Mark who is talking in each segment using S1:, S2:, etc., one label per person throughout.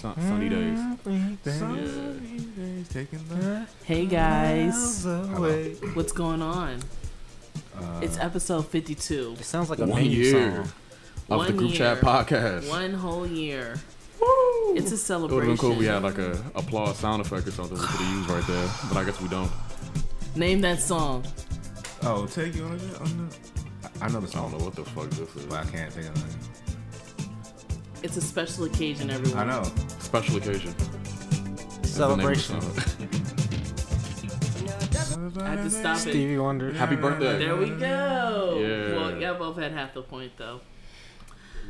S1: Sun- sunny days.
S2: Sunny days, taking the
S3: Hey guys,
S2: miles away.
S3: what's going on?
S2: Uh,
S3: It's episode 52.
S4: It sounds like a
S1: One
S4: main
S1: year.
S4: song.
S1: Of the
S3: One
S1: group chat
S3: year.
S1: podcast.
S3: One whole year.
S1: Woo!
S3: It's
S1: It would
S3: a
S1: have
S3: celebration.
S1: been cool if we had like a applause sound effect or something we could have used right there, but I guess we don't.
S3: Name that song.
S2: oh, take you on a jet. On the, I I know the
S1: I don't
S2: song,
S1: know what the fuck this is.
S2: but I can't think of it.
S3: It's a special occasion, everyone.
S2: I know.
S1: Special occasion. That's the name of the
S4: Celebration.
S1: song.
S3: I had to stop it.
S4: Stevie Wonder.
S1: Happy birthday.
S3: There we go.
S1: Yeah.
S3: Well, y'all both had half the point though.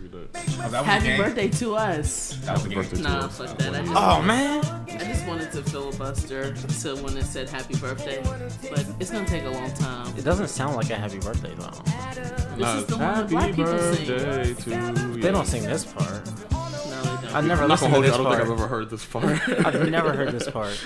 S1: We did.
S2: Oh, that was a
S3: Happy
S2: game.
S3: birthday to us.
S2: That was a game.
S1: Birthday to
S3: Nah,
S1: us.
S3: fuck that. I just,
S4: Oh man.
S3: I just wanted to filibuster to when it said happy birthday, but it's gonna take a long time.
S4: It doesn't sound like a happy birthday though.
S3: This
S1: Nah,
S3: is the one black
S1: happy
S3: people sing.
S1: birthday to you.
S4: They don't sing this part.
S3: No, they
S4: I
S3: don't.
S4: never
S1: I'm not gonna
S4: listened to
S1: hold you. I
S4: this
S1: don't think I've
S4: part.
S1: ever heard this part.
S4: I've never heard this part.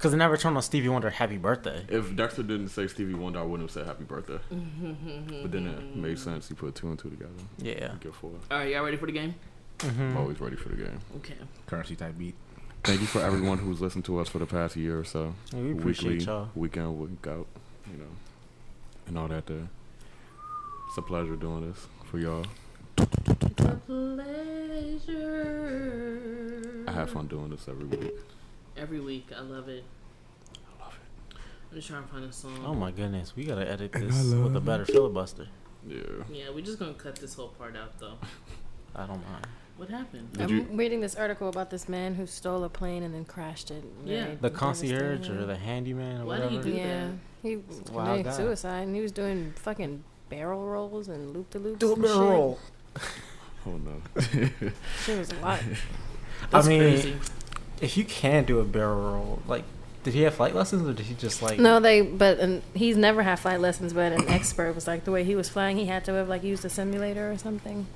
S4: Cause I never turned on Stevie Wonder Happy Birthday.
S1: If Dexter didn't say Stevie Wonder, I wouldn't have said happy birthday. but then it made sense. He put two and two together.
S4: Yeah.
S1: Good for it.
S3: All right, y'all ready for the game?
S4: Mm-hmm.
S1: I'm always ready for the game.
S3: Okay.
S2: Currency type beat.
S1: Thank you for everyone who's listened to us for the past year or so.
S4: Yeah, we appreciate
S1: Weekly,
S4: y'all.
S1: Week in, week out, you know, and all that there. It's a pleasure doing this for y'all.
S3: The pleasure.
S1: I have fun doing this every week.
S3: Every week, I love it.
S1: I love
S3: I'm just trying to find a song.
S4: Oh my goodness, we gotta edit
S2: And I
S4: this with a
S2: love
S4: better filibuster.
S1: it. Yeah.
S3: Yeah, we're just gonna cut this whole part out though.
S4: I don't mind.
S3: What happened?
S1: Did
S5: I'm
S1: you-
S5: reading this article about this man who stole a plane and then crashed it.
S3: Yeah.
S5: Very
S4: The concierge or
S5: devastating.
S4: the handyman or
S3: Why did he
S4: whatever.
S3: do
S5: yeah,
S3: that?
S5: he
S4: a wild guy.
S5: committed suicide and he was doing fucking barrel rolls and loop de loops.
S1: Oh no.
S5: It was a lot.
S4: I
S3: That's
S4: mean,
S3: crazy.
S4: if you can do a barrel roll, like, did he have flight lessons or did he just like?
S5: no, they but and he's never had flight lessons, but an expert was like the way he was flying, he had to have like used a simulator or something.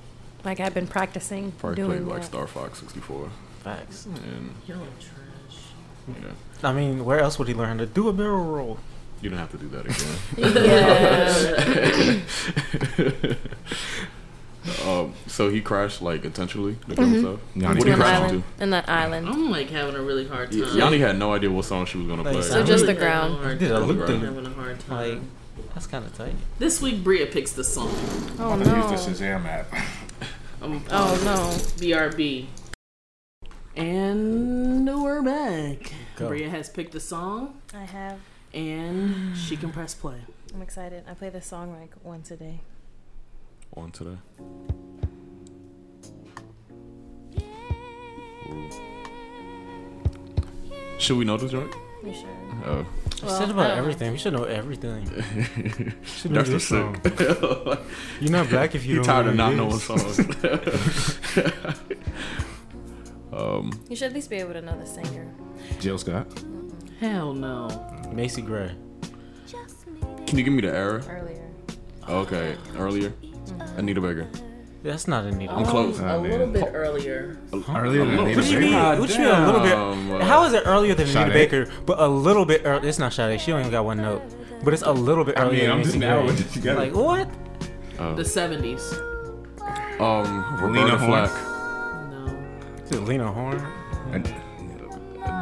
S5: Like I've been practicing
S1: Probably
S5: doing
S1: played
S5: that.
S1: like Star Fox 64,
S4: Facts.
S1: and
S3: Y'all are trash.
S1: you know,
S4: I mean, where else would he learn to do a barrel roll?
S1: you don't have to do that again.
S5: yeah,
S1: um, so he crashed like intentionally
S5: Mm-hmm.
S1: to kill himself.
S2: Yeah,
S1: What
S2: he
S1: did he
S2: did.
S1: crash
S5: island,
S1: into?
S5: in that island.
S3: I'm like having a really hard time.
S1: Yanni had no idea what song she was gonna
S4: Like,
S1: play.
S4: so
S5: So
S3: I'm
S5: just
S3: really
S5: the
S3: having a
S5: ground.
S3: hard
S4: Did a
S3: time.
S1: loop de
S3: I'm
S1: loop.
S3: having a hard
S4: Like,
S3: time.
S4: that's kind of tight.
S3: This week, Bria picks the song.
S5: Oh
S2: I'm
S5: no!
S2: gonna use the Shazam app.
S3: Um,
S5: Oh no!
S3: BRB. And we're back.
S4: Go.
S3: Bria has picked the song,
S5: I have.
S3: and she can press play.
S5: I'm excited. I play this song like once a day.
S1: on today. Ooh. Should we know this joint?
S5: You should.
S1: Oh.
S4: We said
S5: I
S4: about
S5: don't-
S4: everything. We should know everything. should know
S1: That's
S4: this
S1: sick.
S4: song. You're not black if you
S1: He
S4: don't
S1: tired
S4: know
S1: of not
S4: your
S1: knowing
S4: roots.
S1: songs. um,
S5: You should at least be able to know the singer.
S2: Jill Scott.
S3: Hell no.
S4: Macy Gray.
S1: can you give me the era?
S5: Earlier.
S1: Okay, earlier. Anita Baker.
S4: That's not Anita.
S1: I'm close.
S2: Oh,
S3: a little
S2: man.
S3: bit earlier.
S2: Earlier than Anita
S4: What do you mean?
S2: Baker.
S4: What do you mean a little
S1: Damn,
S4: bit?
S1: uh,
S4: How is it earlier than Anita
S2: Sade?
S4: Baker, but a little bit earlier? It's not Sade. She only got one note, but it's a little bit
S2: I
S4: earlier.
S2: mean, I'm
S4: than
S2: just
S4: Macy
S2: now
S4: Gray.
S2: with it together.
S4: Like what?
S3: The 70s.
S1: Um,
S2: Lena
S1: Roberta
S2: Horne.
S1: Flack.
S3: No.
S4: Is it Lena Horne?
S2: And-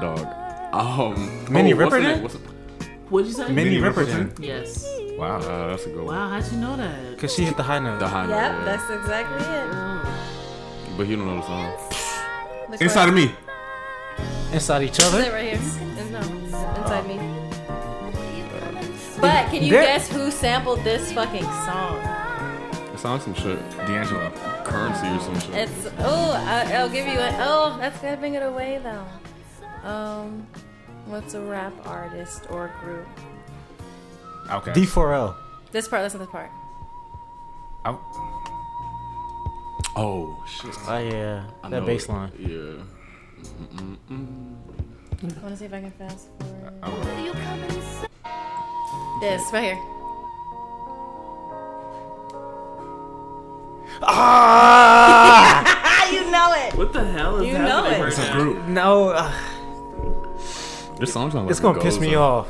S1: Dog. Um,
S4: Minnie
S1: oh, what's her
S4: Riperton?
S1: name? What's her-
S3: What'd you say?
S4: Minnie
S2: Minnie
S4: Riperton.
S3: Yes.
S2: wow.
S1: Uh, that's a good one.
S3: Wow, how'd you know that?
S4: Cause she hit the high note.
S1: The high note, yeah.
S5: exactly it.
S3: Oh.
S1: But he don't know the song.
S5: The
S2: Inside of me.
S4: Inside each
S5: Is it
S4: other.
S5: right here? It's- No, inside me. But can you
S4: There-
S5: guess who sampled this fucking song?
S1: It sounds some shit.
S2: D'Angelo.
S1: Currency or some shit.
S5: It's oh, I, I'll give you an oh. That's gonna bring it away though. Um, what's a rap artist or group?
S2: Okay.
S4: D4L.
S5: This part. Listen to this part.
S2: Out.
S1: oh shit.
S4: Oh yeah,
S1: I
S4: that
S1: know
S4: bass
S1: it.
S4: line.
S1: Yeah.
S5: I want to see if I can fast forward.
S2: Out.
S5: This right here.
S4: Ah!
S5: You know it.
S3: What the hell is
S5: You
S3: happening
S5: know it.
S3: right
S5: It's
S3: now?
S2: Group.
S4: no, uh,
S1: This song sounds like
S4: it's
S1: it
S4: gonna piss
S1: goes
S4: me
S1: in-
S4: off.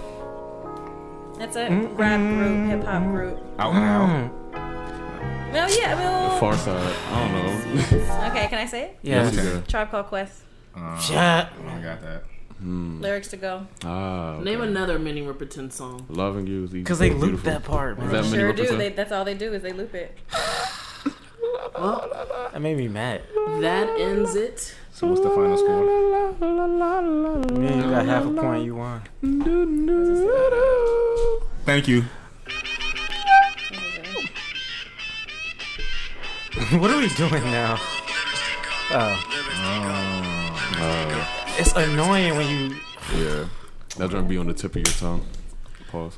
S5: That's a rap group, hip hop group.
S4: Mm,
S2: Out and out.
S5: No, yeah, I mean,
S1: Far Side. I don't know.
S5: okay, can I say it?
S4: Yeah.
S1: Yes, you do.
S5: Tribe Called Quest.
S2: Uh,
S4: Yeah.
S2: I got that.
S5: Lyrics to go.
S1: mm, Ah, okay.
S3: Name another Minnie Riperton song.
S1: Loving you is easy.
S4: Because they
S1: but
S4: looped
S1: beautiful.
S4: that part,
S1: Is
S4: man.
S1: that Minnie
S5: Sure do.
S1: Riperton?
S5: They, that's all they do is they loop it.
S3: Well,
S4: That made me mad.
S3: that ends it.
S2: So what's the final score?
S4: You ain't got half a point, you won.
S2: Thank you.
S4: what are we doing now? Oh.
S1: Uh,
S4: It's annoying when you.
S1: yeah, that's gonna be on the tip of your tongue. Pause.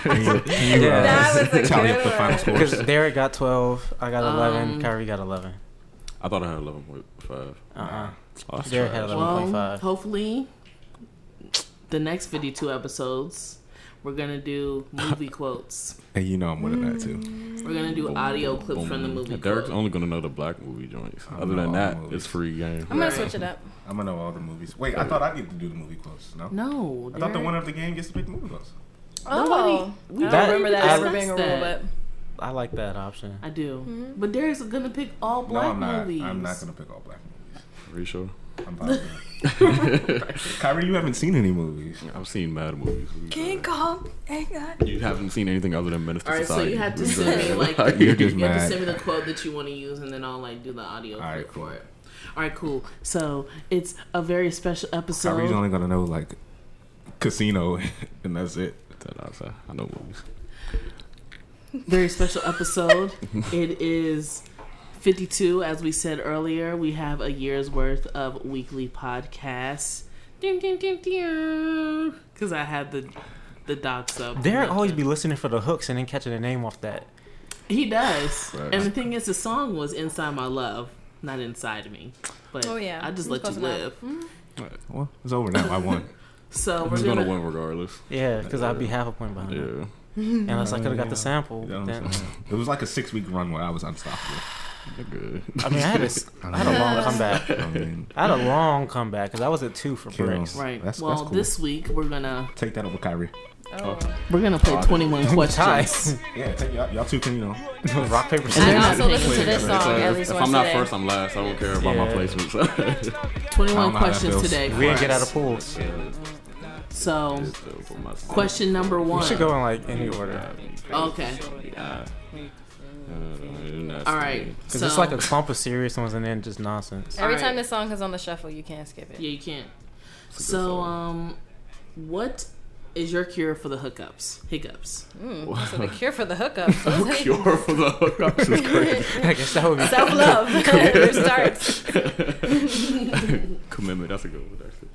S2: Can you, can you, uh,
S5: That was a
S2: tally
S5: good
S2: up the final
S5: one.
S4: Because
S2: scores?
S4: Derek got 12, I got 11,
S3: Um,
S4: Kyrie got 11.
S1: I thought I had eleven point five.
S4: Uh uh
S1: Oh, that's
S4: Derek
S1: trash.
S4: had
S3: Well,
S4: 11.5.
S3: hopefully, the next 52 episodes, we're going to do movie quotes.
S2: And you know I'm winning that too.
S3: We're going to do audio clips from the movie.
S1: Derek's
S3: quote.
S1: only gonna know the black movie joints.
S2: I
S1: Other
S2: know
S1: than
S2: all
S1: that,
S2: the movies.
S1: it's free game.
S5: I'm gonna switch it up.
S2: I'm gonna know all the movies. Wait, I thought I get to do the movie quotes. No.
S3: No.
S2: I thought the
S3: Derek.
S2: winner of the game gets to pick the movie quotes.
S5: Oh,
S3: we
S5: I
S4: That-
S5: don't remember that
S4: I-
S5: ever being a rule,
S3: that.
S5: but
S4: I like that option.
S3: I do. But Derek's going to pick all
S2: No,
S3: black
S2: I'm not.
S3: movies.
S2: I'm not gonna pick all black movies.
S1: Are you sure?
S2: I'm positive. Kyrie, you haven't seen any movies.
S1: I've seen mad movies.
S5: King Kong, ain't got
S1: You haven't seen anything other than Menace to
S3: All right, so
S1: Society.
S3: you have to
S1: It's
S3: say,
S1: good.
S3: like,
S2: You're just
S3: You have to
S2: mad.
S3: send me the quote that you want to use, and then I'll like do the audio
S2: All right,
S3: clip
S2: cool.
S3: for it. All right, cool. So it's a very special
S2: Kyrie's
S3: episode.
S2: only gonna know like Casino, and that's it.
S1: That outside. I know movies.
S3: Very special episode. it is 52, as we said earlier. We have a year's worth of weekly podcasts. Because I had the the docs up.
S4: Derek always be listening for the hooks and then catching the name off that.
S3: He does.
S1: Right.
S3: And the thing is, the song was "Inside My Love," not "Inside Me." But
S5: Oh, yeah.
S3: I just let you
S5: It's close enough.
S3: live.
S2: Well, it's over now. I won.
S3: So we're
S1: He's
S3: gonna.
S1: gonna win regardless.
S4: Yeah, because I'd be half a point
S5: Uh-huh.
S4: behind.
S1: Yeah.
S4: Unless I could have got the sample.
S2: You know what
S4: then-
S2: I'm saying? It was like a six week run where I was unstoppable.
S1: You're good.
S4: I mean, I had a, s- I had a long comeback.
S2: I mean,
S4: I had a long comeback because I was at two for
S2: Kill.
S4: bricks.
S3: Right.
S2: That's-
S3: well,
S2: that's cool.
S3: this week we're gonna
S2: take that over Kyrie.
S3: we're gonna play
S1: Oh,
S3: 21
S4: Ty.
S3: questions.
S2: Yeah, take y'all, y'all two can you know.
S4: Rock paper
S5: I
S4: scissors.
S5: also listen to this
S1: It's
S5: song
S1: like,
S5: at
S1: if-
S5: least
S1: if
S5: once
S1: I'm not
S5: a day.
S1: first, I'm last. I don't care about my
S4: Yeah.
S1: placements.
S2: know how
S3: 21
S2: that
S3: questions
S2: feels.
S3: today.
S4: We didn't
S3: for
S4: get out of
S3: us.
S4: pools.
S3: So question number one.
S4: We should go in like any order
S5: Oh.
S3: Okay. All right.
S4: because
S3: So,
S4: it's like a clump of serious ones and then just nonsense.
S5: Every
S3: Alright.
S5: time this song is on the shuffle, you can't skip it.
S3: yeah, you can't. So um, what is your cure for the hookups? Hiccups.
S5: So the cure for the hookup. Self
S1: Cure for the hookups is crazy.
S4: I guess that would be.
S5: love. it starts.
S1: Commitment. That's a good one, actually.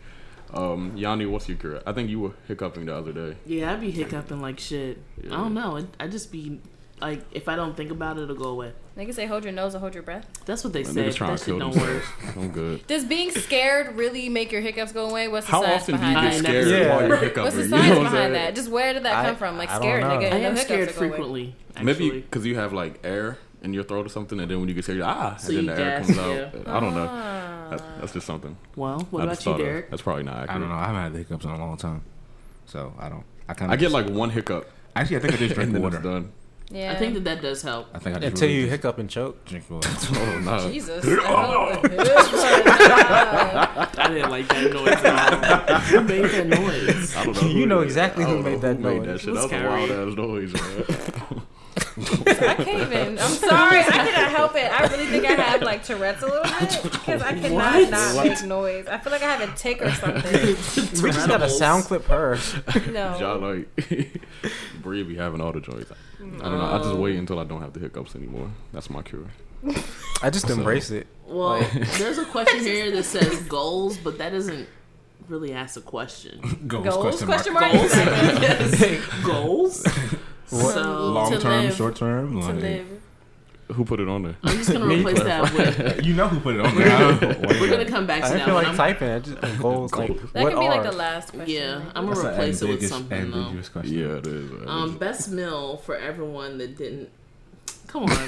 S1: Um, Yanni, what's your cure? I think you were hiccuping the other day.
S3: Yeah, I'd be hiccuping like shit. I don't know. It, I just be like, if I don't think about it, it'll go away.
S5: Niggas say hold your nose or hold your breath.
S3: That's what they
S1: My
S3: say.
S1: niggas trying
S3: That
S1: to kill
S3: shit don't work.
S1: themselves. I'm good.
S5: Does being scared really make your hiccups go away? What's the
S1: How
S5: science
S1: often do you
S5: behind
S1: get
S5: that?
S3: that.
S1: scared
S4: Yeah.
S1: while you're hiccuping?
S5: What's the
S1: You know
S5: science
S1: what I'm saying?
S5: behind that? Just where did that
S4: I-
S5: come from? Like
S4: I don't
S5: scared,
S4: know.
S5: nigga.
S3: I
S5: and
S3: am
S5: the hiccups
S3: scared
S5: will go away.
S3: frequently. Actually.
S1: Maybe because you have like air in your throat or something, and then when you get scared, you're, ah,
S3: So
S1: and
S3: you
S1: then the air
S3: gas,
S1: comes out. I don't know.
S5: Ah.
S1: That's, that's just something.
S3: Well, what
S1: I
S3: about
S1: just
S3: you,
S1: thought of.
S3: Derek?
S1: That's probably not accurate.
S2: I don't know. I haven't had the hiccups in a long time, so I don't. I kind of.
S1: I get like one hiccup
S2: Actually, I think I just
S1: and
S2: drink
S1: then
S2: water.
S1: it's done.
S5: Yeah.
S3: I think that that does help.
S2: I think I just
S4: Until
S2: really
S4: you
S2: just
S4: hiccup and choke.
S2: drink water.
S1: Oh no!
S5: Jesus. I hope the-
S3: I didn't like that noise at all. Who made that noise?
S1: I don't
S4: You
S1: who
S4: know
S1: did it.
S4: exactly
S1: I
S4: who
S1: don't know
S4: made that noise.
S1: that shit.
S3: It was
S1: That was a
S3: Kyrie.
S1: wild ass noise, man.
S5: I can't even. I'm sorry. I cannot help it. I really think I have like Tourette's a little bit because I cannot
S3: What?
S5: not make noise. I feel like I have a tick or something.
S4: We just got a sound clip first.
S1: Y'all
S3: Oh.
S5: No.
S1: like Bree be having all the joints. I don't know. I just wait until I don't have the hiccups anymore. That's my cure.
S4: I just embrace it.
S3: Well, there's a question here that says goals, but that doesn't really ask a question.
S2: Goals,
S5: Goals?
S2: question mark.
S5: Question mark. Exactly.
S3: yes, goals.
S4: What?
S3: So
S2: Long
S5: To
S2: term,
S5: live.
S2: short term.
S5: To
S2: like-
S5: live.
S1: Who put it on there?
S3: I'm just gonna replace that with.
S2: You know who put it on there.
S3: We're gonna come back to
S4: I didn't
S3: that
S4: feel
S3: one.
S4: like
S3: I'm-
S4: typing. I just like, goals. Like,
S1: Goals.
S5: That
S4: what
S5: could be
S4: are?
S5: like the last question.
S3: yeah,
S5: right?
S3: I'm gonna replace it with something though.
S2: ambiguous question.
S1: Yeah, it is. man.
S3: Um, best meal for everyone that didn't. Come on,
S1: Nah,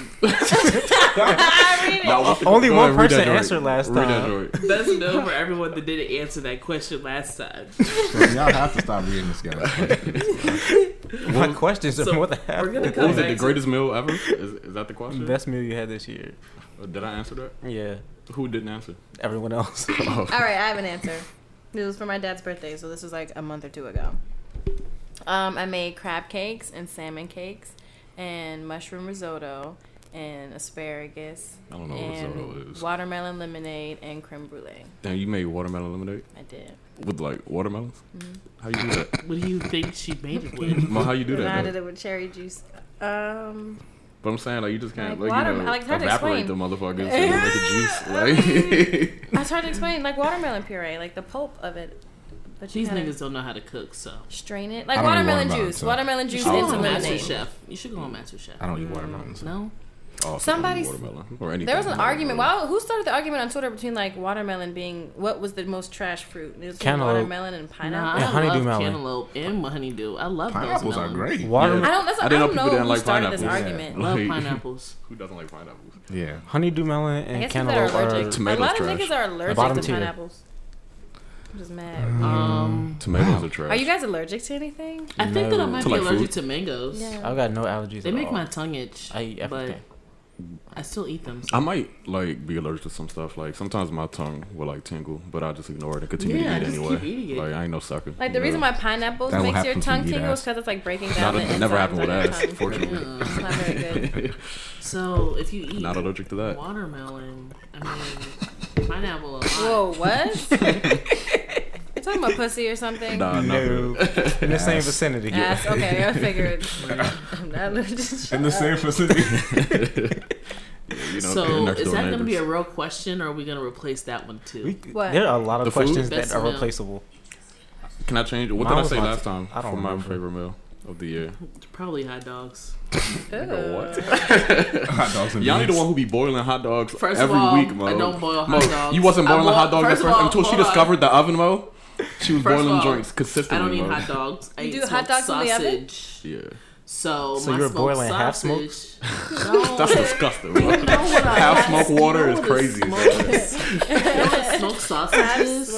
S1: what the-
S4: Only
S1: go
S4: one
S1: ahead, read that
S4: person
S1: joint.
S4: answered last
S1: Read that
S4: time.
S1: joint.
S3: best meal for everyone that didn't answer that question last time.
S2: So y'all have to stop reading this guy's question.
S4: My questions are
S3: So,
S4: more than half.
S3: we're gonna
S1: What
S3: come
S1: was it?
S3: back
S1: The
S3: to-
S1: greatest meal ever? Is, is that the question?
S4: Best meal you had this year?
S1: Did I answer that?
S4: Yeah.
S1: Who didn't answer?
S4: Everyone else.
S1: Oh.
S5: All right, I have an answer. This was for my dad's birthday, so this was like a month or two ago. Um, I made crab cakes and salmon cakes and mushroom risotto and asparagus
S1: I don't know what
S5: and
S1: risotto is.
S5: watermelon lemonade and creme brulee.
S1: Damn, you made watermelon lemonade
S5: I did.
S1: with like watermelons. How you do that?
S3: What do you think she made it with?
S1: Ma, how you do
S5: And I
S1: that?
S5: did
S1: though?
S5: it with cherry juice. Um,
S1: But I'm saying like you just can't like,
S5: Like
S1: you
S5: watermelon-
S1: know,
S5: like, it's hard to
S1: evaporate the
S5: explain.
S1: motherfuckers and make a juice.
S5: I
S1: Like
S5: I tried to explain like watermelon puree, like the pulp of it. But you
S3: These
S5: kinda
S3: niggas don't know how to cook, so.
S5: strain it like
S2: I don't eat
S5: watermelon
S2: watermelon,
S5: juice.
S2: so-
S5: Watermelon
S3: You
S5: juice
S3: should go
S5: into
S3: on Master
S5: lemonade.
S3: Chef. You should go on Master Chef.
S2: I don't eat watermelons.
S3: No?
S1: oh,
S5: Somebody-
S1: watermelon or anything.
S5: There was an
S1: but
S5: argument.
S1: watermelon.
S5: Wow, who started the argument on Twitter between like watermelon being what was the most trash fruit? It was between
S4: Cantaloupe.
S5: watermelon and
S3: Nah,
S5: pineapple.
S3: I
S4: And honeydew
S3: love
S4: melon.
S3: cantaloupe and honeydew. I love those
S2: Pineapples are
S3: melons.
S2: great.
S4: Watermelon,
S5: I don't. That's,
S1: I
S5: I,
S1: didn't know
S5: don't know,
S1: people didn't
S5: who
S1: like
S5: started this
S1: pineapples.
S5: argument.
S3: Love
S1: Like-
S3: pineapples.
S1: Who doesn't like pineapples?
S2: Yeah.
S4: honeydew melon,
S5: I
S4: and
S5: guess people that
S4: cantaloupe
S5: are
S4: are.
S5: allergic.
S1: Tomatoes
S5: a lot
S1: trash.
S5: of niggas are allergic
S4: Bottom
S5: to
S4: tier.
S5: pineapples. I'm just
S1: Mm.
S5: mad.
S3: Um,
S1: Tomatoes
S2: Wow.
S1: are trash.
S5: Are you guys allergic to anything?
S3: I think that I
S4: No.
S3: might
S1: To,
S3: be
S1: like,
S3: allergic
S1: food?
S3: to mangoes.
S5: Yeah.
S4: I've got no allergies.
S3: They
S4: at
S3: make
S4: all.
S3: my tongue itch.
S4: I eat everything.
S3: But I still eat them.
S1: I might like be allergic to some stuff. Like sometimes my tongue will like tingle, but I just ignore it and continue to
S3: Yeah,
S1: eat
S3: just
S1: anyway.
S3: keep eating it.
S1: Like I ain't no sucker.
S5: Like the
S1: you
S5: reason
S1: know?
S5: why pineapples
S2: That will
S5: makes your
S2: happen if
S5: tongue
S2: you eat
S5: tingle is
S2: ass.
S5: because it's like breaking down.
S1: Not
S5: the
S1: a, never
S5: enzymes
S1: happened
S5: on
S1: with
S5: your
S1: ass,
S5: tongue.
S1: fortunately.
S3: Mm.
S5: It's not very good.
S3: So if you eat
S1: Not allergic to that.
S3: watermelon, I mean pineapple a lot.
S5: Whoa, what? you talking about pussy or something?
S1: Nah, not
S4: Uh, No.
S1: really.
S4: in the same
S2: Ass.
S4: vicinity.
S5: Ass. Okay, I figured. I'm not allergic.
S2: In the same vicinity.
S1: You know,
S3: so
S1: next
S3: is
S1: door
S3: that going to be a
S1: neighbors.
S3: real question, or are we going to replace that one too?
S4: We-
S5: What?
S4: There are a lot of
S1: The food?
S4: questions
S3: Best
S4: that are
S3: meal.
S4: replaceable.
S1: Can I change? it? What
S4: Mine
S1: did I
S4: was
S1: say
S4: my-
S1: last time
S4: I don't
S1: for my
S4: remember.
S1: favorite meal of the year?
S3: Probably hot dogs.
S1: Nigga, what?
S2: Hot dogs and
S1: Y'all need the
S2: beans.
S1: one who be boiling hot dogs
S3: First
S1: every
S3: of all,
S1: week, Mo.
S3: I don't boil hot
S1: Mo,
S3: dogs.
S1: You wasn't
S3: I
S1: boiling
S3: boil-
S1: hot dogs
S3: first
S1: at
S3: of
S1: first
S3: all,
S1: until she
S3: hold on.
S1: discovered the oven, Mo. She was
S3: First of
S1: boiling
S3: all,
S1: joints
S3: I
S1: consistently.
S3: don't eat
S1: Mo.
S3: hot dogs. I
S5: You
S3: eat
S5: do hot
S3: smoked
S5: dogs in the oven?
S3: sausage.
S1: Yeah,
S3: So,
S4: So
S3: my
S4: you were
S3: smoked
S4: boiling half smoked?
S3: sausage. No.
S1: that's disgusting. Mo.
S3: You know what I
S1: Half
S3: like?
S1: smoked water
S3: You know
S1: is
S3: what
S1: crazy,
S3: Smoked, you know what smoked sausage is?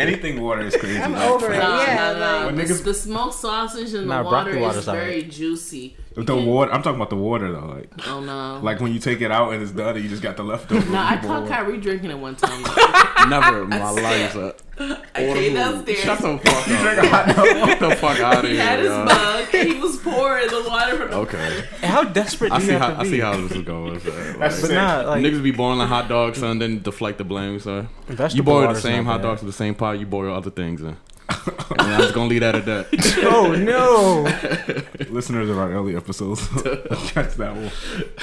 S2: Anything water is crazy.
S5: I'm over it.
S3: Nah,
S5: Yeah,
S3: nah, nah.
S2: like-
S3: The-
S2: When niggas-
S3: the smoked sausage and
S4: Nah,
S3: the
S4: broccoli
S3: water is
S4: water's alright.
S3: very juicy.
S2: The water. I'm talking about the water though. Like,
S3: Oh no.
S2: like when you take it out and it's done, and you just got the leftover.
S3: no, I
S2: You
S3: caught
S2: boil.
S3: Kyrie drinking it one time.
S1: Never in my life. uh,
S3: I
S1: order
S3: came
S1: food.
S3: downstairs.
S1: Shut the fuck up. Get the fuck out of
S3: He
S1: here.
S3: had his
S1: y'all.
S3: mug and he was pouring the water from the
S1: Okay,
S4: And How desperate do
S1: I
S4: you
S1: see
S4: have
S1: how
S4: to
S1: I
S4: be?
S1: see how this is going. son.
S2: That's
S1: Like,
S4: but nah, like
S1: niggas be boiling hot dogs, son, then deflect the blame, son.
S4: vegetable
S1: You boil the
S4: water's
S1: same
S4: not
S1: hot
S4: bad.
S1: dogs in the same pot you boil other things in. and I'm just gonna leave that at that.
S4: Oh no!
S2: Listeners of our early episodes, catch that one.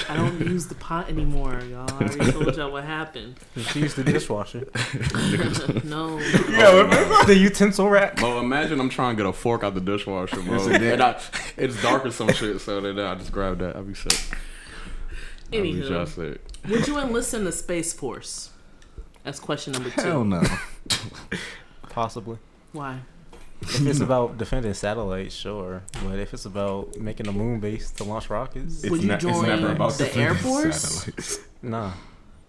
S3: I don't use the pot anymore, y'all. I already told y'all what happened.
S4: Just use the dishwasher, Um,
S3: no.
S4: the utensil rack.
S1: Mo, imagine I'm trying to get a fork out the dishwasher, Mo.
S2: It's a dick.
S1: and I, it's dark or some shit, so then I just grab that. I'll be sick. I'll be
S3: Anywho,
S1: just sick.
S3: would you enlist in the Space Force? That's question number two.
S2: Hell no.
S4: Possibly,
S3: Why?
S4: if it's about defending satellites, sure. But if it's about making a moon base to launch rockets,
S3: Would you
S2: not-
S3: join the
S2: defending
S3: Air Force?
S2: satellites.
S4: nah.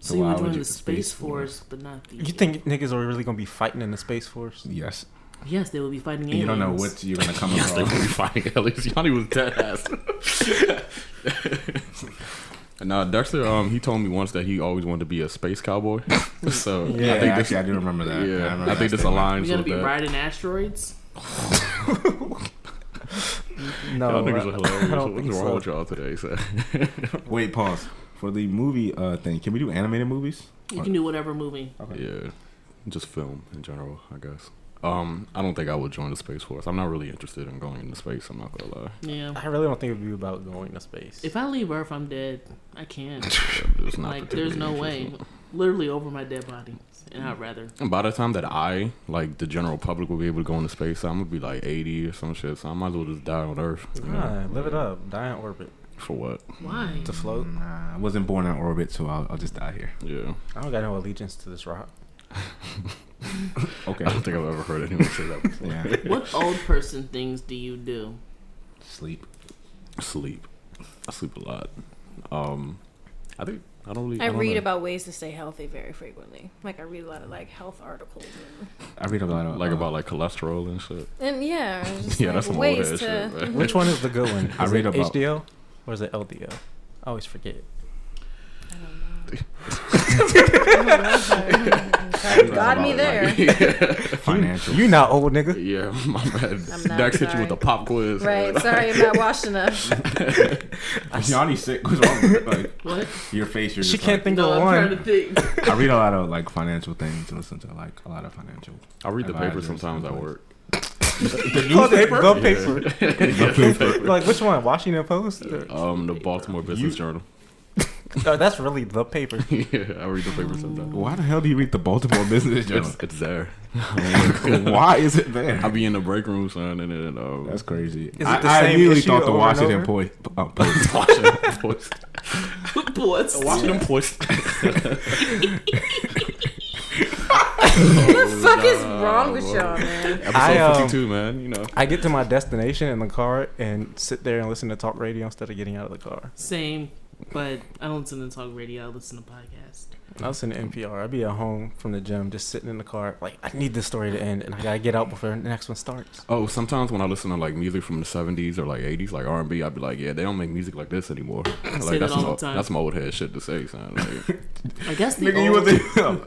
S3: So you
S2: why
S3: would
S2: would
S3: join
S2: you
S3: the
S2: the
S3: Space
S2: Space
S3: Force, but not the.
S4: You think niggas are really gonna be fighting in the space force?
S2: Yes.
S3: Yes, they would be fighting
S2: And
S3: aliens.
S2: you don't know what you're gonna come
S1: Yes, they would
S2: across.
S1: be fighting aliens. Yanni was dead ass. nah, Dexter, um, he told me once that he always wanted to be a space cowboy. so
S2: Yeah,
S1: I think this,
S2: actually, I do remember that.
S1: yeah,
S2: remember
S1: I
S2: that
S1: think this
S2: statement.
S1: aligns
S3: We're gonna
S1: with
S3: be
S1: that.
S3: riding asteroids.
S1: Y'all
S4: No,
S1: niggas are hilarious.
S4: Oh, I don't
S1: What's
S4: think
S1: wrong
S4: so.
S1: with y'all today? So.
S2: Wait, pause for the movie uh, thing. Can we do animated movies?
S3: You can do whatever movie.
S1: Yeah, just film in general, I guess. Um, I don't think I would join the space force. I'm not really interested in going into space. I'm not gonna lie.
S3: Yeah.
S4: I really don't think it would be about going to space.
S3: If I leave Earth, I'm dead. I can't.
S1: It's not
S3: Like, there's no
S1: particularly
S3: way.
S1: interesting.
S3: Literally over my dead body, and I'd rather.
S1: And by the time that I, like the general public, will be able to go into space, I'm gonna be like 80 or some shit. So I might as well just die on Earth. you know?
S4: Nah, live it up, die in orbit
S1: For what?
S3: Why?
S4: to float.
S2: Nah, I wasn't born on orbit, so I'll, I'll just die here.
S1: Yeah,
S4: I don't got no allegiance to this rock.
S2: Okay.
S1: I don't think I've ever heard anyone say that. Before.
S2: yeah.
S3: What old person things do you do?
S2: Sleep.
S1: Sleep. I sleep a lot. Um, I think I don't really.
S5: I
S1: don't
S5: read
S1: know.
S5: about ways to stay healthy very frequently. Like I read a lot of like health articles and,
S2: I read a lot of
S1: like
S2: uh,
S1: about like cholesterol and shit.
S5: and yeah, it's just
S1: Yeah,
S5: like
S1: that's some old
S5: ways
S1: ass
S5: to.
S1: shit, man.
S4: Which one is the good one?
S2: I
S4: Is
S2: read
S4: it
S2: about-
S4: HDL or is it LDL? I always forget.
S5: I don't know. I don't know. Got me there.
S2: financial.
S4: You not old nigga.
S1: Yeah, my bad.
S5: I'm not
S1: Dax hit you
S5: sorry.
S1: with a pop quiz.
S5: Right. Sorry, I'm not washed enough.
S2: Yanni sick. What's wrong? With, like
S3: What?
S2: your face. You're
S4: She
S2: just
S4: can't
S2: like-
S4: think
S3: no,
S4: of
S3: I'm trying to
S4: one.
S3: think.
S2: I read a lot of like financial things. and Listen to like a lot of financial.
S1: I read the
S2: Advisors
S1: paper sometimes at
S2: someplace.
S1: work.
S2: The
S4: Oh, the the paper.
S2: The paper.
S4: like which one? Washington Post? Or-
S1: Um, the Baltimore Business Journal.
S4: Oh, that's really the paper.
S1: yeah, I read the paper sometimes.
S2: Why the hell do you read the Baltimore Business
S1: It's,
S2: Journal?
S1: it's there.
S2: Why is it there?
S1: I be in the break room, son, and then um,
S2: That's crazy.
S4: it
S2: I,
S4: the
S2: I
S4: same
S2: immediately
S4: issue
S2: thought the
S4: over and
S2: Washington
S4: over?
S2: Post. Uh, Post.
S1: Washington Post.
S3: Boys.
S1: Washington Post.
S5: What the fuck is wrong with
S1: Oh,
S5: y'all, man?
S1: Episode
S4: I, um,
S1: 52, man. You know.
S4: I get to my destination in the car and sit there and listen to talk radio instead of getting out of the car.
S3: Same, but I don't listen to talk radio. I listen to podcast.
S4: I listen to NPR. I'd be at home from the gym, just sitting in the car. Like I need this story to end, and I gotta get out before the next one starts.
S1: Oh, sometimes when I listen to like music from the seventies or like eighties, like R and B, I'd be like, yeah, they don't make music like this anymore.
S3: that
S1: Like that's
S3: all
S1: some
S3: the
S1: old,
S3: time.
S1: that's my old head shit to say, son. Like,
S3: Like that's the
S2: Nigga, you
S3: old,
S2: was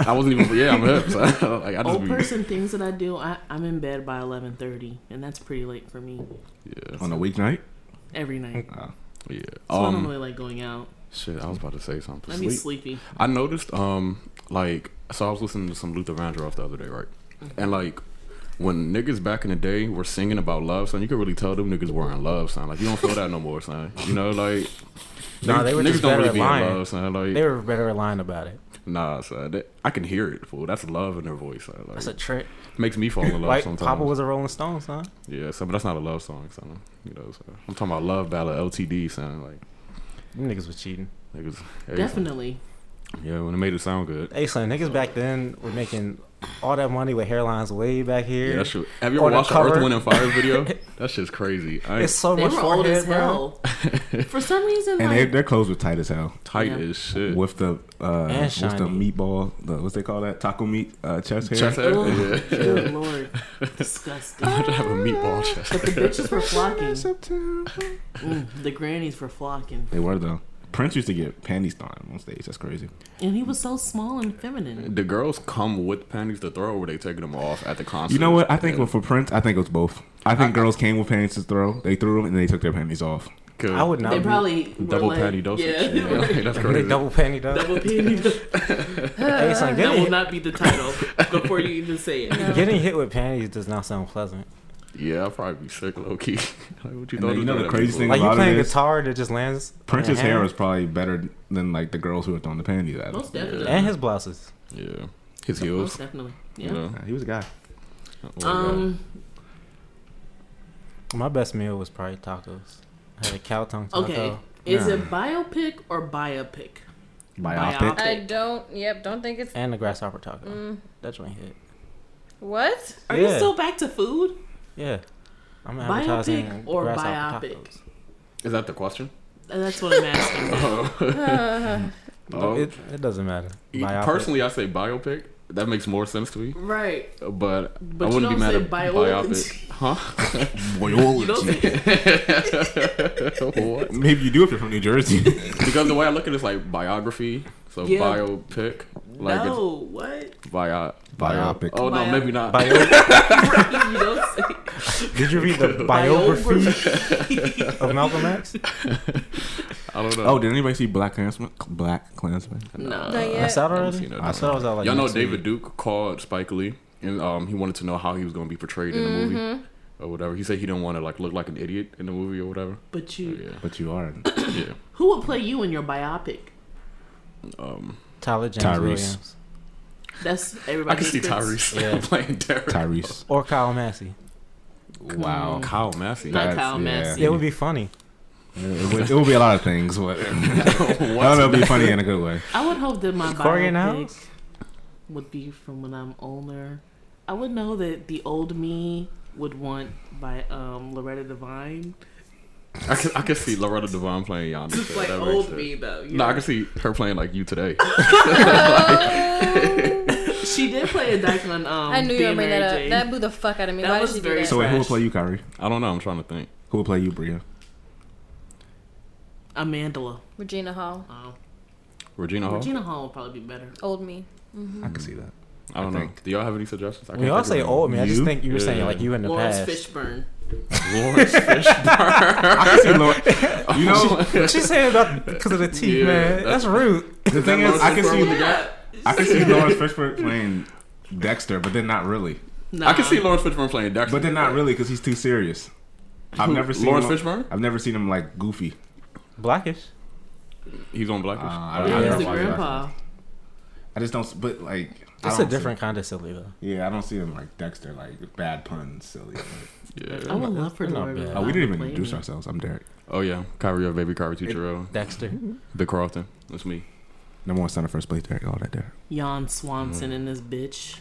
S2: in-
S1: I wasn't even yeah, I'm hip. Son. Like I just
S3: old
S1: be
S3: person things that I do. I, I'm in bed by 11:30, and that's pretty late for me
S1: yeah,
S2: on a weeknight.
S3: every night.
S1: yeah.
S3: So I don't
S1: Um,
S3: really like going out.
S1: shit, I was about to say something.
S3: I'd be
S1: Sleep.
S3: sleepy.
S1: I noticed, um, like, so I was listening to some Luther Vandross the other day, right?
S3: Mm-hmm.
S1: And like, when niggas back in the day were singing about love, son, you could really tell them niggas were in love, son. Like, you don't feel that no more, son. You know, like,
S4: Nah,
S1: niggas-
S4: they were
S1: niggas
S4: just
S1: don't
S4: better
S1: really
S4: at
S1: be
S4: lying.
S1: in love, son. Like,
S4: They were better at lying about it.
S1: nah, son, that, I can hear it, fool. That's love in their voice, son. Like,
S4: That's a trick.
S1: makes me fall in love
S4: Like
S1: sometimes.
S4: Papa was a Rolling Stone, son.
S1: yeah, son, but that's not a love song, son. You know, so I'm talking about love ballad, LTD, son. Like,
S4: Them niggas was cheating.
S1: niggas, hey, son.
S3: Definitely.
S1: Yeah, when it made it sound good.
S4: Hey, son, niggas back then were making all that money with hairlines way back here.
S1: Yeah, that shit. Have you
S4: On
S1: ever
S4: the
S1: watched the Earth,
S4: cover.
S1: Wind, and Fire video? that shit's crazy. I
S4: it's so
S3: They
S4: much
S3: were old
S4: forehead,
S3: as
S4: bro.
S3: hell. for some reason,
S2: And
S3: like,
S2: they, their clothes were tight as hell.
S1: tight
S3: Yeah.
S1: as shit.
S2: With the uh,
S4: And
S2: with the
S4: shiny.
S2: meatball, the, what's they call that? Taco meat uh, chest hair.
S1: Chest hair?
S3: Ugh.
S1: Yeah.
S3: Good oh, lord, disgusting.
S1: I'd have a meatball chest.
S3: But the bitches were flocking.
S2: September.
S3: Mm, the grannies were flocking,
S2: They were though. Prince used to get panties thrown on stage. That's crazy.
S3: and he was so small and feminine.
S1: The girls come with panties to throw, or were they taking them off at the concert?
S2: You know what? I think
S1: Yeah.
S2: for Prince, I think it was both. I think girls came with panties to throw. They threw them and they took their panties off.
S1: Good.
S4: I would not.
S3: They
S4: be-
S3: probably were
S1: double
S3: like,
S1: panty dosage.
S3: Yeah,
S1: Yeah, like, that's
S4: They
S1: crazy.
S4: double panty dog.
S3: double panty. dosage.
S4: Hey,
S3: That
S4: son, getting,
S3: will not be the title before you even say it.
S4: getting hit with panties does not sound pleasant.
S1: yeah, I'd probably be sick, low key. like, what you
S2: And then
S1: thought
S2: you
S1: it
S2: know
S1: was
S2: the
S1: gonna
S2: craziest
S1: be,
S2: thing
S1: fool?
S4: Like you
S2: lot of
S4: playing
S2: this-
S4: guitar that just lands. on
S2: Prince's
S4: your
S3: Uh-huh.
S2: hair
S4: hand.
S2: was probably better than like the girls who were throwing the panties at him.
S3: Most definitely.
S4: and his blouses.
S1: Yeah, his
S3: Most
S1: heels.
S3: definitely.
S1: You
S3: Yeah.
S1: know.
S2: Nah, he was a guy.
S1: Oh, God.
S3: Um.
S4: My best meal was probably tacos. I had a cow tongue taco.
S3: Okay. Is
S2: Nah.
S3: it biopic or biopic?
S2: Biopic.
S5: I don't. Yep. Don't think it's.
S4: And a grasshopper taco.
S3: Mm.
S4: That joint hit.
S5: What?
S3: Are you
S4: Yeah.
S3: still back to food?
S4: Yeah. I'm
S3: Biopic
S4: advertising
S3: or
S4: grasshopper
S3: biopic?
S4: tacos.
S1: is that the question?
S3: Uh, That's what I'm asking.
S1: Oh.
S4: It, it doesn't matter. Biopic.
S1: Personally, I say biopic. That makes more sense to me.
S3: right.
S1: But, I
S3: But you
S1: wouldn't
S3: don't
S1: be mad
S3: say
S1: at
S3: biology.
S1: biopic, huh?
S3: You don't think
S1: what?
S2: Maybe you do if you're from New Jersey.
S1: Because the way I look at it is like biography, so
S3: Yeah.
S1: biopic, like
S3: no. What?
S1: it's bio,
S2: Biopic.
S1: Oh no,
S3: Bio-
S1: maybe not.
S4: Bio-
S3: Right, you don't say
S4: did you read the biography
S3: biography.
S4: of Malcolm X?
S1: I don't know.
S2: oh, did anybody see Black Klansman? Black Klansman.
S3: no.
S5: Not yet.
S4: That's out
S1: haven't
S4: already.
S1: seen it.
S4: I thought it was out like.
S1: Y'all know
S4: next week.
S1: David Duke called Spike Lee, and um, he wanted to know how he was going to be portrayed in the movie or whatever. He said he didn't want to like look like an idiot in the movie or whatever.
S3: But you.
S1: Yeah,
S2: But you are
S1: yeah.
S3: Who would play you in your biopic?
S1: Um,
S4: Tyler James
S2: Tyrese.
S4: Williams
S3: That's everybody.
S1: I can see
S3: thinks-
S1: Tyrese
S4: Yeah.
S1: playing Derek.
S2: Tyrese.
S4: or Kyle Massey.
S2: Wow.
S1: Kyle Massey.
S3: Not
S2: That's-
S3: Kyle
S2: yeah.
S3: Massey.
S4: It would be funny.
S2: It would, it would be a lot of things. But I don't know. It'd be funny in a good way.
S3: I would hope that my
S4: Corey and
S3: biopic
S4: House?
S3: would be from when I'm older. I would know that the old me would want by um, Loretta Devine
S1: I can, I can see Loretta Devine playing Yonder.
S3: It's like
S1: That makes
S3: old
S1: sense.
S3: me though. you
S1: No, I
S3: know?
S1: can see her playing like you today.
S5: Um,
S3: she did play a dyke on. Um,
S5: I knew you were
S3: Being
S5: made
S3: Mary
S5: that up.
S3: Jane.
S5: That blew the fuck out of me.
S3: That
S5: Why
S3: was
S5: did she do
S3: very-
S5: that?
S2: So wait, who will
S3: Trash.
S2: play you, Kyrie?
S1: I don't know. I'm trying to think.
S2: Who will play you, Bria?
S3: Amandla.
S5: Regina Hall,
S3: Oh.
S1: Regina Hall.
S3: Regina Hall would probably be better.
S5: old me.
S2: I can see that.
S1: I don't
S2: I
S1: know.
S2: think.
S1: Do y'all have any suggestions? I
S4: When y'all say old me, I just
S2: You?
S4: think you were saying
S1: Yeah.
S4: like you in the
S3: Lawrence
S4: past.
S3: Fishburne.
S1: Lawrence Fishburne.
S2: I can see Lord. You know,
S4: She's saying about because of the teeth,
S1: Yeah,
S4: man. That's, rude.
S2: the thing is, I can see,
S3: Yeah.
S2: I can see Lawrence Fishburne playing Dexter, but then not really.
S3: Nah.
S1: I can see Lawrence Fishburne playing Dexter.
S2: But then not really because he's too serious. I've
S1: Who,
S2: never seen
S1: Lawrence
S2: him,
S1: Fishburne?
S2: I've never seen him like goofy.
S4: Blackish.
S1: He's on Blackish.
S2: Uh, I
S1: Oh,
S2: don't-
S1: yeah.
S2: I
S3: He's
S2: don't
S3: the
S2: watch
S3: grandpa.
S2: I just don't. But like, I
S4: That's
S2: don't
S4: a
S2: see-
S4: different kind of silly though.
S2: yeah, I don't see him like Dexter, like bad puns, silly.
S1: Yeah.
S3: I would love for
S4: They're not
S3: Lawrence.
S4: bad.
S2: Oh, we didn't even
S3: Play
S2: introduce
S3: me.
S2: ourselves. I'm Derek,
S1: Oh yeah, Kyrie, your baby, Kyrie Tuchero,
S4: Dexter.
S1: Big Carlton. That's me.
S2: number one center first place. Derek, all that Derek.
S3: Jan Swanson in this bitch.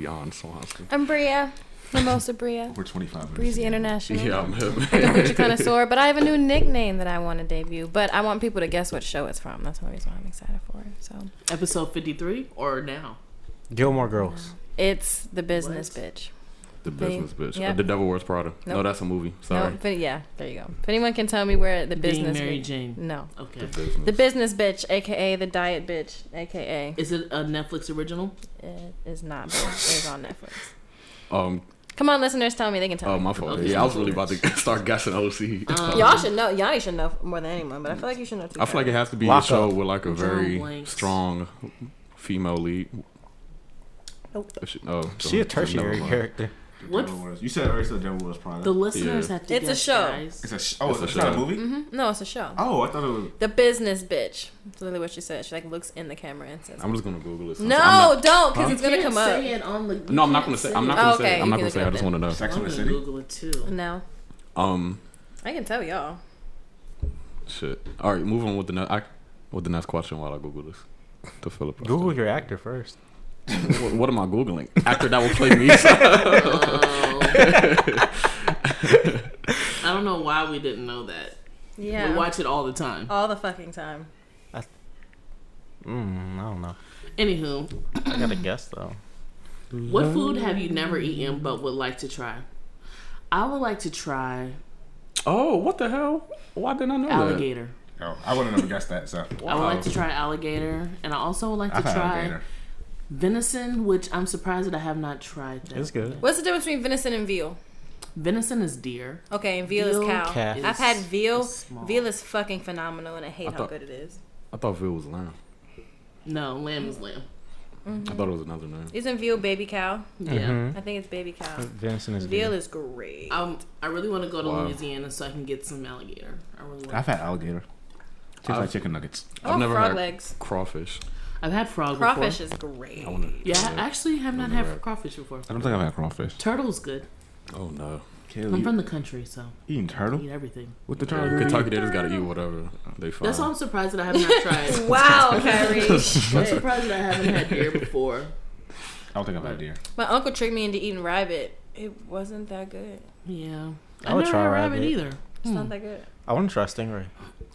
S1: Jan Swanson.
S5: I'm Bria, Mimosa Bria,
S2: We're 25 minutes.
S5: Breezy International.
S1: Yeah, I'm him.
S5: Gucci connoisseur, but I have a new nickname that I want to debut. But I want people to guess what show it's from. That's the reason why I'm excited for it. So
S3: Episode 53 or now?
S4: Gilmore Girls.
S5: it's the business
S3: What?
S5: bitch.
S1: the business bitch.
S5: Yep.
S1: Uh, the Devil Wears Prada. No,
S5: Nope.
S1: that's a movie. Sorry.
S5: No, but yeah, there you go. If anyone can tell me where the
S3: Being
S5: business
S3: Mary
S5: bitch, Mm.
S3: Jane.
S5: no,
S3: Okay.
S1: Business.
S5: the business bitch, aka the diet bitch, aka
S3: Is it a Netflix original?
S5: it eh, is not. but It is on Netflix.
S1: um,
S5: Come on, listeners, tell me they can tell.
S1: oh
S5: me.
S1: my fault.
S3: Okay.
S1: Yeah, I was really about to start guessing OC.
S3: Um,
S5: Y'all should know. Y'all should know more than anyone, but I feel like you should know. Too
S1: I feel like it has to be
S4: Lock
S1: a show
S4: up.
S1: with like a
S3: John
S1: very
S3: Blanks.
S1: strong female lead.
S5: Nope.
S1: If She, oh,
S4: She a
S1: don't- never
S4: tertiary
S1: mind.
S4: character.
S3: What?
S2: You said already said Devil Wears Prada.
S3: The listeners
S1: Yeah.
S3: have to
S5: It's a
S3: guess,
S5: show.
S3: guys.
S2: it's a sh- oh,
S1: It's
S2: it's,
S1: a
S2: not a
S1: show.
S2: movie.
S5: Mm-hmm. No, it's a show.
S2: Oh, I thought it was.
S5: The business bitch. That's literally what she said. She like looks in the camera and says,
S1: I'm just gonna Google it. since
S5: "No,
S1: I'm not-
S5: don't, because it's gonna
S3: You can't
S5: come up."
S3: say it on the- you
S1: no, I'm not
S3: can't
S1: gonna say. I'm not
S3: it.
S1: gonna
S5: Oh, okay,
S1: say. it. I'm
S5: you
S1: not
S5: can
S1: gonna
S5: look
S1: say.
S5: it
S1: it. I
S5: up
S1: just
S5: then.
S1: want to know.
S2: Sex
S3: I'm
S2: and the
S3: gonna
S2: City.
S3: Google it too.
S5: No,
S1: Um,
S5: I can tell y'all.
S1: shit. All right, move on with the next. I, with the next question while I Google this. To Philip.
S4: Google your actor first.
S1: What, what am I googling? Actor that will play me. So-
S3: Oh. I don't know why we didn't know that.
S5: Yeah,
S3: We watch it all the time.
S5: all the fucking time.
S4: Mm, I don't know.
S3: Anywho,
S4: I gotta guess though.
S3: what food have you never eaten but would like to try? I would like to try
S1: oh, what the hell? Why didn't I know
S3: alligator.
S2: Oh, I wouldn't have guessed that. So Oh,
S3: I would like to try alligator, and I also would like to
S2: I've had
S3: try
S2: alligator.
S3: venison, which I'm surprised that I have not tried. That.
S4: It's good.
S5: What's the difference between venison and veal?
S3: Venison is deer.
S5: Okay, and veal,
S3: Veal
S5: is cow.
S4: Calf.
S5: I've had
S3: is-
S5: veal.
S3: is small.
S5: Veal is fucking phenomenal, and I hate
S1: I
S5: how
S1: thought-
S5: good it is.
S1: that? I thought Phil was lamb.
S3: No, lamb is lamb.
S1: I thought it was another name.
S5: Mm-hmm. Isn't veal baby cow?
S3: Yeah.
S4: Mhm.
S5: I think it's baby cow.
S4: Venison is
S5: Veal
S4: good.
S5: is great.
S3: Um, I really want to go to
S1: Wow.
S3: Louisiana so I can get some alligator. I really want.
S2: I've had alligator. Tastes
S1: I've-
S2: like chicken nuggets.
S5: I want
S1: never
S5: frog
S1: had-
S5: legs.
S1: Crawfish.
S3: I've had frog.
S5: Crawfish
S3: Before.
S5: is great.
S1: I want to.
S3: Yeah, I actually have not
S1: never
S3: had
S1: had-
S3: crawfish before.
S2: I don't think I've had crawfish.
S3: Turtle's good.
S1: Oh no.
S2: Kill
S3: I'm
S2: you.
S3: from the country, so
S2: Eating
S3: I
S2: turtle
S3: eat everything.
S2: with the turtle.
S1: Kentucky, they just gotta eat whatever they find.
S3: That's why I'm surprised that I have not tried.
S5: Wow, Kyrie.
S3: I'm surprised that I haven't had deer before.
S2: I don't think I've had deer.
S5: My uncle tricked me into eating rabbit. It wasn't that good.
S3: Yeah,
S4: I would
S3: never
S4: try
S3: had
S4: rabbit.
S3: either. Hmm.
S5: It's not that good.
S4: I want to try stingray.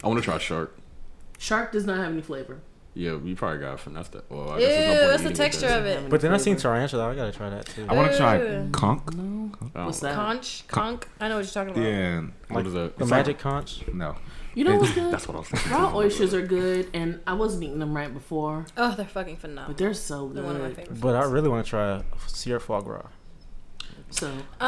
S1: I want to try shark.
S3: Shark does not have any flavor.
S1: Yeah, you probably got finesse that. Well, I
S5: Ew,
S1: guess there's no point in
S5: that's the
S1: eating
S5: texture
S1: that.
S5: of it.
S4: But then I seen tarantula. I gotta try that too.
S2: I want to try
S5: Ew.
S2: conch.
S3: No,
S1: I don't
S3: what's
S1: know.
S3: that?
S5: Conch, conch. I know what you're talking about.
S2: Yeah.
S1: What is that?
S4: The
S1: It's
S4: magic conch.
S2: like- no.
S3: You know what's good?
S1: That's what I was thinking.
S3: Raw oysters are good, and I wasn't eating them right before,
S5: Oh, they're fucking
S3: but
S5: phenomenal.
S3: they're so
S5: They're one of my
S3: good.
S5: favorites.
S4: But I really want to try Sierra foie gras
S3: So
S5: Um,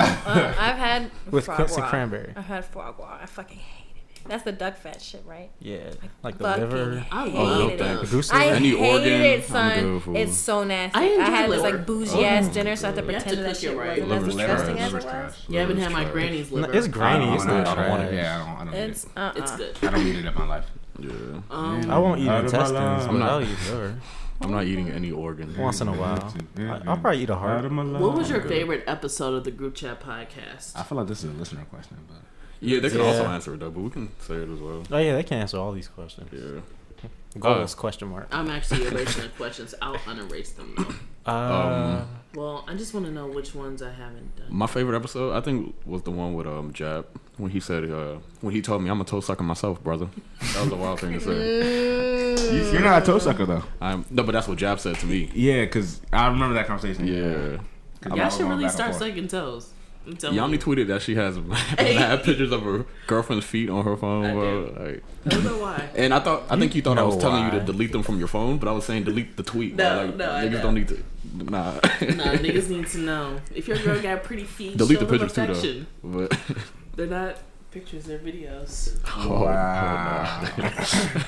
S5: uh, I've had
S4: with
S5: foie
S4: Quincy
S5: gras.
S4: cranberry.
S5: I've had foie gras. I fucking hated it. That's the duck fat shit, right?
S4: Yeah, like the
S5: Fucking
S4: liver,
S3: I
S5: hated
S1: Oh, no
S5: it.
S1: thanks.
S4: goose
S5: I
S4: liver.
S1: Any
S5: hate
S1: organ,
S5: it,
S1: I'm
S5: son.
S1: good for-
S5: It's so nasty.
S3: I
S5: I,
S3: enjoy
S5: had this
S3: liver.
S5: like bougie ass
S1: Oh,
S5: dinner, so I had to
S1: God. You
S3: have to
S5: pretend that
S3: cook
S5: shit
S3: it right.
S5: wasn't as
S1: Liver's
S5: disgusting
S1: trash.
S5: as it
S2: Liver's
S5: was.
S2: trash.
S3: you haven't
S1: Liver's
S3: had my
S1: trash.
S3: granny's
S4: No,
S3: liver.
S4: it's
S2: I
S4: grainy.
S2: don't,
S4: It's
S2: I don't,
S4: not
S2: I don't want it.
S4: trash.
S2: Yeah, I don't, I don't
S5: It's
S2: need
S5: uh uh
S3: It's good.
S2: it. I don't need it in my life.
S1: Yeah,
S3: Um,
S4: I won't eat
S2: Out of my life.
S4: intestines, but
S1: I'm not-
S4: I'll eat liver
S1: I'm not eating any organ.
S4: once in a while. I, I'll probably eat a
S2: Out
S4: heart.
S2: of my life.
S3: what was your
S1: good.
S3: favorite episode of the group chat podcast?
S2: I feel like this is a listener question, but
S1: Yeah, they can
S4: Yeah.
S1: also answer it though, but we can say it as well.
S4: Oh yeah, they can answer all these questions.
S1: Yeah. Oh.
S4: Goals? question mark.
S3: I'm actually erasing the questions. I'll unerase them. Though.
S1: Um.
S4: Uh,
S3: Well, I just want to know which ones I haven't done.
S1: My favorite episode, I think, was the one with um Jab when he said uh, when he told me I'm a toe sucker myself, brother. That was a wild thing to say.
S2: You're not a toe sucker though.
S1: I'm no, but that's what Jab said to me.
S2: Yeah, because I remember that conversation.
S1: Yeah,
S3: Y'all should really start sucking toes. I'm telling
S1: Yami
S3: you.
S1: tweeted that she has mad pictures of her girlfriend's feet on her phone.
S3: I
S1: bro.
S3: do.
S1: Like,
S3: I don't know why.
S1: and I thought I think you thought I
S4: know
S1: was telling you
S4: why.
S1: to delete them from your phone, but I was saying delete the tweet. bro.
S3: No,
S1: like,
S3: no, I
S1: niggas
S3: know.
S1: don't need to. Nah,
S3: Nah, niggas need to know. If your girl got pretty feet,
S1: delete the
S3: show them
S1: pictures too
S3: affection.
S1: though. But
S3: They're not pictures, they're videos.
S1: oh,
S2: Wow.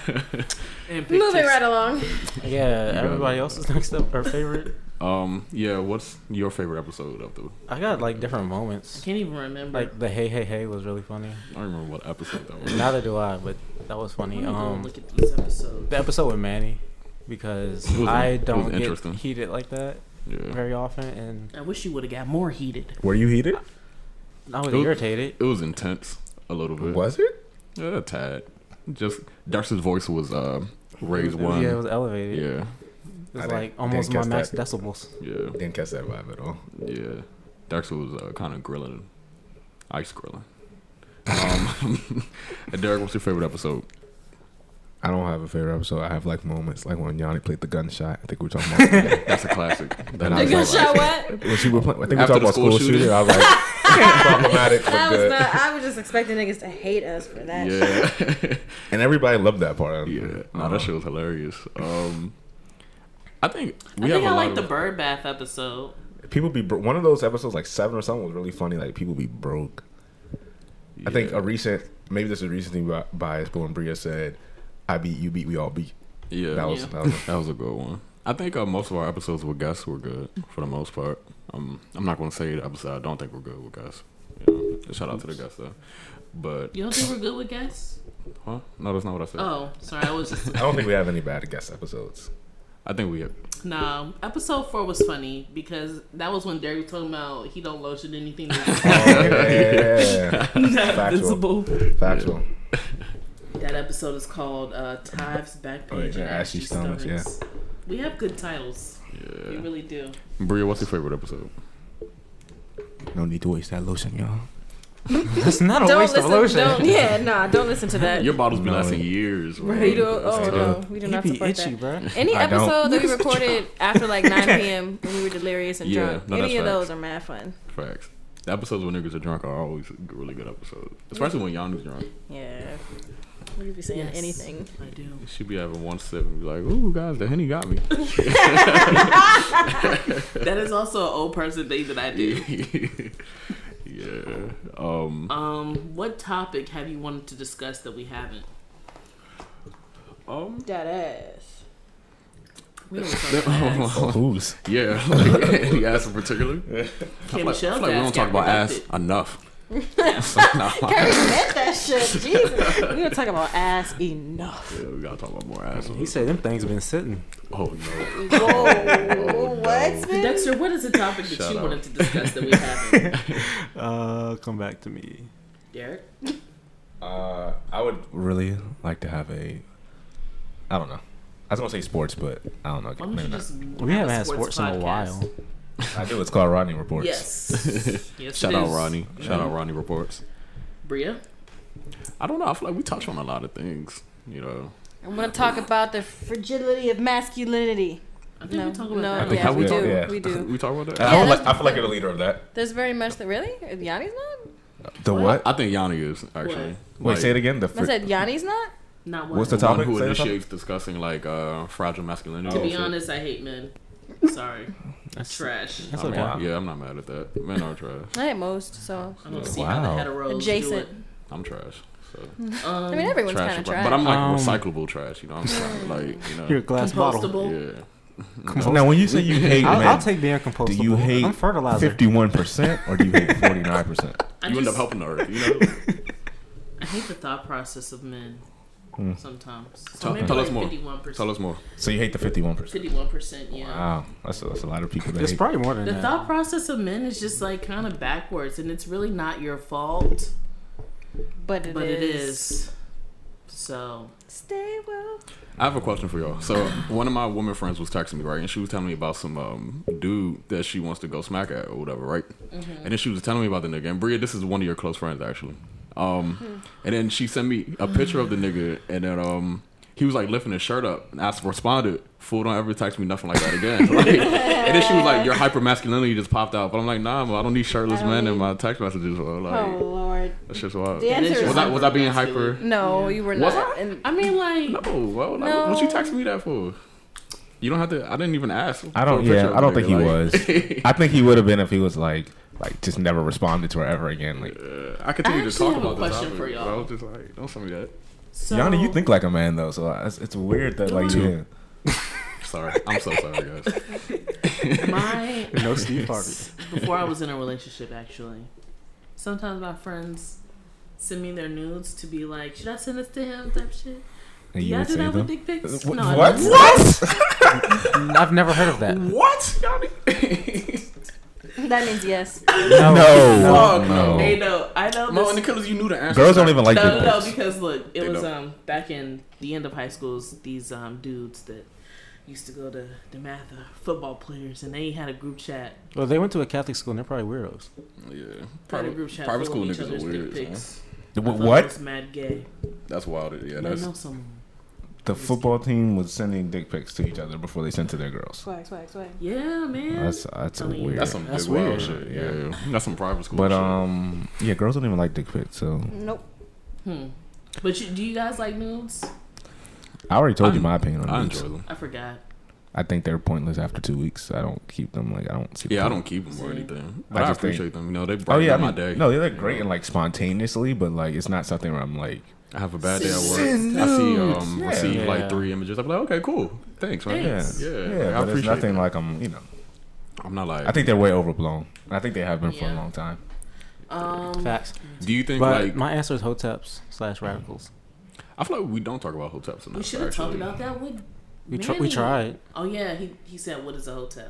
S3: And pictures.
S5: Moving right along.
S4: Yeah,
S1: got
S4: everybody
S1: it.
S4: else's next up or favorite.
S1: Um. Yeah. What's your favorite episode of the?
S4: I got like different moments.
S3: Can't even remember.
S4: Like the hey hey hey was really funny.
S1: I don't remember what episode that was.
S4: Neither do I, but that was funny.
S3: Let me go
S4: Um,
S3: look at these episodes.
S4: the episode with Manny because
S1: It was-
S4: I
S1: it was
S4: don't get
S1: interesting.
S4: heated like that
S1: Yeah.
S4: very often, and
S3: I wish you would have got more heated.
S2: Were you heated?
S4: I was
S1: It was-
S4: irritated.
S1: It was intense a little bit.
S2: Was it?
S1: Yeah, a tad. Just Darcy's voice was uh, raised
S4: It was-
S1: one.
S4: Yeah, it
S1: Yeah.
S4: was elevated.
S1: Yeah.
S4: It
S2: I
S4: was like
S2: didn't-
S4: almost my
S2: didn't
S4: max
S2: catch
S4: decibels.
S1: Yeah.
S2: Didn't catch that vibe at all.
S1: Yeah. Darcy was uh, kind of grilling, ice grilling. Um, and Derek, what's your favorite episode?
S2: I don't have a favorite episode. I have like moments, like when Yanni played the gunshot. I think we were talking about that.
S1: That's a classic. That
S2: I
S5: The
S1: is
S2: was
S1: a
S5: good
S2: like-
S1: classic.
S5: shot what?
S2: when she were playing. I think we were
S1: After
S2: talking
S1: the
S2: about
S1: school
S2: school
S1: shooting?
S2: shooting. I was like problematic, but
S5: That was
S2: good.
S5: not, I was just expecting niggas to hate us for that.
S1: Yeah.
S2: and everybody loved that part.
S1: yeah. Nah,
S2: Uh-huh.
S1: that shit was hilarious. Um, I think we
S3: I
S1: have
S3: think
S1: a
S3: I
S1: lot
S3: like
S1: of-
S3: the bird bath episode.
S2: People be bro- one of those episodes, like seven or something, was really funny. Like people be broke. I think
S1: Yeah.
S2: a recent, maybe this is recently bi- biased, but when Bria said, "I beat, you beat, we all beat,"
S1: yeah.
S2: that was
S3: Yeah.
S2: that was
S1: That was a good one. I think uh, most of our episodes with Gus were good for the most part. Um, I'm not going to say the episode I don't think we're good with Gus. You know, shout out to the Gus though. But
S3: You don't think we're good with guests?
S1: huh? No, that's not what I said.
S3: Oh, sorry. I was just
S2: I don't think we have any bad guest episodes.
S1: I think we.
S3: No, episode four was funny because that was when Derry was talking about he don't lotion anything
S2: Oh,
S3: that's
S2: yeah,
S3: not
S2: Factual.
S3: visible.
S2: factual.
S3: That episode is called uh, "Tives Back
S2: Oh, yeah,
S3: Page and Ashy Stomachs." Yeah, we have good titles. We
S1: Yeah.
S3: really do.
S1: Bria, what's your favorite episode?
S2: No need to waste that lotion, y'all.
S4: That's not a
S5: Don't
S4: waste
S5: listen.
S4: of lotion.
S5: Don't, yeah, nah, don't listen to that.
S1: Your bottle's been
S2: No.
S1: lasting years. bro.
S5: We do, oh
S1: So,
S5: no, we do
S4: He
S5: not
S4: be
S5: support
S4: itchy,
S5: that.
S4: bro.
S5: Any
S2: I don't.
S5: episode that we recorded after like 9 p.m. when we were delirious and
S1: Yeah,
S5: drunk,
S1: no,
S5: any
S1: that's
S5: of
S1: facts.
S5: those are mad fun.
S1: Facts. The episodes when niggas are drunk are always really good episodes, especially when Yanni's drunk.
S5: Yeah, we could be saying
S3: Yes,
S5: anything.
S3: I do.
S1: She be having one sip and be like, "Ooh, guys, the henny got me."
S3: That is also an old person thing that I do.
S1: yeah. Um.
S3: Um, what topic have you wanted to discuss that we haven't?
S1: Um.
S5: That ass.
S3: We don't talk about ass.
S2: Who's?
S1: Yeah, like any ass in particular.
S3: Kim
S1: Like, I feel
S3: Shell's
S1: like we
S3: ass
S1: don't
S3: got
S1: talk about ass
S3: rejected.
S1: enough.
S5: Carrie meant that shit. Jesus, we don't talk about ass enough.
S1: Yeah, we gotta talk about more ass.
S4: He said them things been sitting.
S1: "Oh no." Oh,
S5: Whoa, Oh, what? man?
S3: Dexter, what is a topic that
S1: Shout
S3: you
S1: out.
S3: wanted to discuss that we haven't?
S4: Uh, come back to me.
S3: Derek,
S2: Uh, I would really like to have a. I don't know. I was gonna say sports, but I don't know.
S3: why don't
S2: Maybe
S3: you
S2: not.
S3: just
S4: We
S3: have a
S4: haven't had sports in a
S3: podcast?
S4: while.
S2: I do. It's called Rodney Reports.
S3: Yes. yes
S1: Shout
S3: it
S1: out
S3: is.
S1: Ronnie. Shout out Ronnie reports.
S3: Bria.
S1: I don't know. I feel like we touch on a lot of things. You know.
S5: I'm gonna talk about the fragility of masculinity.
S3: I think
S5: No,
S3: we talk about
S5: no,
S3: that.
S1: think
S5: yeah,
S1: have
S5: we
S1: we
S5: do,
S1: talked
S2: about-
S5: we do.
S1: We talk about
S2: And
S1: that.
S2: I,
S5: Yeah,
S2: would like,
S5: that's-
S2: I feel like you're the leader of that.
S5: There's very much that really Yanni's not.
S2: The
S3: what?
S2: what?
S1: I think Yanni is actually.
S2: Wait,
S1: Like,
S2: say it again. The
S5: I
S2: fr-
S5: said Yanni's not.
S3: Not one.
S2: What's the
S1: The one
S2: topic?
S1: who
S2: Say the topic.
S1: initiates discussing like uh, fragile masculinity.
S3: To
S1: and
S3: be
S1: shit.
S3: honest, I hate men. Sorry,
S4: That's,
S3: trash.
S4: that's
S1: I mean,
S4: okay.
S1: Oh, Yeah, I'm not mad at that. Men are trash.
S5: I hate most. So
S3: I don't see how
S2: Wow.
S3: the heteros
S5: adjacent.
S1: I'm trash. So
S3: do it. Um,
S5: I mean, everyone's
S1: trash,
S5: kind of
S1: but-
S5: trash.
S1: but I'm like
S4: Um,
S1: recyclable trash. You know, I'm trying to, like you
S4: Your
S1: know.
S4: glass bottle.
S3: compostable.
S1: Yeah.
S2: Now, when you say you hate
S4: I'll, I'll
S2: men,
S4: take being compostable.
S2: do you hate
S4: I'm fertilizer.
S2: fifty-one percent or do you hate forty-nine percent?
S3: I,
S1: You
S3: just,
S1: end up helping the earth. You know.
S3: I hate the thought process of men sometimes. So
S1: Hmm. Tell-
S3: maybe
S1: tell
S3: like
S1: us more.
S3: 51%.
S1: Tell us more.
S2: So you hate the fifty-one percent?
S3: 51%, yeah.
S2: Wow, that's a, that's a lot of people. That
S4: It's
S2: hate.
S4: probably more than
S3: The
S4: that.
S3: thought process of men is just like kind of backwards, and it's really not your fault,
S5: but it
S3: but it
S5: is.
S3: is. So
S5: Stay well.
S1: I have a question for y'all. So one of my woman friends was texting me, right, and she was telling me about some um, dude that
S6: Mm-hmm.
S1: she wants to go smack at or whatever, right? And then she was telling me about the nigga. And Bria, this is one of your close friends, actually. Um,
S6: Hmm.
S1: and then she sent me a picture of the nigga, and then um, he was like lifting his shirt up, and I responded, "Fool, don't ever text me nothing like that again." Like, and then she was like, "Your hyper masculinity just popped out," but I'm like, "Nah, man, I don't need shirtless
S6: I don't
S1: men in
S6: need-
S1: my text messages, bro. Like,
S6: Oh Lord.
S1: that's just wild."
S6: The
S3: That is
S6: answer
S3: your
S6: is
S1: Was I was I being hyper?
S3: hyper-masculine.
S5: No,
S3: Yeah.
S5: you were
S1: Was
S5: not. And
S3: I mean, like,
S1: No, why would I- what you text me that for? You don't have to. I didn't even ask.
S2: I don't.
S1: for a picture
S2: Yeah,
S1: of
S2: I don't
S1: the
S2: think he
S1: nigga,
S2: was. I think he would have been if he was like, like just never responded to her ever again. Like,
S1: like, uh, I continue
S3: I
S1: to
S3: actually
S1: talk
S3: have a
S1: about this. topic,
S3: question
S1: but
S3: for
S1: I
S3: y'all.
S1: was just like, don't send me that.
S3: so
S2: Yanni, you think like a man though, so uh, it's, it's weird that like yeah.
S1: Two. Sorry, I'm so sorry, guys.
S3: my
S4: No Steve Harvey.
S3: before I was in a relationship, actually. Sometimes my friends send me their nudes to be like, should I send this to him? Type shit.
S2: And
S3: do
S2: you
S3: y'all
S2: would
S3: do
S2: say
S3: that
S2: them. Uh,
S3: with dick pics?
S2: Wh-
S3: No, I
S2: what?
S3: don't.
S2: What?
S4: I've never heard of that.
S1: What? Yanni?
S6: That means yes.
S4: No.
S1: Fuck no.
S3: They know. I know.
S1: Mo
S3: this-
S1: and the killers, you knew the answer.
S2: Oh, Girls
S1: to
S2: don't
S1: that.
S2: even like
S3: no,
S2: dick
S3: no, no,
S2: pics.
S3: because look, it
S1: They
S3: was
S1: don't.
S3: um back in the end of high schools, these um dudes that used to go to the math are football players, and they had a group chat.
S4: Well, they went to a Catholic school and they're probably weirdos.
S1: Yeah,
S3: They had a
S1: private,
S3: group chat.
S1: private
S3: full
S1: school
S3: of each
S1: niggas
S3: other's
S1: are
S3: dick
S1: weird. man.
S3: pics.
S2: The-
S3: I
S2: wh-
S3: thought
S2: What?
S3: It's mad gay.
S1: That's wild. Yeah,
S3: I
S1: that's
S3: know some.
S2: The football team was sending dick pics to each other before they sent to their girls.
S6: Swag, swag, swag.
S3: Yeah, man.
S2: That's that's
S3: I mean-
S2: weird.
S1: that's some
S4: That's
S1: big wild
S4: weird.
S1: shit. Yeah. that's some private school.
S2: but
S1: shit.
S2: um, yeah, girls don't even like dick pics. So
S6: Nope.
S3: Hmm. But you, do you guys like nudes?
S2: I already told you
S1: I'm-
S2: my opinion on
S1: I
S2: them.
S1: enjoy them.
S3: I forgot.
S2: I think they're pointless after two weeks. I don't keep them. Like I don't see. the
S1: Yeah, I
S2: point.
S1: don't keep them or anything, but
S2: I
S1: I,
S2: just
S1: appreciate them. You know, they
S2: Oh
S1: brighten
S2: yeah, I
S1: up my
S2: mean,
S1: day.
S2: no, they're like, great and like spontaneously, but like it's not something where I'm like,
S1: I have a bad day at work.
S2: Send
S1: I see
S2: nudes.
S1: um
S2: Yeah.
S1: receive
S4: Yeah.
S1: like three images. I'm like, okay, cool, thanks, man.
S2: yeah,
S3: Thanks.
S2: yeah,
S1: Yeah,
S2: yeah.
S1: I
S2: but it's
S1: appreciate
S2: nothing
S1: that.
S2: like I'm, you know.
S1: I'm not like.
S2: I think they're way overblown. I think they have been for a
S3: Yeah.
S2: long time.
S3: Um,
S4: Facts.
S1: Do you think
S4: But
S1: like?
S4: my answer is hoteps slash radicals.
S1: I feel like we don't talk about hotels enough.
S3: we should have talked
S1: actually.
S3: about that with.
S4: We, tr- we
S3: Manny.
S4: tried.
S3: Oh yeah, he, he said, "What is a hotel?"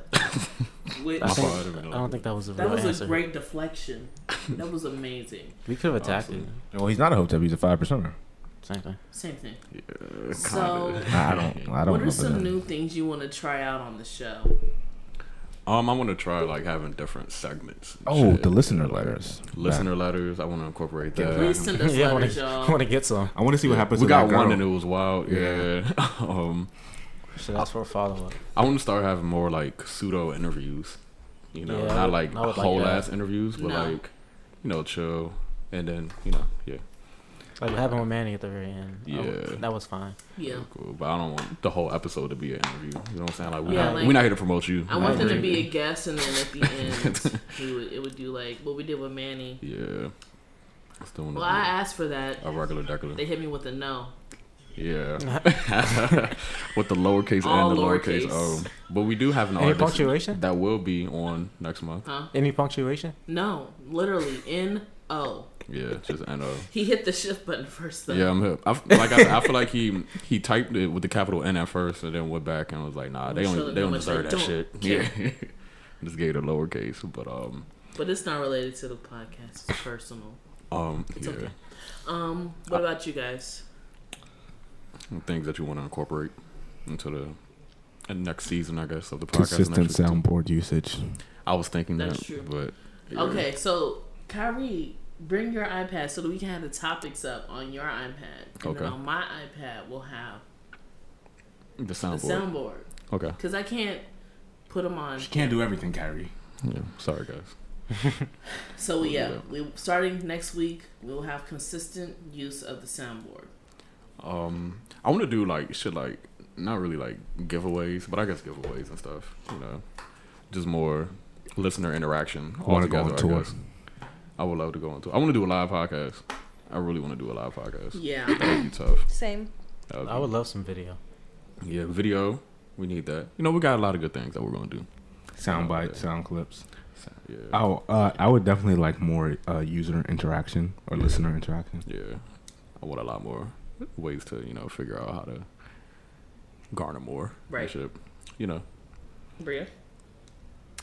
S3: Which
S4: I
S1: My
S4: think-
S1: fault, I didn't
S4: I
S1: know.
S4: don't think that was a
S3: that
S4: real
S3: was
S4: answer.
S3: a great deflection. That was amazing.
S4: we could have attacked it.
S2: Well, he's not a hotel. He's a five percenter.
S4: Same thing.
S3: Same thing.
S1: Yeah,
S3: So,
S1: kinda.
S2: I I don't. I don't.
S3: What
S2: know
S3: are some
S2: that.
S3: new things you want to try out on the show?
S1: Um, I want to try like having different segments. and
S2: Oh,
S1: shit.
S2: the listener letters.
S1: listener letters. I want to incorporate that.
S3: Please send us
S4: Uh, Yeah, I
S3: letters,
S4: want
S3: y'all.
S4: to get some.
S2: I want to see what happens.
S1: we
S2: to
S1: got
S2: that girl.
S1: one and it was wild.
S2: Yeah.
S1: Yeah. um,
S4: Should ask for a follow up.
S1: I want to start having more like pseudo interviews. You know,
S4: Yeah, I
S1: not
S4: would-
S1: like
S4: I would like
S1: whole
S4: that.
S1: ass interviews, but
S3: No.
S1: like you know, chill. And then you know, yeah,
S4: Like what happened with Manny at the very end. I w-
S1: Yeah.
S4: that was fine.
S3: Yeah,
S1: cool. But I don't want the whole episode to be an interview. You know what I'm saying? Like we're
S3: Yeah,
S1: not
S3: like-
S1: we're not here to promote you.
S3: I want them to
S1: Like,
S3: be a guest, and then at the end, he would, it would do like what we did with Manny.
S1: Yeah. Let's do
S3: Well, I asked for that.
S1: a regular decorative.
S3: They hit me with a no.
S1: Yeah. With the lowercase
S3: All
S1: and the lowercase
S3: lowercase.
S1: O. But we do have an
S4: Any
S1: artist
S4: punctuation?
S1: that will be on next month.
S3: Huh?
S4: Any punctuation?
S3: No, literally N O.
S1: Yeah, just N O.
S3: He hit the shift button first though.
S1: Yeah, I'm hip. I, f- like I, said, I feel like he he typed it with the capital N at first, and then went back and was like, "Nah, they
S3: Show
S1: don't
S3: them
S1: they
S3: how
S1: don't
S3: much
S1: deserve
S3: they
S1: that
S3: don't
S1: shit." Yeah, just gave it a lowercase, but um
S3: But it's not related to the podcast. It's personal.
S1: um
S3: It's
S1: yeah,
S3: okay. Um, what about you guys?
S1: things that you want to incorporate into the and next season, I guess, of the podcast.
S2: Consistent
S1: next year.
S2: soundboard usage.
S1: I was thinking
S3: That's
S1: that,
S3: true.
S1: but yeah.
S3: Okay, so Kyrie, bring your iPad so that we can have the topics up on your iPad. And
S1: Okay.
S3: then on my iPad, we'll have
S1: the
S3: the
S1: soundboard.
S3: soundboard.
S1: okay,
S3: Because I can't put them on.
S2: can't do everything, Kyrie.
S1: yeah. Sorry guys.
S3: So,
S1: We'll do
S3: yeah,
S1: that.
S3: we starting next week, we'll have consistent use of the soundboard.
S1: Um, I want to do like shit, like not really like giveaways, but I guess giveaways and stuff. You know, just more listener interaction.
S2: I wanna go
S1: altogether,
S2: on tour.
S1: I, guess. I would love to go on tour. I want to do a live podcast. I really want to do a live podcast.
S3: Yeah.
S1: That would be tough.
S6: Same.
S1: That would
S4: I would love some video.
S1: be- yeah, video. We need that. You know, we got a lot of good things that we're gonna do.
S2: Soundbite, sound clips.
S1: So, yeah.
S2: Oh, uh, I would definitely like more uh, user interaction or listener interaction.
S1: Yeah, I want a lot more ways to you know figure out how to garner more and
S3: Right.
S1: shit. You know,
S3: Bria?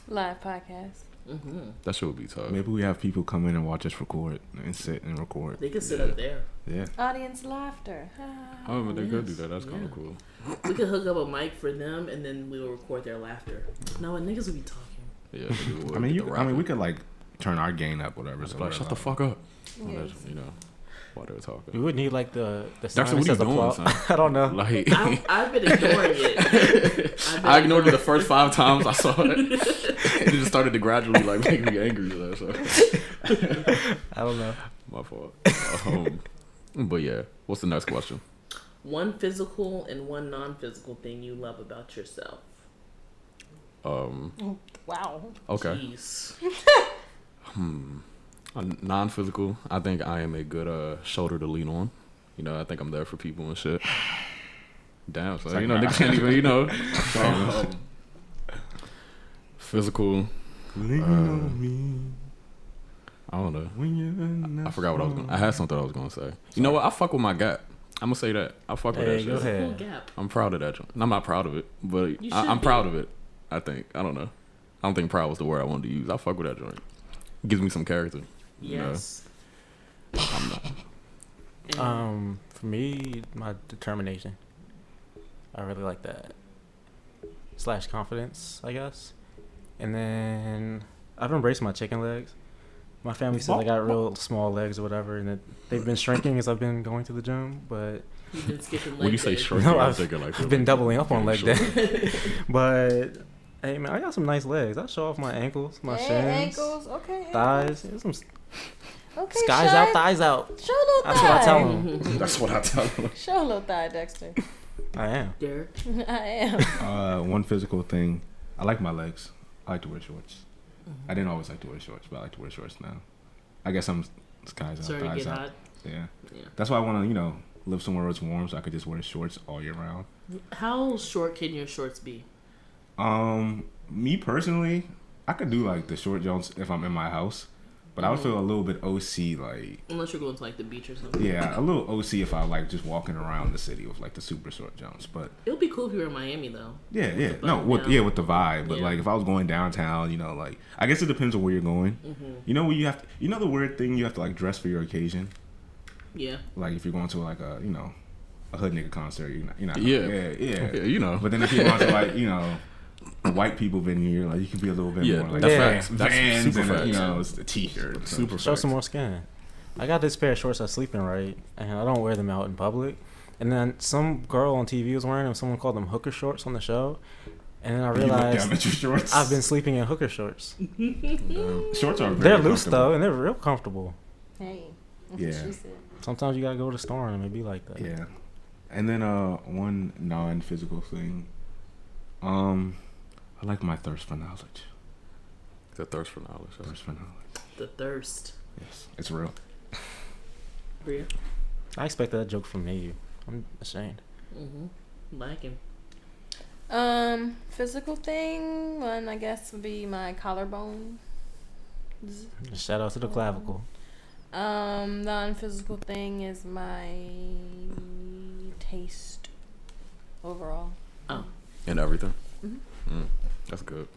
S6: Live podcast.
S3: Mm-hmm.
S1: that shit would be tough.
S2: Maybe we have people come in and watch us record and sit and record.
S3: They could sit
S1: Yeah.
S3: up there.
S2: Yeah.
S6: Audience laughter. Ah.
S1: Oh, but they could do
S3: Yes.
S1: that. That's kind
S3: Yeah.
S1: of cool.
S3: We could hook up a mic for them and then we will record their laughter. No, and niggas will be talking.
S1: Yeah, maybe we
S2: I mean, you. I
S1: get the
S2: mean,
S1: rapping.
S2: we could like turn our gain up, whatever.
S1: It's
S2: so
S1: like,
S2: we're
S1: shut the
S2: like-
S1: fuck up.
S6: Yes.
S1: You know, while they were talking.
S4: We would need like the the sign
S1: Darcy, what
S4: that
S1: are you
S4: says
S1: doing,
S4: applaud.
S1: son?
S4: I don't know.
S1: Like,
S3: I, I've been ignoring it. I've been
S1: I ignored it the first five times I saw it. it just started to gradually like make me angry. Like, so.
S4: I don't know.
S1: My fault. Um, but yeah, what's the next question?
S3: One physical and one non-physical thing you love about yourself.
S1: Um,
S5: Wow.
S1: okay,
S3: Jeez.
S1: Um, non-physical. I think I am a good uh, shoulder to lean on. You know, I think I'm there for people and shit. Damn, so you know, niggas can't even, you know. Um, physical. Uh,
S2: Lean
S1: on
S2: me
S1: I don't know.
S2: when you're in
S1: I forgot what I was going. to I had something I was going to say. You know what? I fuck with my gut. I'm gonna say that. I fuck with
S4: Hey,
S1: that.
S4: go
S1: shit.
S4: ahead.
S3: Cool gap.
S1: I'm proud of that. joint. And I'm not proud of it, but
S3: You
S1: I,
S3: should
S1: I'm
S3: be.
S1: proud of it. I think. I don't know. I don't think proud was the word I wanted to use. I fuck with that joint. gives me some character. You know?
S3: Yes.
S1: I'm not-
S3: And
S4: Um, for me, my determination. I really like that. Slash confidence, I guess. And then I've embraced my chicken legs. My family says I got real small legs or whatever, and that they've been shrinking as I've been going to the gym. But
S3: you've been skipping
S1: when you
S3: leg
S1: say
S3: day.
S1: short,
S4: No,
S1: I'm
S4: I've-
S1: thinking like
S4: I've been doubling up on
S1: Yeah,
S4: leg
S1: sure.
S4: day. but hey, man, I got some nice legs. I show off my ankles, my
S5: Hey,
S4: shins,
S5: ankles. Okay.
S4: thighs. There's some
S5: Okay.
S4: skies
S5: show,
S4: out, thighs out.
S5: Show a little thigh.
S4: That's what I tell them.
S2: That's what I tell them.
S5: Show a little thigh, Dexter.
S4: I am.
S3: Derek.
S5: I am.
S2: Uh, one physical thing. I like my legs. I like to wear shorts.
S1: Mm-hmm.
S2: I didn't always like to wear shorts, but I like to wear shorts now. I guess I'm skies out,
S3: Sorry to
S2: thighs
S3: get
S2: out.
S3: hot.
S2: Yeah,
S3: Yeah.
S2: that's why I want to, you know, live somewhere where it's warm, so I could just wear shorts all year round.
S3: How short can your shorts be?
S2: Um, me personally, I could do like the short jumps if I'm in my house, but I would feel a little bit OC, like
S3: Unless you're going to like the beach or something.
S2: yeah, a little OC if I like just walking around the city with like the super short jumps. But
S3: It would be cool if you were in Miami though.
S2: yeah, yeah,
S3: the
S2: no,
S3: vibe,
S2: with
S3: yeah.
S2: yeah, with the vibe. But
S3: Yeah.
S2: like if I was going downtown, you know, like I guess it depends on where you're going.
S3: Mm-hmm.
S2: You know, where you have to, you know the weird thing you have to like dress for your occasion.
S3: Yeah.
S2: Like if you're going to like a you know a hood nigga concert, you know, you know,
S1: Yeah.
S2: yeah, yeah.
S1: Yeah, you know.
S2: But then if you're going to like you know a white people venue, you're like you can be a little bit
S1: Yeah,
S2: more like
S1: that's
S2: van-
S1: facts. That's
S2: vans
S1: super
S2: and a, you
S1: facts.
S2: know it's a t-shirt, so-
S1: Super
S4: Show some
S1: facts.
S4: more skin. I got this pair of shorts I sleep in, right? And I don't wear them out in public. And then some girl on TV was wearing them. Someone called them hooker shorts on the show. And then I
S2: You look down
S4: realized
S2: at your shorts. Um,
S4: I've been sleeping in hooker shorts.
S2: shorts are very
S4: They're loose
S2: comfortable.
S4: though, and they're real comfortable.
S6: Hey.
S2: Yeah.
S6: She said.
S4: Sometimes you gotta go to the store and it be like that.
S2: Yeah. And then uh one non physical thing. Um I like my thirst for knowledge.
S1: The thirst for knowledge. that's-
S2: Thirst for knowledge.
S3: The thirst.
S2: Yes. It's real.
S3: Bria.
S4: I expected that joke from you. I'm ashamed.
S3: Mm-hmm. Lacking.
S5: Um, physical thing, one I guess would be my collarbone.
S4: Shout out to the clavicle.
S5: Um, non-physical thing is my taste overall.
S1: Mm-hmm. and everything. Mm, that's good.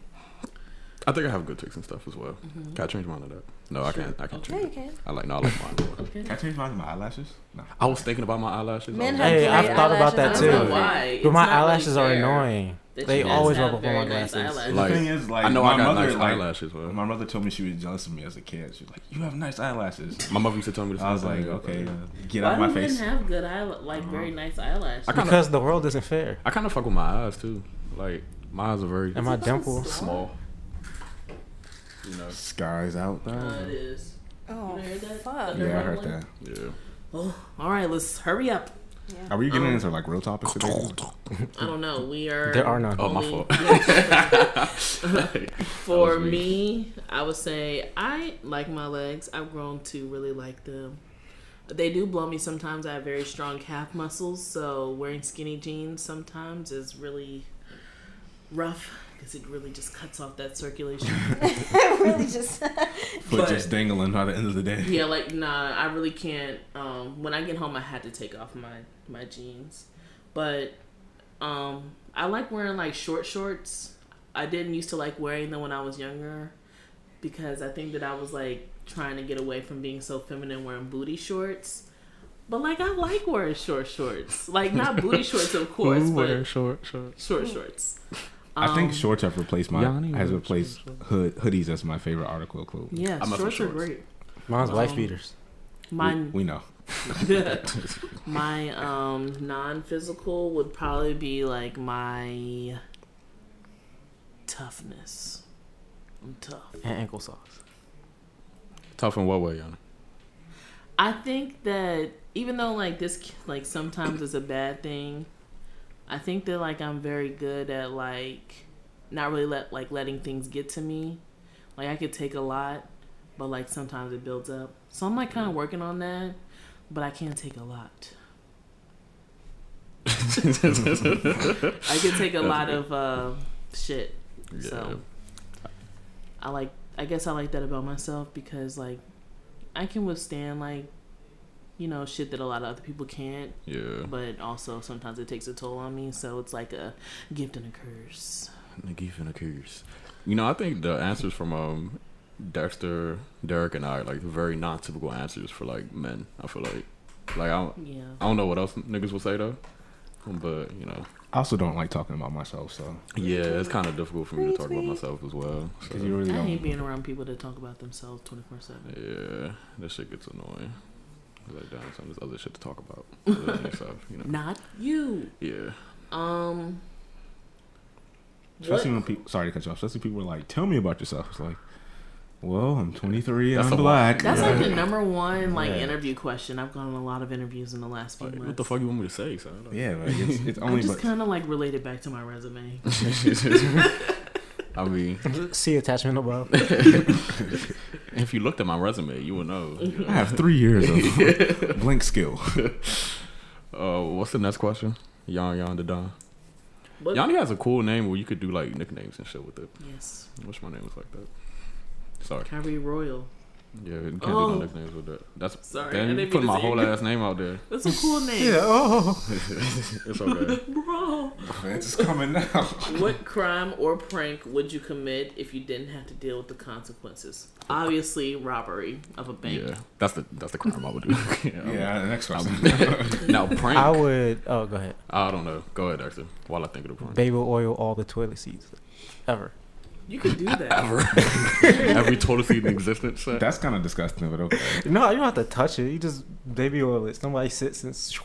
S1: I think I have good ticks and stuff as well. Can I change mine to that? No, I
S3: Sure.
S1: can't. I can't
S5: Yeah,
S1: change.
S5: you
S1: It.
S5: can.
S1: I like. No, I like mine. more.
S2: Can I change mine to my eyelashes? No.
S1: I was thinking about my eyelashes.
S5: Men
S1: I was
S5: have
S1: like,
S4: Hey, I've
S5: great
S4: thought about
S5: eyelashes.
S4: that
S5: I don't
S4: too.
S5: know why.
S3: Why?
S4: but
S3: It's
S4: my
S3: not really
S4: eyelashes are
S3: fair
S4: annoying.
S3: that you
S4: They
S3: guys
S4: always
S3: have
S4: rub up on
S3: very
S4: my
S3: nice
S4: glasses.
S3: eyelashes.
S1: Like,
S2: the thing is, like,
S1: I know
S2: my
S1: I got
S2: mother,
S1: nice
S2: like-
S1: eyelashes. Well.
S2: My mother told me she was jealous of me as a kid. She was like, You have nice eyelashes.
S1: My mother used to tell me this.
S2: I was like, Okay, uh, get
S3: Why
S2: out of
S3: do
S2: my face.
S3: men have good eye like very nice eyelashes?
S1: I kinda-
S4: Because the world isn't fair.
S1: I kind of fuck with my eyes too. Like my eyes are very
S4: And my dimple.
S1: small. You know.
S2: Skies out
S3: Uh, it
S2: there.
S3: is.
S5: Oh,
S3: You heard that?
S5: fuck.
S2: Yeah, I heard that.
S1: Yeah.
S3: Oh, all right. Let's hurry up.
S2: Are we getting
S3: Um,
S2: into like real topics today?
S3: I don't know. We are.
S4: There are none.
S1: Oh my
S3: Only-
S1: fault.
S3: For
S1: That was weak.
S3: me, I would say I like my legs. I've grown to really like them. They do blow me sometimes. I have very strong calf muscles, so wearing skinny jeans sometimes is really rough because it really just cuts off that circulation.
S6: really just
S2: Foot just dangling by the end of the day.
S3: yeah, like nah, I really can't. Um, when I get home, I had to take off my my jeans, but um, I like wearing like short shorts. I didn't used to like wearing them when I was younger because I think that I was like trying to get away from being so feminine wearing booty shorts. But like I like wearing short shorts, like not booty shorts, of course, but
S1: short shorts.
S3: short shorts.
S2: I think
S3: Um,
S2: shorts have replaced my
S1: Yanni
S2: has
S1: wears
S2: replaced hood, hoodies as my favorite article of clothing.
S3: yeah,
S1: I'm up for
S3: shorts are
S1: shorts.
S3: great.
S4: Mine's wife
S3: Um,
S4: beaters.
S3: Mine,
S2: we, we know.
S3: my um non-physical would probably be like my toughness. I'm tough.
S4: and ankle socks.
S1: Tough in what way, Yana?
S3: I think that even though like this like sometimes is a bad thing, I think that like I'm very good at like not really let like letting things get to me. Like I could take a lot, but like sometimes it builds up. So I'm like kind of working on that, but I can't take a lot. I can take a lot of uh, shit.
S1: Yeah.
S3: So I like I guess I like that about myself because like I can withstand like you know shit that a lot of other people can't,
S1: Yeah.
S3: but also sometimes it takes a toll on me, so it's like a gift and a curse.
S1: Nigga finna curse. You know, I think the answers from um Dexter, Derek, and I are, like very non-typical answers for like men. I feel like, like I don't,
S3: Yeah.
S1: I don't know what else niggas will say though, but you know,
S2: I also don't like talking about myself, so
S1: yeah, it's kind of difficult for me to talk about myself as well.
S2: because you
S1: So,
S2: really
S3: I
S2: don't.
S3: hate being around people that talk about themselves 24 7.
S1: yeah, that shit gets annoying. Like, damn, some of this other shit to talk about. other than yourself, you know.
S3: Not you.
S1: Yeah.
S3: Um.
S2: Especially when people, sorry to cut you off. Especially people are like, "Tell me about yourself." It's like, well, I'm 23.
S1: That's
S2: I'm
S1: a lot.
S2: black.
S3: That's
S1: Yeah.
S3: like the number one like
S2: Yeah.
S3: interview question. I've gone on a lot of interviews in the last few
S1: Like,
S3: months.
S1: what the fuck you want me to say, son? Like,
S2: yeah, like, it's, it's
S3: I
S2: only
S3: just
S2: but
S3: kind of like related back to my resume.
S1: I mean,
S4: See attachment above.
S1: if you looked at my resume, you would know. you know.
S2: I have three years of blink skill.
S1: Uh, what's the next question? Yon Yon the Don.
S3: What-
S1: Yanni has a cool name where you could do like nicknames and shit with it.
S3: Yes,
S1: I wish my name was like that. Sorry.
S3: Kyrie Royal.
S1: Yeah, you can't do
S3: Oh.
S1: no nicknames with that. That's
S3: Sorry, I
S1: Damn, you
S3: didn't
S1: put
S3: mean to
S1: my
S3: say
S1: whole
S3: it.
S1: ass name out there.
S3: That's a cool name.
S2: Oh,
S1: it's okay.
S3: Bro,
S2: it's coming now.
S3: what crime or prank would you commit if you didn't have to deal with the consequences? Obviously, robbery of a bank.
S1: Yeah, that's the that's the crime I would do. yeah.
S2: Yeah, the next
S1: I'm-
S2: question.
S1: I'm- now prank.
S4: I
S1: I,
S4: would. Oh, go ahead.
S1: don't know. Go ahead, Dexter. While I think of the prank.
S4: Baby oil all the toilet seats ever.
S3: You could do that.
S1: Ever. Every total seat in existence. son.
S2: That's kind of disgusting, but okay.
S4: No, you don't have to touch it. You just baby oil it. Somebody sits and sh-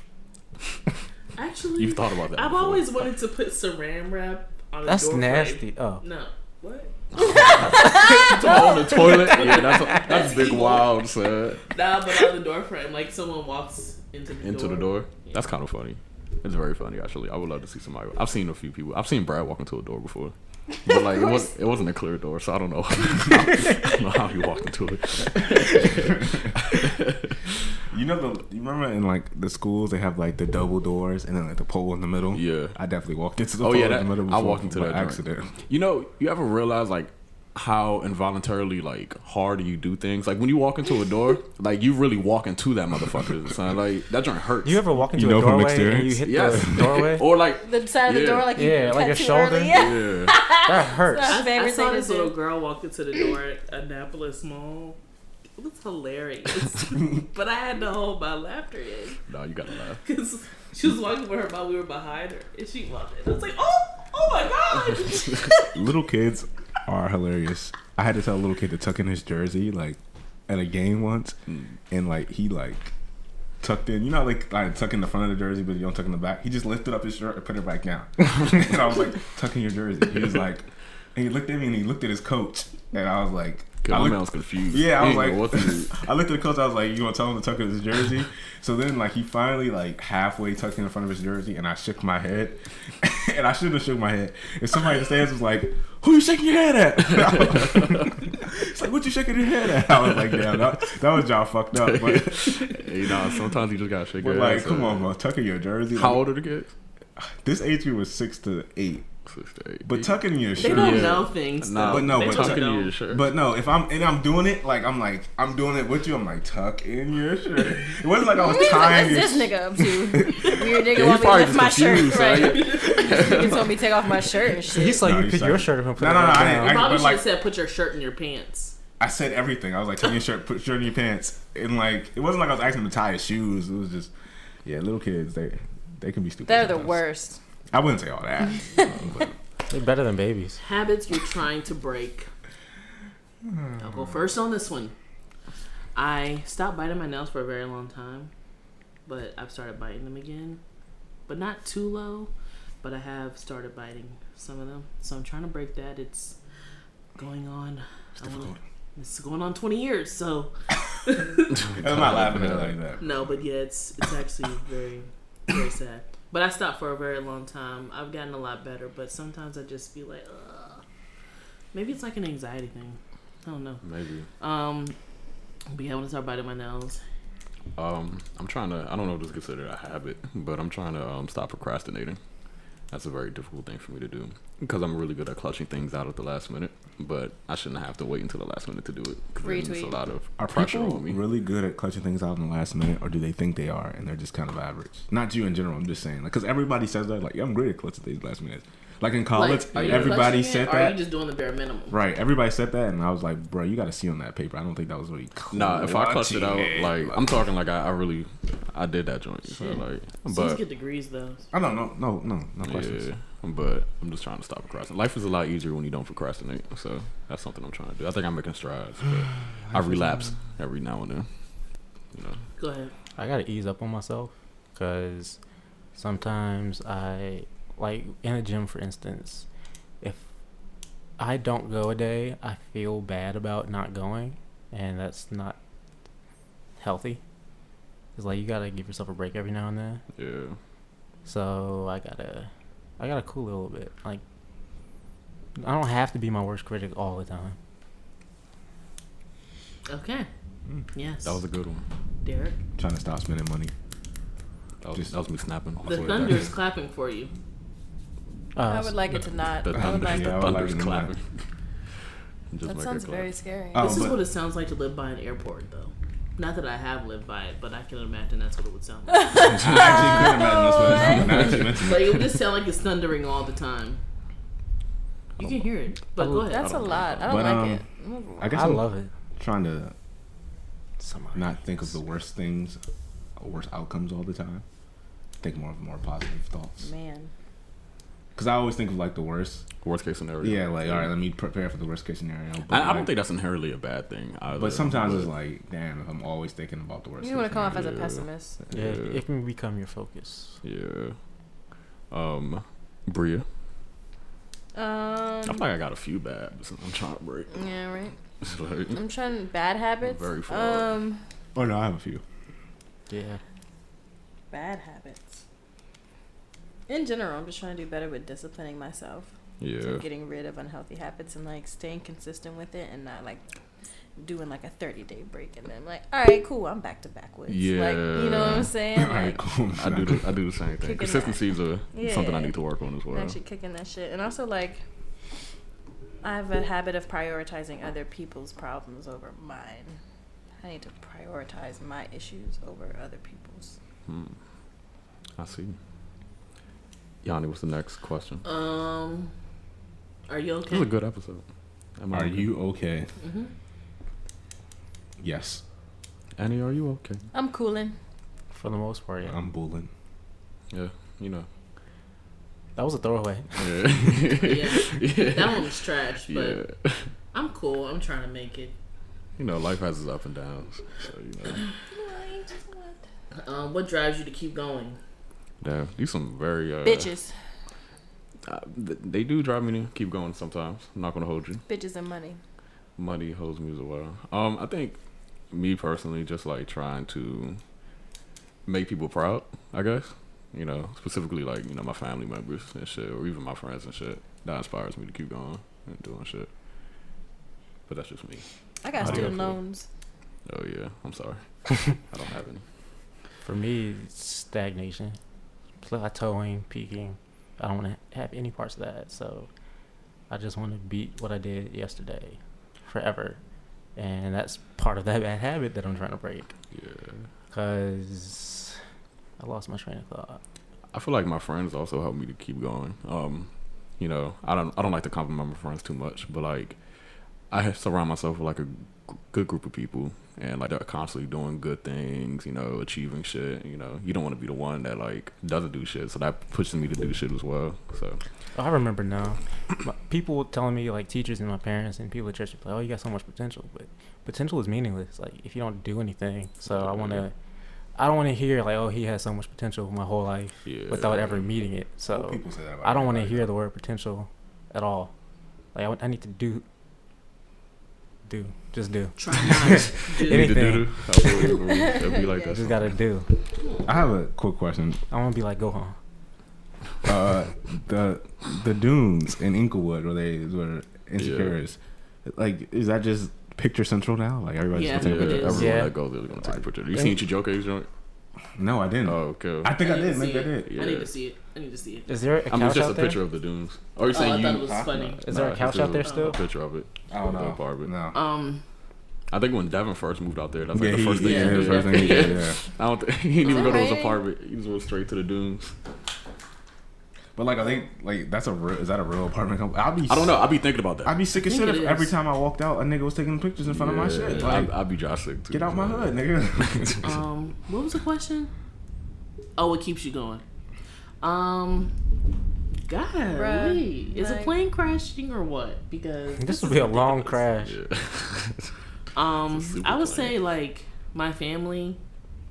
S3: Actually,
S1: You've thought about that.
S3: I've
S1: before.
S3: always wanted to put saran wrap on. a
S4: that's
S3: door frame.
S4: nasty. Oh,
S3: No, what?
S1: on the toilet. Yeah, that's that's big wild, son.
S3: Nah, but on the door frame, like someone walks into the
S1: into
S3: door.
S1: the door. That's kind of funny. It's very funny actually. I would love to see somebody. I've seen a few people. I've seen Brad walk into a door before, but like it was it wasn't a clear door, so I don't know. I don't know how he walked into it.
S2: You know the you remember in like the schools they have like the double doors and then like the pole in the middle.
S1: yeah.
S2: I definitely walked into the
S1: Oh,
S2: pole
S1: yeah,
S2: in
S1: that-
S2: the middle.
S1: I
S2: Before
S1: walked into
S2: by
S1: that joint.
S2: accident.
S1: You know, you ever realize like how involuntarily like hard you do things? Like when you walk into a door, like you really walk into that motherfucker. Son. Like that joint hurts.
S4: you ever walk into
S2: You
S4: a
S2: know from
S4: doorway and you
S2: experience?
S4: hit
S1: Yes.
S4: the doorway?
S1: or like
S6: The side of the
S1: Yeah.
S6: door, like you
S4: Yeah,
S6: cut
S4: like a
S6: too
S4: shoulder.
S6: Early. Yeah.
S1: yeah.
S4: That hurts.
S6: That's
S3: I,
S6: my favorite
S3: I saw
S6: thing
S3: this
S6: to
S3: little
S6: do.
S3: girl walk into the door at Annapolis Mall. It was hilarious, but I had to hold my laughter in
S1: No, you gotta laugh.
S3: because she was walking with her mom. We were behind her, and she walked in. I was like, "Oh, oh my god!"
S2: little kids are hilarious. I had to tell a little kid to tuck in his jersey like at a game once,
S1: Mm.
S2: and like he like tucked in. You know, how, like I tuck in the front of the jersey, but you don't tuck in the back. He just lifted up his shirt and put it back down. and I was like, tucking your jersey. He was like, and he looked at me and he looked at his coach, and I was like,
S1: Cause
S2: I
S1: my
S2: looked-
S1: man was confused.
S2: yeah, I
S1: He
S2: was
S1: didn't know what to do.
S2: like, I looked at the coach. I was like, "You gonna tell him to tuck in his jersey?" So then, like, he finally like halfway tucked in the front of his jersey, and I shook my head, and I shouldn't have shook my head. And somebody in the stands was like, "Who you shaking your head at?" it's like, "What you shaking your head at?" I was like, "Damn, that, that was y'all fucked up." But,
S1: you know, sometimes you just gotta shake
S2: but
S1: your
S2: like,
S1: ass,
S2: come
S1: uh,
S2: on, bro, tucking your jersey.
S1: How
S2: Like,
S1: old are the kids?
S2: this age group was six to eight,
S1: Six to eight.
S2: but tucking your
S3: They
S2: shirt.
S3: don't
S1: Yeah.
S3: know things.
S1: Nah,
S3: though.
S2: But no,
S3: They
S2: but
S3: don't
S1: tucking
S3: know.
S1: your shirt.
S2: But no, if I'm and I'm doing it, like I'm like I'm doing it with you. I'm like tuck in your shirt. It wasn't like I was
S5: What's
S2: tying your
S5: this nigga up to? Weird nigga
S1: Yeah,
S5: want
S1: he's
S5: me to
S1: probably
S5: lift
S1: just
S5: my shirt.
S1: confused.
S5: Right?
S1: Right?
S5: He told me to take off my shirt and shit.
S4: He's like,
S2: No,
S4: you
S2: you
S4: pick
S2: suck.
S4: your shirt up and put
S2: No,
S4: it
S2: no,
S4: back
S2: no, I
S4: down.
S2: didn't-
S3: Probably
S2: but,
S3: should
S2: like-
S3: have said, "Put your shirt in your pants."
S2: I said everything. I was like, tuck your shirt, put shirt in your pants, and like it wasn't like I was asking him to tie his shoes. It was just, yeah, little kids they they can be stupid.
S5: They're the
S2: sometimes.
S5: worst.
S2: I wouldn't say all that. but
S4: They're better than babies.
S3: Habits you're trying to break. I'll go first on this one. I stopped biting my nails for a very long time. but I've started biting them again, but not too low. But I have started biting some of them, so I'm trying to break that. It's going on. I wanna- It's going on 20 years, so
S2: I'm not laughing at it like that.
S3: no, but yeah, it's it's actually very very sad. But I stopped for a very long time. I've gotten a lot better, but sometimes I just be like, Ugh. maybe it's like an anxiety thing. I don't know.
S1: Maybe.
S3: Um, but yeah, I want to start biting my nails.
S1: Um, I'm trying to. I don't know if this is considered a habit, but I'm trying to um, stop procrastinating. That's a very difficult thing for me to do because I'm really good at clutching things out at the last minute. But I shouldn't have to wait until the last minute to do it. 'cause then It's a
S5: Retweet.
S1: lot of
S2: Are
S1: pressure
S2: people
S1: on me.
S2: really good at clutching things out in the last minute, or do they think they are and they're just kind of average? Not you in general. I'm just saying, like, because everybody says that, like, yeah, I'm great at clutching things last minute. Like in college,
S3: are you
S2: everybody
S3: clutching it,
S2: said
S3: or Are
S2: that.
S3: you just doing the bare minimum?
S2: Right, everybody said that, and I was like, "Bro, you got to see on that paper." I don't think that was really.
S1: Nah, if I clutch it out,
S2: clutching
S1: like I'm talking, like I, I really, I did that joint. So
S3: Shit.
S1: like,
S3: But,
S1: but
S3: get degrees though.
S2: I don't know, no, no, no questions.
S1: yeah, but I'm just trying to stop procrastinating. Life is a lot easier when you don't procrastinate. So that's something I'm trying to do. I think I'm making strides. But I relapse every now and then. You know.
S3: Go ahead.
S4: I gotta ease up on myself because sometimes I like in a gym, for instance, if I don't go a day, I feel bad about not going, and that's not healthy. It's like you gotta give yourself a break every now and then.
S1: Yeah.
S4: So I gotta, I gotta cool it a little bit. Like I don't have to be my worst critic all the time.
S3: Okay. Yes.
S1: That was a good one.
S3: Derek.
S2: Trying to Mm, stop spending money.
S1: That was,
S2: Just-
S1: that was me snapping.
S3: The thunder's clapping for you.
S4: Uh,
S5: I would like it to not.
S1: The
S5: I would
S1: thunder,
S5: like
S2: Yeah, I
S1: the
S2: would like it
S1: thunder's
S2: to not.
S1: clapping. Just make
S5: That
S1: it
S5: sounds
S1: clap.
S5: very scary.
S2: Oh,
S3: this is
S2: but-
S3: what it sounds like to live by an airport, though. Not that I have lived by it, but I can imagine that's what it would sound like.
S2: I actually couldn't imagine this one. Now that you mention
S3: like
S2: it.
S3: it would just sound like it's thundering all the time. You can hear it, but go ahead.
S5: That's a lot. I don't
S2: But,
S5: like
S2: um,
S5: it.
S2: I guess
S4: I
S2: I'm
S4: love it.
S2: trying to
S4: Somehow.
S2: not think of the worst things, worst outcomes all the time. Think more of more positive thoughts.
S5: Man.
S2: Because I always think of like the worst.
S1: Worst case scenario.
S2: Yeah, like all right, let me prepare for the worst case scenario. But,
S1: Oh, I, I don't
S2: like-
S1: think that's inherently a bad thing. Either.
S2: But sometimes it's like, damn, if I'm always thinking about the worst.
S5: You want to
S2: case
S5: come off as a
S1: Yeah.
S5: pessimist.
S4: Yeah, it it can become your focus.
S1: Yeah. Um, Bria. I feel
S5: Um.
S1: like I got a few bad, but I'm trying to break.
S5: Yeah, right.
S1: It's like-
S5: I'm trying bad habits.
S1: Very flawed.
S5: um.
S2: Oh no, I have a few.
S4: Yeah.
S5: Bad habits. In general, I'm just trying to do better with disciplining myself. So
S1: yeah.
S5: getting rid of unhealthy habits and like staying consistent with it and not like doing like a 30 day break and then like, all right, cool, I'm back to backwards. Like, you know what
S1: Yeah.
S5: I'm saying?
S2: Alright,
S5: Like,
S2: cool.
S1: I do. The, I do the same
S5: Kicking
S1: thing.
S5: it.
S1: Consistency is a something I
S5: Yeah.
S1: need to work on as well.
S5: actually kicking that shit. And also, like, I have a habit of prioritizing other people's problems over mine. I need to prioritize my issues over other people's.
S1: Hmm. I see. Yanni, what's the next question?
S5: Uh,
S3: Um, are you
S1: This is a
S3: okay?
S1: good episode. Am I
S2: Are
S1: okay?
S2: you okay?
S3: hmm
S2: Yes,
S1: Annie? Are you okay?
S5: I'm cooling.
S4: For the most part, yeah.
S2: I'm bullying.
S1: You know.
S4: That was a throwaway.
S1: Yeah.
S3: Yeah.
S1: yeah.
S3: That one was trash, but
S1: Yeah.
S3: I'm cool. I'm trying to make it.
S1: You know, life has its up and downs. So you know.
S3: Um, what drives you to keep going?
S1: Damn, these some very uh,
S5: bitches.
S1: Uh, th- they do drive me to keep going sometimes. I'm not gonna hold you.
S5: Bitches and money.
S1: Money holds me as well. Um, I think me personally, just like trying to make people proud. I guess you know, specifically like you know my family members and shit, or even my friends and shit. That inspires me to keep going and doing shit. But that's just me.
S5: I got
S4: How do you
S5: student
S1: feel?
S5: loans.
S1: Oh yeah, I'm sorry. I don't have any.
S4: For me, it's stagnation, plateauing, peaking. I don't want to have any parts of that. So I just want to beat what I did yesterday forever. And that's part of that bad habit that I'm trying to break.
S1: Yeah.
S4: Because I lost my train of thought.
S1: I feel like my friends also help me to keep going. Um, you know, I don't I don't like to compliment my friends too much, but like I have- surround myself with like a g- good group of people and like they're constantly doing good things, you know, achieving shit, you know. You don't want to be the one that like doesn't do shit, so that pushes me to do shit as well. So,
S4: Oh, I remember now. My, people were telling me, like teachers and my parents and people at church, like, oh, you got so much potential, but potential is meaningless. Like if you don't do anything. So I want to, I don't want to hear like, oh, he has so much potential my whole life
S1: Yeah.
S4: without ever meeting it. So
S2: people say that about
S4: I don't want to
S2: everybody,
S4: hear
S2: though.
S4: the word potential at all. Like I, want- I need to do, do just do.
S3: Try not.
S1: You need
S3: Dude,
S1: to do
S4: anything.
S1: this. I would agree. It'd be like
S4: I
S1: that.
S4: just gotta
S1: sometimes.
S4: do.
S2: I have a quick question.
S4: I want to be like Gohan.
S2: Uh, the the dunes in Inglewood where they where insecure is, like, is that just picture central now? Like everybody's
S3: Yeah.
S2: gonna
S1: Yeah,
S2: take a picture.
S1: everyone
S4: is. Yeah.
S1: that goes there is gonna take a picture. You seen Chijoke's joint?
S2: No, I didn't.
S1: Oh, okay.
S2: I think I,
S3: I
S2: did.
S3: didn't
S2: Maybe
S3: see
S2: I
S3: it.
S2: did.
S1: Yeah.
S3: I need to see it. I need to see it.
S4: Is there a
S1: I mean,
S4: couch
S1: it's just a
S4: out there?
S1: picture of the dunes. Are you
S3: Oh,
S1: saying
S3: I
S1: you?
S3: thought it was
S2: huh?
S3: funny.
S4: Is there a
S1: Nah,
S4: couch
S1: it's
S4: out there
S1: just
S4: still?
S1: A picture of it.
S2: Oh
S1: Dope
S2: no,
S1: Barbie.
S2: no.
S3: Um,
S1: I think when Devin first moved out there, that's like
S2: yeah,
S1: the
S2: he,
S1: first thing
S2: yeah,
S1: he
S2: the
S1: did.
S2: first thing he did. Yeah.
S1: I don't. Th- he didn't even go to his
S5: Alright.
S1: apartment. He just went straight to the dunes.
S2: But like, I think like that's a real, is that a real apartment complex? I'll be
S1: I don't know. I'd be thinking about that.
S2: I'd be sick as
S3: I think
S2: shit if
S3: it
S2: every
S3: is.
S2: time I walked out, a nigga was taking pictures in front of my shit. Like,
S1: I'd, I'd be Josh sick too.
S2: get out my
S1: so.
S2: hood, nigga.
S3: um, what was the question? Oh, what keeps you going? Um, God, wait, is a
S5: like-
S3: plane crashing or what? Because
S4: This would
S3: is
S4: be a long
S3: ridiculous.
S4: crash.
S1: Yeah.
S3: Um,
S1: super
S3: I would
S1: plane.
S3: say like my family,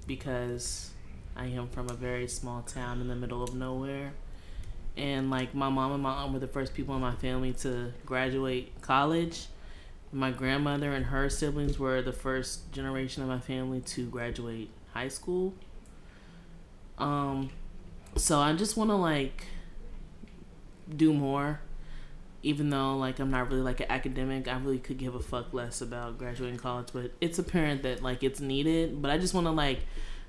S3: because I am from a very small town in the middle of nowhere, and like my mom and my aunt were the first people in my family to graduate college. My grandmother and her siblings were the first generation of my family to graduate high school. Um, so I just want to like do more even though like I'm not really like an academic, I really could give a fuck less about graduating college, but it's apparent that like it's needed. But I just want to like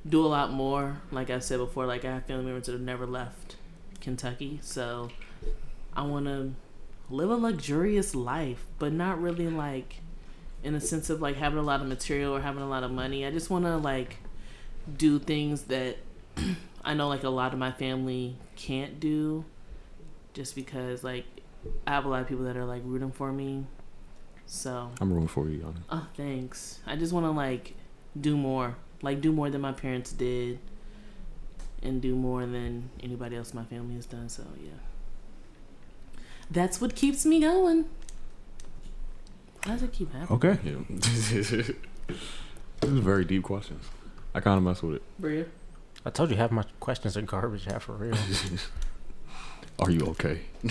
S3: do a lot more. Like I said before, like I have family members that have never left Kentucky, so I want to live a luxurious life, but not really like in a sense of like having a lot of material or having a lot of money. I just want to like do things that I know like a lot of my family can't do just because like I have a lot of people that are like rooting for me. So,
S1: I'm rooting for you, Yana.
S3: oh, thanks. I just want to like do more, like do more than my parents did, and do more than anybody else in my family has done. So, yeah, that's what keeps me going. Why does it keep happening?
S2: okay.
S1: Yeah. this is very deep questions. I kind of mess with it.
S3: Bria?
S4: I told you half my questions are garbage. Half for real.
S1: Are you okay?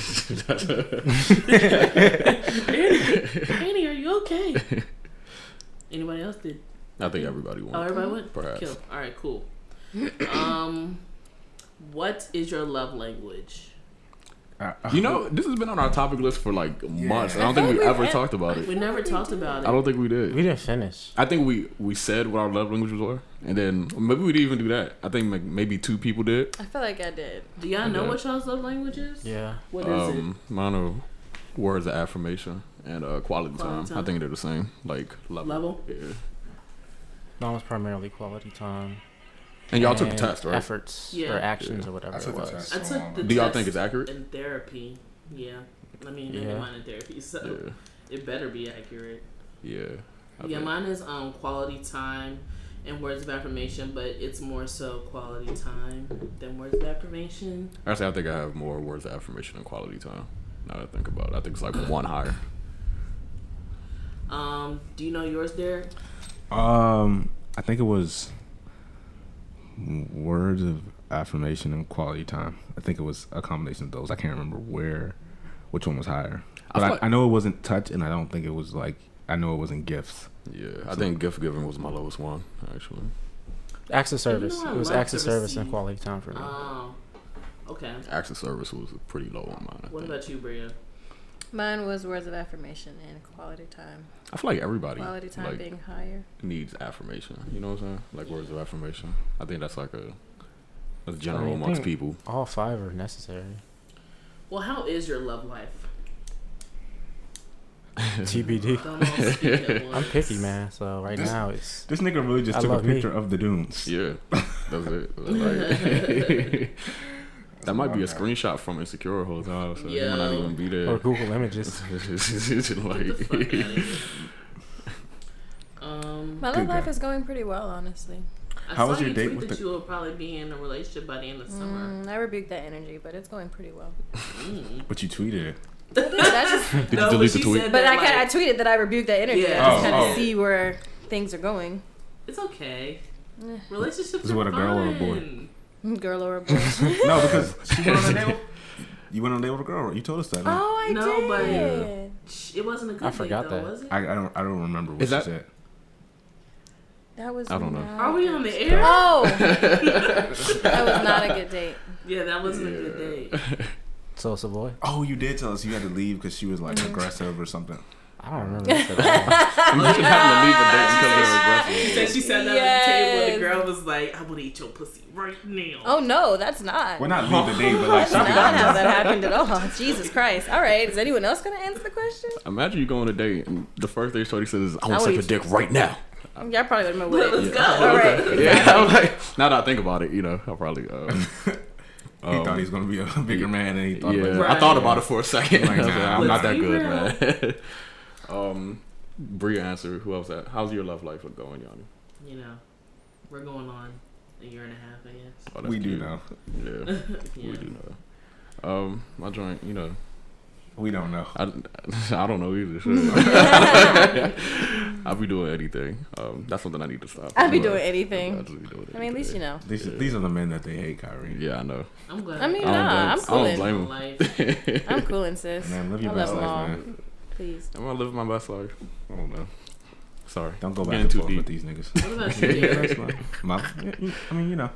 S3: Annie, are you okay? anybody else did?
S1: I think everybody
S3: Oh,
S1: won.
S3: everybody went?
S1: Perhaps.
S3: Kill. All right, cool. um, what is your love language?
S2: Uh, uh,
S1: You know, this has been on our topic list for like months. and I
S5: I
S1: don't think
S5: feel
S1: we
S5: like
S1: ever
S5: we've-
S1: talked about it.
S3: We never talked about it.
S1: I don't think we
S4: we
S1: did.
S4: didn't finish.
S1: I think we we said what our love languages were, and then maybe we didn't even do that. I think like maybe two people did.
S5: I feel like I did.
S3: Do y'all know
S1: Okay.
S3: what y'all's love language is?
S4: Yeah.
S3: What is
S1: Um, mine are words of affirmation and uh, quality,
S3: Quality
S1: time.
S3: time.
S1: I think they're the same, like
S4: Um,
S3: it?
S1: level.
S3: Level?
S1: Yeah.
S4: Mine was primarily quality time.
S1: And y'all took the
S4: and
S1: test, right?
S4: Efforts
S3: Yeah.
S4: or actions
S1: Yeah.
S4: or whatever
S2: I took
S4: it
S2: the
S4: was.
S2: test.
S3: I
S2: So long
S3: took the
S2: ago.
S1: do y'all
S3: test
S1: think it's accurate?
S3: in therapy. Yeah. I mean, I
S4: Yeah.
S3: did mine in therapy, so
S1: Yeah.
S3: it better be accurate.
S1: Yeah. I
S3: yeah,
S1: think-
S3: mine is um quality time and words of affirmation, but it's more so quality time than words of affirmation.
S1: Actually, I think I have more words of affirmation and quality time. Now that I think about it, I think it's like one higher.
S3: Um, do you know yours, Derek?
S2: Um, I think it was words of affirmation and quality time. I think it was a combination of those. I can't remember where, which one was higher. But
S1: I
S2: I,
S1: feel like-
S2: I know it wasn't touch, and I don't think it was like I know it wasn't gifts.
S1: Yeah, I think gift giving was my lowest one actually.
S4: Acts of service.
S3: I
S4: it was
S3: love
S4: acts of
S3: to
S4: service and
S3: receive.
S4: quality time for me.
S3: Oh. Okay.
S1: Access service was pretty low on mine. I,
S3: What
S1: think.
S3: about you, Bria?
S5: Mine was words of affirmation and quality time.
S1: I feel like everybody
S5: Quality time
S1: like,
S5: being higher.
S1: needs affirmation. You know what I'm saying? Like words of affirmation. I think that's like a that's
S4: I
S1: general
S4: mean,
S1: amongst
S4: think-
S1: people.
S4: All five are necessary.
S3: Well, how is your love life?
S4: TBD.
S3: Don't all speak at
S4: I'm
S3: once.
S4: picky, man. So right
S2: This-
S4: now it's
S2: This nigga really just
S4: I
S2: took a
S4: love me.
S2: picture of the dunes.
S1: Yeah, that's it. Like- that might be a screenshot from Insecure whole time, so you might not
S3: Yo.
S1: even be there.
S4: or Google Images.
S3: Get the fuck outta
S1: like,
S3: here. Um,
S5: My
S2: Good
S5: love life
S2: God.
S5: is going pretty well, honestly.
S3: I
S2: How
S3: saw
S2: was your
S3: you
S2: date
S3: tweet
S2: with
S3: that
S2: the-
S3: you will probably be in a relationship by the end of summer.
S5: Mm, I rebuked that energy, but it's going pretty well.
S3: Mm.
S2: But you tweeted.
S5: But I just-
S1: did you
S3: No, but
S1: delete the
S3: she
S1: tweet?
S3: said
S5: but
S3: that,
S5: I kind
S3: like,
S5: I tweeted that I rebuked that energy.
S3: Yeah.
S5: I just
S2: Oh,
S5: kind of
S2: oh.
S5: see where things are going.
S3: It's okay. Relationships
S2: This is
S3: are
S2: what a girl or a
S3: fun.
S2: boy.
S5: Girl or a boy?
S2: No, because she went on a date. With, you went on a date with a girl. right? You told us that. huh?
S5: oh, I
S3: No, but-
S5: did.
S3: Sh- It wasn't a good
S4: I
S3: date,
S4: forgot
S3: though,
S4: that.
S3: was it?
S2: I, I don't. I don't remember what
S1: Is
S2: she
S1: that-
S2: said.
S5: That was.
S1: I don't know.
S5: not
S3: Are we
S5: good.
S3: on the air?
S5: Oh, that was not a good date.
S3: Yeah, that wasn't a good date.
S4: So it's a boy.
S2: Oh, you did tell us you had to leave because she was like
S5: Mm-hmm.
S2: aggressive or something.
S4: I don't remember. This at all.
S1: I'm just having to leave a date because they're aggressive.
S3: So she sat down at the table and the girl was like, I want to eat your pussy right now.
S5: Oh no, that's not.
S2: Well, not leave the date, but like
S5: that's
S2: she
S5: not
S2: was
S5: how
S2: like,
S5: that happened at all. Jesus Christ. All right, is anyone else gonna answer the question?
S1: Imagine you go on a date and the first thing Shorty says is, I
S5: I
S1: want to
S5: would
S1: suck your
S5: eat-
S1: dick right now.
S5: Y'all probably would have been with
S3: Let's
S5: it.
S3: go.
S5: All right.
S1: Yeah, I'm like, now that I think about it, you know, I'll probably. Uh, um,
S2: he thought he was gonna be a bigger man, and he thought
S1: Oh. yeah,
S2: like,
S3: Right.
S1: I thought about it for a second.
S2: Like,
S1: I was like,
S2: nah,
S1: I'm
S3: let's
S1: not that
S3: be
S1: good, man. um, Brie answer. Who else? That? How's your love life going, Yanni?
S3: You know, we're going on a year and a half, I guess.
S1: Oh, that's
S2: we do
S1: cute.
S2: know.
S1: Yeah,
S3: Yeah.
S1: we do know. Um, my joint, you know,
S2: We don't know.
S1: I, I don't know either. shit. I'll be doing anything. Um, that's something I need to stop.
S5: I'd be
S1: But
S5: doing
S1: I'll
S5: anything.
S1: just be doing
S5: I mean, at least you
S1: anything.
S5: know.
S2: These, these are the men that they hate, Kyrie.
S1: Yeah, I know.
S3: I'm glad.
S5: I mean,
S1: I don't
S5: nah, I'm
S1: blame- I don't
S5: coolin'.
S1: blame- him.
S3: Life.
S5: I'm coolin', sis.
S2: Man, live your
S5: I
S2: best
S5: love
S2: life,
S5: them all.
S2: man.
S5: Please.
S1: Am I living my best life? I don't know. Sorry.
S2: Don't go back
S1: Getting
S2: and
S1: too
S2: forth
S1: deep.
S2: with these niggas.
S3: What about you?
S2: Live your
S3: Derek?
S2: best life. My, I mean, you know,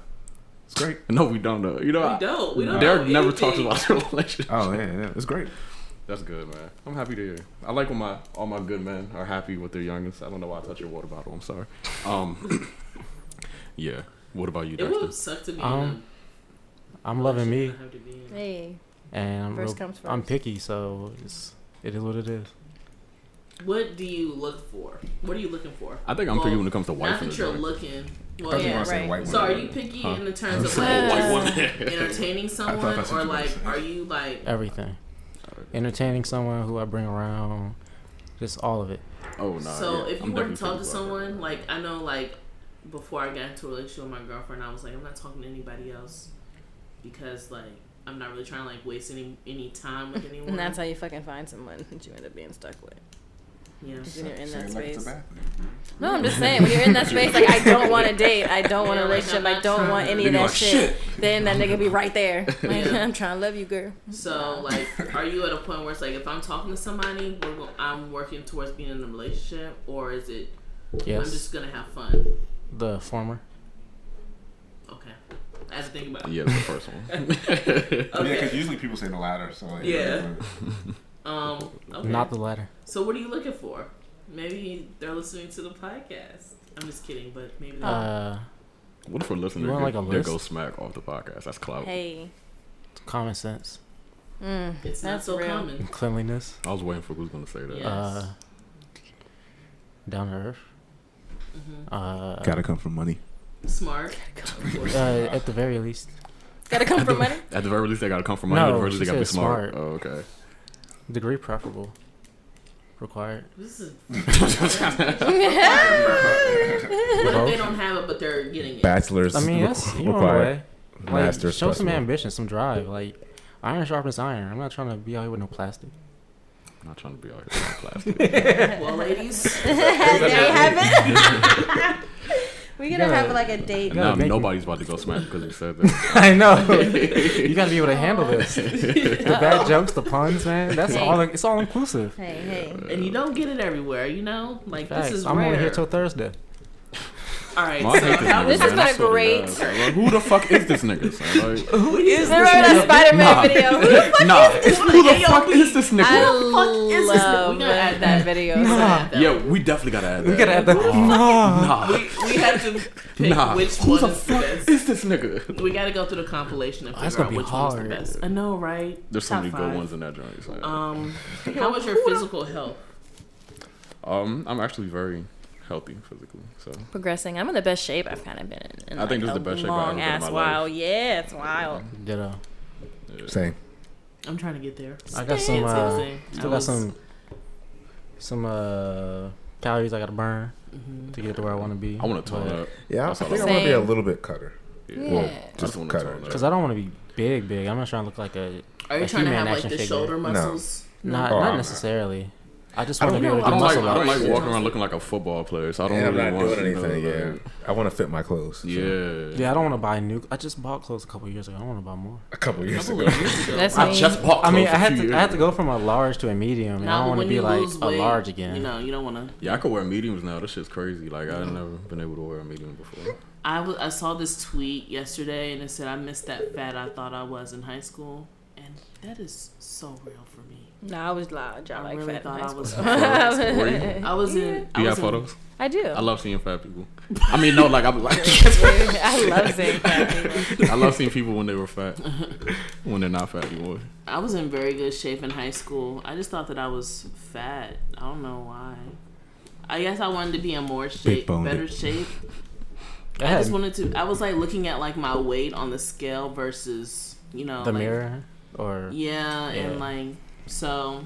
S2: it's great.
S1: No, we don't know. You know,
S3: We
S1: I-
S3: don't. We don't.
S1: Derek
S3: know
S1: never talks
S3: anything.
S1: about their relationship.
S2: Oh yeah, yeah, it's great.
S1: That's good, man. I'm happy to hear. I like when my all my good men are happy with their youngest. I don't know why I touched your water bottle. I'm sorry. Um, yeah. What about you,
S3: It would
S1: Dexter?
S3: have sucked to be.
S4: Um, I'm
S3: in a
S4: loving me,
S3: relationship I have to be in.
S5: Hey,
S4: and I'm
S5: first
S4: real,
S5: comes 1st
S4: I'm picky, so it's it is what it is.
S3: What do you look for? What are you looking for?
S1: I think I'm
S3: Well,
S1: picky when it comes to wife
S3: Not
S1: and
S3: that you're
S1: joint.
S3: looking.
S2: I
S3: Well,
S2: thought you were
S5: yeah,
S2: gonna say
S5: right.
S2: white
S3: So
S2: women.
S3: are you picky
S1: Huh.
S3: in the terms of
S5: Uh,
S3: like
S5: White
S3: entertaining someone,
S2: that's what
S3: or
S2: you were
S3: like
S2: saying.
S3: are you like
S4: Everything, entertaining someone who I bring around, just all of it.
S1: Oh no.
S3: so
S1: yeah.
S3: if
S1: I'm
S3: you were to
S1: definitely
S3: talk to
S1: picky
S3: someone, like I know, like before I got into a relationship with my girlfriend, I was like, I'm not talking to anybody else because like I'm not really trying to like waste any any time with anyone.
S5: And that's how you fucking find someone that you end up being stuck with.
S3: yeah.
S5: 'Cause When you're in that
S2: Say like it's a
S5: space.
S2: bad thing.
S5: No, I'm just saying. When you're in that space, like I don't want a date, I don't want a
S3: Yeah, like,
S5: relationship,
S3: I'm
S5: I
S3: not
S5: don't
S3: trying
S5: want
S3: to-
S5: any
S2: Then
S5: of
S2: you're
S5: that
S2: like,
S5: shit.
S2: shit.
S5: Then that nigga be right there. Like,
S3: Yeah.
S5: I'm trying to love you, girl.
S3: So like, are you at a point where it's like if I'm talking to somebody, we're go- I'm working towards being in a relationship, or is it I'm
S4: Yes,
S3: just gonna have fun?
S4: the former.
S3: Okay, I have to think about. It.
S1: Yeah, the first one.
S2: Oh, Yeah,
S3: Okay.
S2: because usually people say the latter. So like,
S3: Yeah. Um. Okay.
S4: Not the latter.
S3: so what are you looking for? Maybe they're listening to the podcast. I'm just kidding, but maybe. they're
S4: Uh,
S1: what if we're listening?
S4: You want, like, a
S1: there
S4: list?
S1: goes smack off the podcast. That's
S3: Oh.
S1: clout.
S5: Hey.
S4: common sense,
S5: Mm,
S3: It's
S5: That's
S3: not so
S5: real.
S3: common.
S4: cleanliness,
S1: I was waiting for who's gonna say that.
S3: Yeah.
S4: uh, down to earth. Uh,
S2: Gotta come from money.
S3: Mm-hmm. Smart.
S4: uh, at the very least,
S5: Gotta come from money.
S1: At the very least, they gotta come from money. at
S4: No,
S1: the very least, they
S4: she
S1: gotta be
S4: said
S1: smart.
S4: smart.
S1: Oh, okay.
S4: degree preferable, required.
S3: This is what if they
S4: Both.
S3: don't have it, but they're getting it.
S2: Bachelor's
S4: I mean, that's you're on the way. Like, show
S2: Master's
S4: some
S2: possible.
S4: ambition, some drive. Like, iron sharpens iron. I'm not trying to be out here with no plastic.
S1: I'm not trying to be out here with plastic.
S3: Well, ladies,
S5: there you have it. We're gonna
S4: gotta-
S5: have like a date.
S1: And now
S4: gotta make
S1: nobody's about to go smack because you said that.
S4: I know. you gotta be able to handle this. The bad jokes, the puns, man. That's
S5: Hey.
S4: all. It's all inclusive.
S5: Hey, hey.
S3: and you don't get it everywhere, you know. Like
S4: Facts.
S3: this is
S4: I'm
S3: rare.
S4: only here till Thursday.
S3: All right,
S1: Well, I
S3: so
S1: hate this
S3: how
S1: nigga,
S5: This
S3: was
S5: is
S1: man. I
S5: been
S1: swear to
S5: great.
S1: God, son. Like, who the fuck is this nigga? Son? Like,
S3: who is
S5: Remember that Spider Man video? Who the fuck
S1: nah, it's who the
S3: AOP?
S1: fuck is this
S5: I
S1: nigga?
S3: is this?
S5: love
S3: We gotta add
S5: that
S3: that.
S5: video.
S1: Yeah, we definitely gotta add that.
S4: We gotta add that.
S1: Nah,
S3: We, we have to pick
S1: nah.
S3: which
S1: who
S3: one
S1: the
S3: is the
S1: fuck
S3: best.
S1: is this nigga?
S3: We gotta go through the compilation and
S4: Oh, that's
S3: figure out
S4: gonna
S3: which
S4: be
S3: one is
S4: hard.
S3: the best. I know, right?
S1: There's so
S3: Top
S1: many good
S3: five.
S1: ones in that joint. son.
S3: Um, how was your physical health?
S1: Um, I'm actually very healthy physically, so
S5: Progressing. I'm in the best shape I've kind of been in. in
S1: I think this is the best shape I've ever
S5: long
S1: been in my
S5: ass
S1: life.
S5: while. Yeah, it's wild.
S4: Ditto.
S2: Same.
S3: I'm trying to get there.
S4: I got
S3: That's
S4: some.
S3: what I'm
S4: Uh,
S3: saying. I
S4: still got
S3: was-
S4: some. Some uh, calories I gotta burn to get to where I want to be.
S1: I want to tone up.
S2: Yeah, I
S1: That's all
S2: think I
S5: I'm
S2: want to be a
S5: saying.
S2: little bit cutter.
S1: Yeah.
S2: Well,
S5: Yeah.
S1: I just
S2: just
S1: want to
S2: cut
S1: tone
S2: it.
S1: up.
S4: Because I don't want to be big, big. I'm not trying to look like a.
S3: Are you trying
S4: a
S3: to
S4: human
S3: have like
S4: action
S3: the
S4: figure.
S3: shoulder muscles?
S4: Not,
S2: Oh,
S4: not
S2: I'm-
S4: necessarily. I just
S2: I don't
S4: want to be
S2: know,
S4: able to
S1: I
S4: do
S1: don't like
S4: muscle
S1: I
S4: up.
S1: don't like
S3: Yeah.
S1: walking around looking like a football player, so I don't
S2: And I'm
S1: really
S2: not
S1: want
S2: doing
S1: you know,
S2: anything. Yeah,
S1: like-
S2: I want to fit my clothes. so-
S1: Yeah.
S4: Yeah, I don't want to buy new. I just bought clothes a couple years ago. I don't want to buy more.
S2: a couple years ago.
S5: That's
S1: I
S5: me.
S1: just bought
S4: I mean, I
S1: clothes a
S4: had
S1: few
S4: to.
S1: years
S4: I had to
S1: ago.
S4: go from a large to a medium, and I
S3: Now,
S4: don't want to
S3: when
S4: be
S3: you
S4: like
S3: lose
S4: a
S3: weight,
S4: large again.
S3: You know, you don't want to.
S1: Yeah, I could wear mediums now. This shit's crazy. Like I've never been able to wear a medium before.
S3: I wa- I saw this tweet yesterday and it said I missed that fat I thought I was in high school, and that is so real for me.
S5: No, I was loud.
S3: I
S5: Y'all like
S3: really
S5: fat in
S3: thought
S5: high
S3: I
S5: school.
S3: was.
S1: Were you?
S3: I was in.
S1: Do
S3: I
S1: you
S3: was
S1: have
S3: in,
S1: photos?
S5: I do.
S1: I love seeing fat people. I mean, no, like I'm like
S5: I love seeing fat people.
S1: I love seeing people when they were fat, when they're not fat anymore.
S3: I was in very good shape in high school. I just thought that I was fat. I don't know why. I guess I wanted to be in more shape,
S2: boned
S3: better
S2: it.
S3: shape.
S4: I
S3: I
S4: had
S3: just wanted to. I was like looking at like my weight on the scale versus you know
S4: the
S3: like-
S4: mirror or
S3: Yeah, and
S4: Yeah.
S3: like so.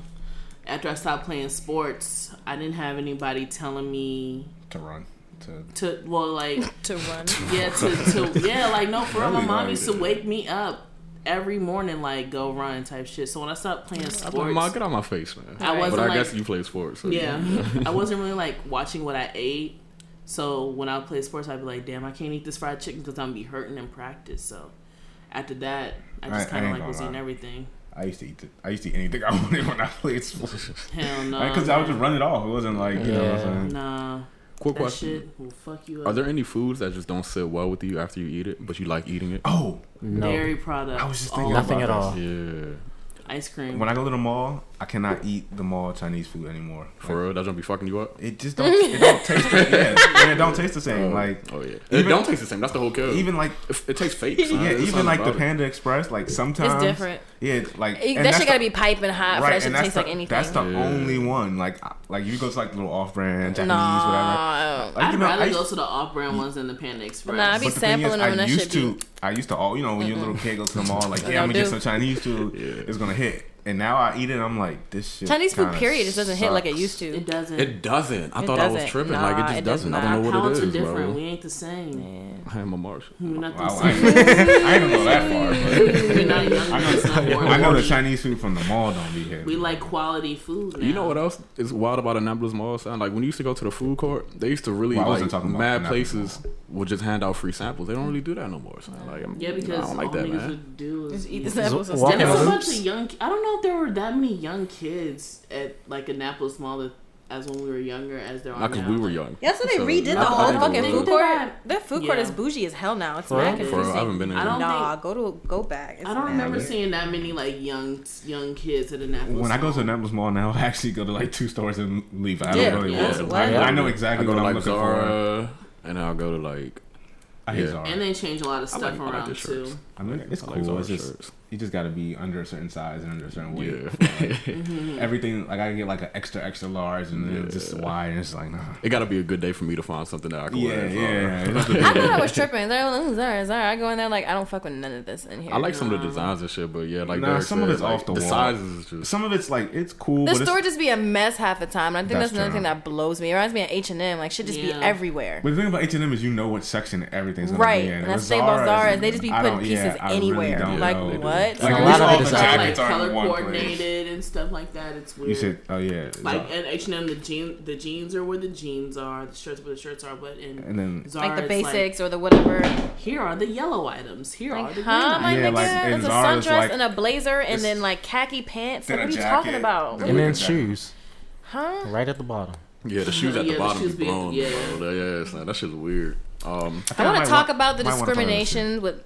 S3: After I stopped playing sports, I didn't have anybody telling me
S2: to run. To
S3: to well, like
S5: To run.
S3: yeah, to, to yeah, like no, for real, my
S2: Probably
S3: mom
S2: why
S3: used
S2: you
S3: to
S2: did
S3: wake me up every morning, like go run type shit. So when I stopped playing
S1: I'm like, Ma,
S3: sports,
S1: get out my face, man.
S3: I
S1: But
S3: wasn't
S1: I
S3: like
S1: guess you play sports. So
S3: Yeah. I wasn't really like watching what I ate. So when I play sports, I'd be like, damn, I can't eat this fried chicken because I'm be hurting in practice. So after that, I
S2: I- I
S3: just kind
S2: ain't
S3: of like
S2: gonna
S3: was
S2: lie.
S3: eating everything.
S2: I used to eat. The, I used to eat anything I wanted when I played sports.
S3: Hell no.
S2: Because I would just run it off. It wasn't like you know. What
S4: Yeah.
S2: I'm saying?
S3: Nah.
S1: Quick
S3: That
S1: question:
S3: shit will fuck you up.
S1: Are there any foods that just don't sit well with you after you eat it, but you like eating it?
S2: Oh,
S4: no
S3: dairy products?
S2: I was just thinking
S3: all
S4: nothing at
S2: about
S4: all.
S1: Yeah,
S3: ice cream.
S2: when I go to the mall, I cannot eat the mall Chinese food anymore.
S1: for real, that's gonna be fucking you up.
S2: Like, it just don't. It don't taste. The, yeah, and it don't taste the same. Like
S1: oh yeah, it
S2: even-
S1: don't taste the same. That's the whole kill.
S2: even like
S1: it, it tastes fake. son.
S2: yeah,
S1: There's
S2: even
S1: something
S2: like the
S1: about it.
S2: Panda Express. Like sometimes
S5: It's different.
S2: Yeah, it's like and
S5: It- that
S2: that's
S5: shit
S2: the-
S5: gotta be piping hot for that shit
S2: and
S5: to taste
S2: the,
S5: like anything.
S2: That's the
S1: Yeah.
S2: only one. Like, I- like you go to like little off-brand Japanese, whatever.
S5: Nah.
S2: Like,
S3: I'd
S2: you know,
S3: rather
S2: I used-
S3: go to the off-brand ones than the Panda Express.
S5: Nah, I be
S2: but the thing is,
S5: sampling
S2: I
S5: them and that
S2: used
S5: shit
S2: to,
S5: be.
S2: I used to all, you know, when you're a little kid, go to the mall, like, yeah, I'm gonna
S5: Y'all
S2: get
S5: do.
S2: some Chinese food. It's gonna hit. And now I eat it, and I'm like, this shit.
S5: Chinese food,
S2: kinda
S5: period, just doesn't hit like it used to.
S3: It doesn't.
S1: It doesn't. I
S5: It
S1: thought I was
S5: doesn't.
S1: tripping.
S5: Nah,
S1: like it just
S5: it does
S1: doesn't. I
S5: not.
S1: don't know
S3: Our
S1: what it
S3: palates
S1: is,
S3: are different.
S1: bro.
S3: We ain't the same.
S1: I am a Martian.
S3: We're not the
S2: Wow, I, I
S3: same.
S2: didn't go that far. But
S3: We're not young. ones no more.
S2: I know the Chinese food from the mall don't be here.
S3: We like quality food. Now.
S1: You know what else is wild about Annapolis Mall? Sound like when you used to go to the food court, they used to really
S2: Well, I wasn't
S1: like
S2: talking about
S1: mad
S2: Annapolis
S1: places would just hand out free samples. They don't really do that no more. Son. Like, I'm,
S3: Yeah, because
S1: I don't like
S3: all
S1: that,
S3: niggas
S1: man.
S3: would do is
S5: Just eat the
S4: Just
S5: samples and
S4: walk
S3: And
S5: stuff.
S3: there was a
S4: Annapolis?
S3: bunch of young. I don't know if there were that many young kids at like Annapolis Mall that- as when we were younger as there are
S1: Not because
S3: now.
S1: we were young.
S6: That's when they
S1: So,
S6: redid the
S1: I- I
S6: whole
S1: didn't
S5: fucking
S1: know
S5: food
S1: that.
S5: court.
S3: that.
S5: That food court
S3: Yeah.
S5: is bougie as hell now. It's
S4: For
S5: mad
S4: real?
S1: For real, I haven't
S5: confusing.
S1: been in.
S3: I don't
S5: Nah, go to go back. It's
S3: I don't
S5: mad.
S3: remember
S2: Yeah.
S3: seeing that many like young young kids at Annapolis.
S2: when I go to
S3: Mall.
S2: Annapolis Mall now, I actually go to like two stores and leave. I
S5: Yeah,
S2: don't really
S3: yeah.
S2: want
S1: What?
S2: I, I know
S1: I
S2: exactly
S1: go
S2: what
S1: to
S2: I'm
S1: like
S2: looking for.
S1: Zara, and I'll go to like.
S2: I hate
S1: Yeah.
S2: Zara.
S3: and they change a lot of
S1: I
S3: stuff
S1: like, I like
S3: around
S1: the shirts.
S3: too.
S2: I mean, it's
S1: I
S2: cool.
S1: like Zara
S2: it's just
S1: shirts.
S2: you just got to be under a certain size and under a certain weight.
S1: Yeah,
S5: Hmm.
S2: Everything like I can get like an extra extra large and then just wide and it's like nah.
S1: it got to be a good day for me to find something that I can
S2: Yeah,
S1: wear. so-
S2: yeah. It has to
S5: I
S2: be-
S5: thought I was tripping. They're like, "Ooh, Zara, Zara. I go in there like I don't fuck with none of this in here.
S1: I like some of the designs and shit, but yeah, like
S2: Nah,
S1: Derek
S2: some of
S1: said,
S2: it's
S1: like,
S2: off the wall.
S1: sizes is just.
S2: Some of it's like it's cool,
S5: the
S2: but
S5: store
S2: it's,
S5: just be a mess half the time. And I think
S2: That's
S5: that's, another
S2: true.
S5: thing that blows me. It reminds me of H and M. Like shit just
S3: Yeah.
S5: be everywhere.
S2: but the thing about H and M is you know what section everything's gonna
S5: Right,
S2: be in.
S5: and
S2: With
S5: that's the thing about
S2: Zara,
S5: Zara
S2: it's-
S5: is they just be
S2: I
S5: putting
S2: don't- yeah,
S5: pieces
S2: I really
S5: anywhere.
S2: don't
S5: like
S2: know.
S5: what?
S2: Like,
S5: So
S2: at
S3: a
S2: least
S3: lot
S2: all
S3: of
S2: the
S3: it is like
S2: jackets are
S3: color
S2: in one place.
S3: coordinated and stuff like that. It's weird.
S2: You said, oh yeah,
S3: like
S2: Zara.
S3: at H and M, the jean the jeans are where the jeans are, the shirts where the shirts are, but in
S2: and then
S3: Zara,
S5: like the
S3: it's like,
S5: basics or the whatever.
S3: here are the yellow items. Here are
S5: Like,
S3: the green
S5: huh, my
S3: items.
S2: Yeah,
S5: nigga?
S2: like, and
S5: it's a
S2: Zara's
S5: sundress
S2: like-
S5: and a blazer and
S2: It's-
S5: then like khaki pants. Like,
S2: then
S5: what
S2: a
S5: are you
S2: jacket,
S5: talking about?
S2: then-
S4: and then
S2: Look at that.
S4: shoes
S5: Huh?
S4: right at the bottom.
S1: Yeah, the shoes at
S3: Oh, Yeah,
S1: the
S3: the
S1: bottom
S3: shoes
S1: be
S3: be-
S1: blown.
S3: yeah.
S1: bro. Yeah, it's not- that shit's weird. Um,
S5: I want
S2: might
S5: to talk
S2: want-
S5: about
S2: might wanna talk
S5: the
S2: about this shit.
S5: discrimination with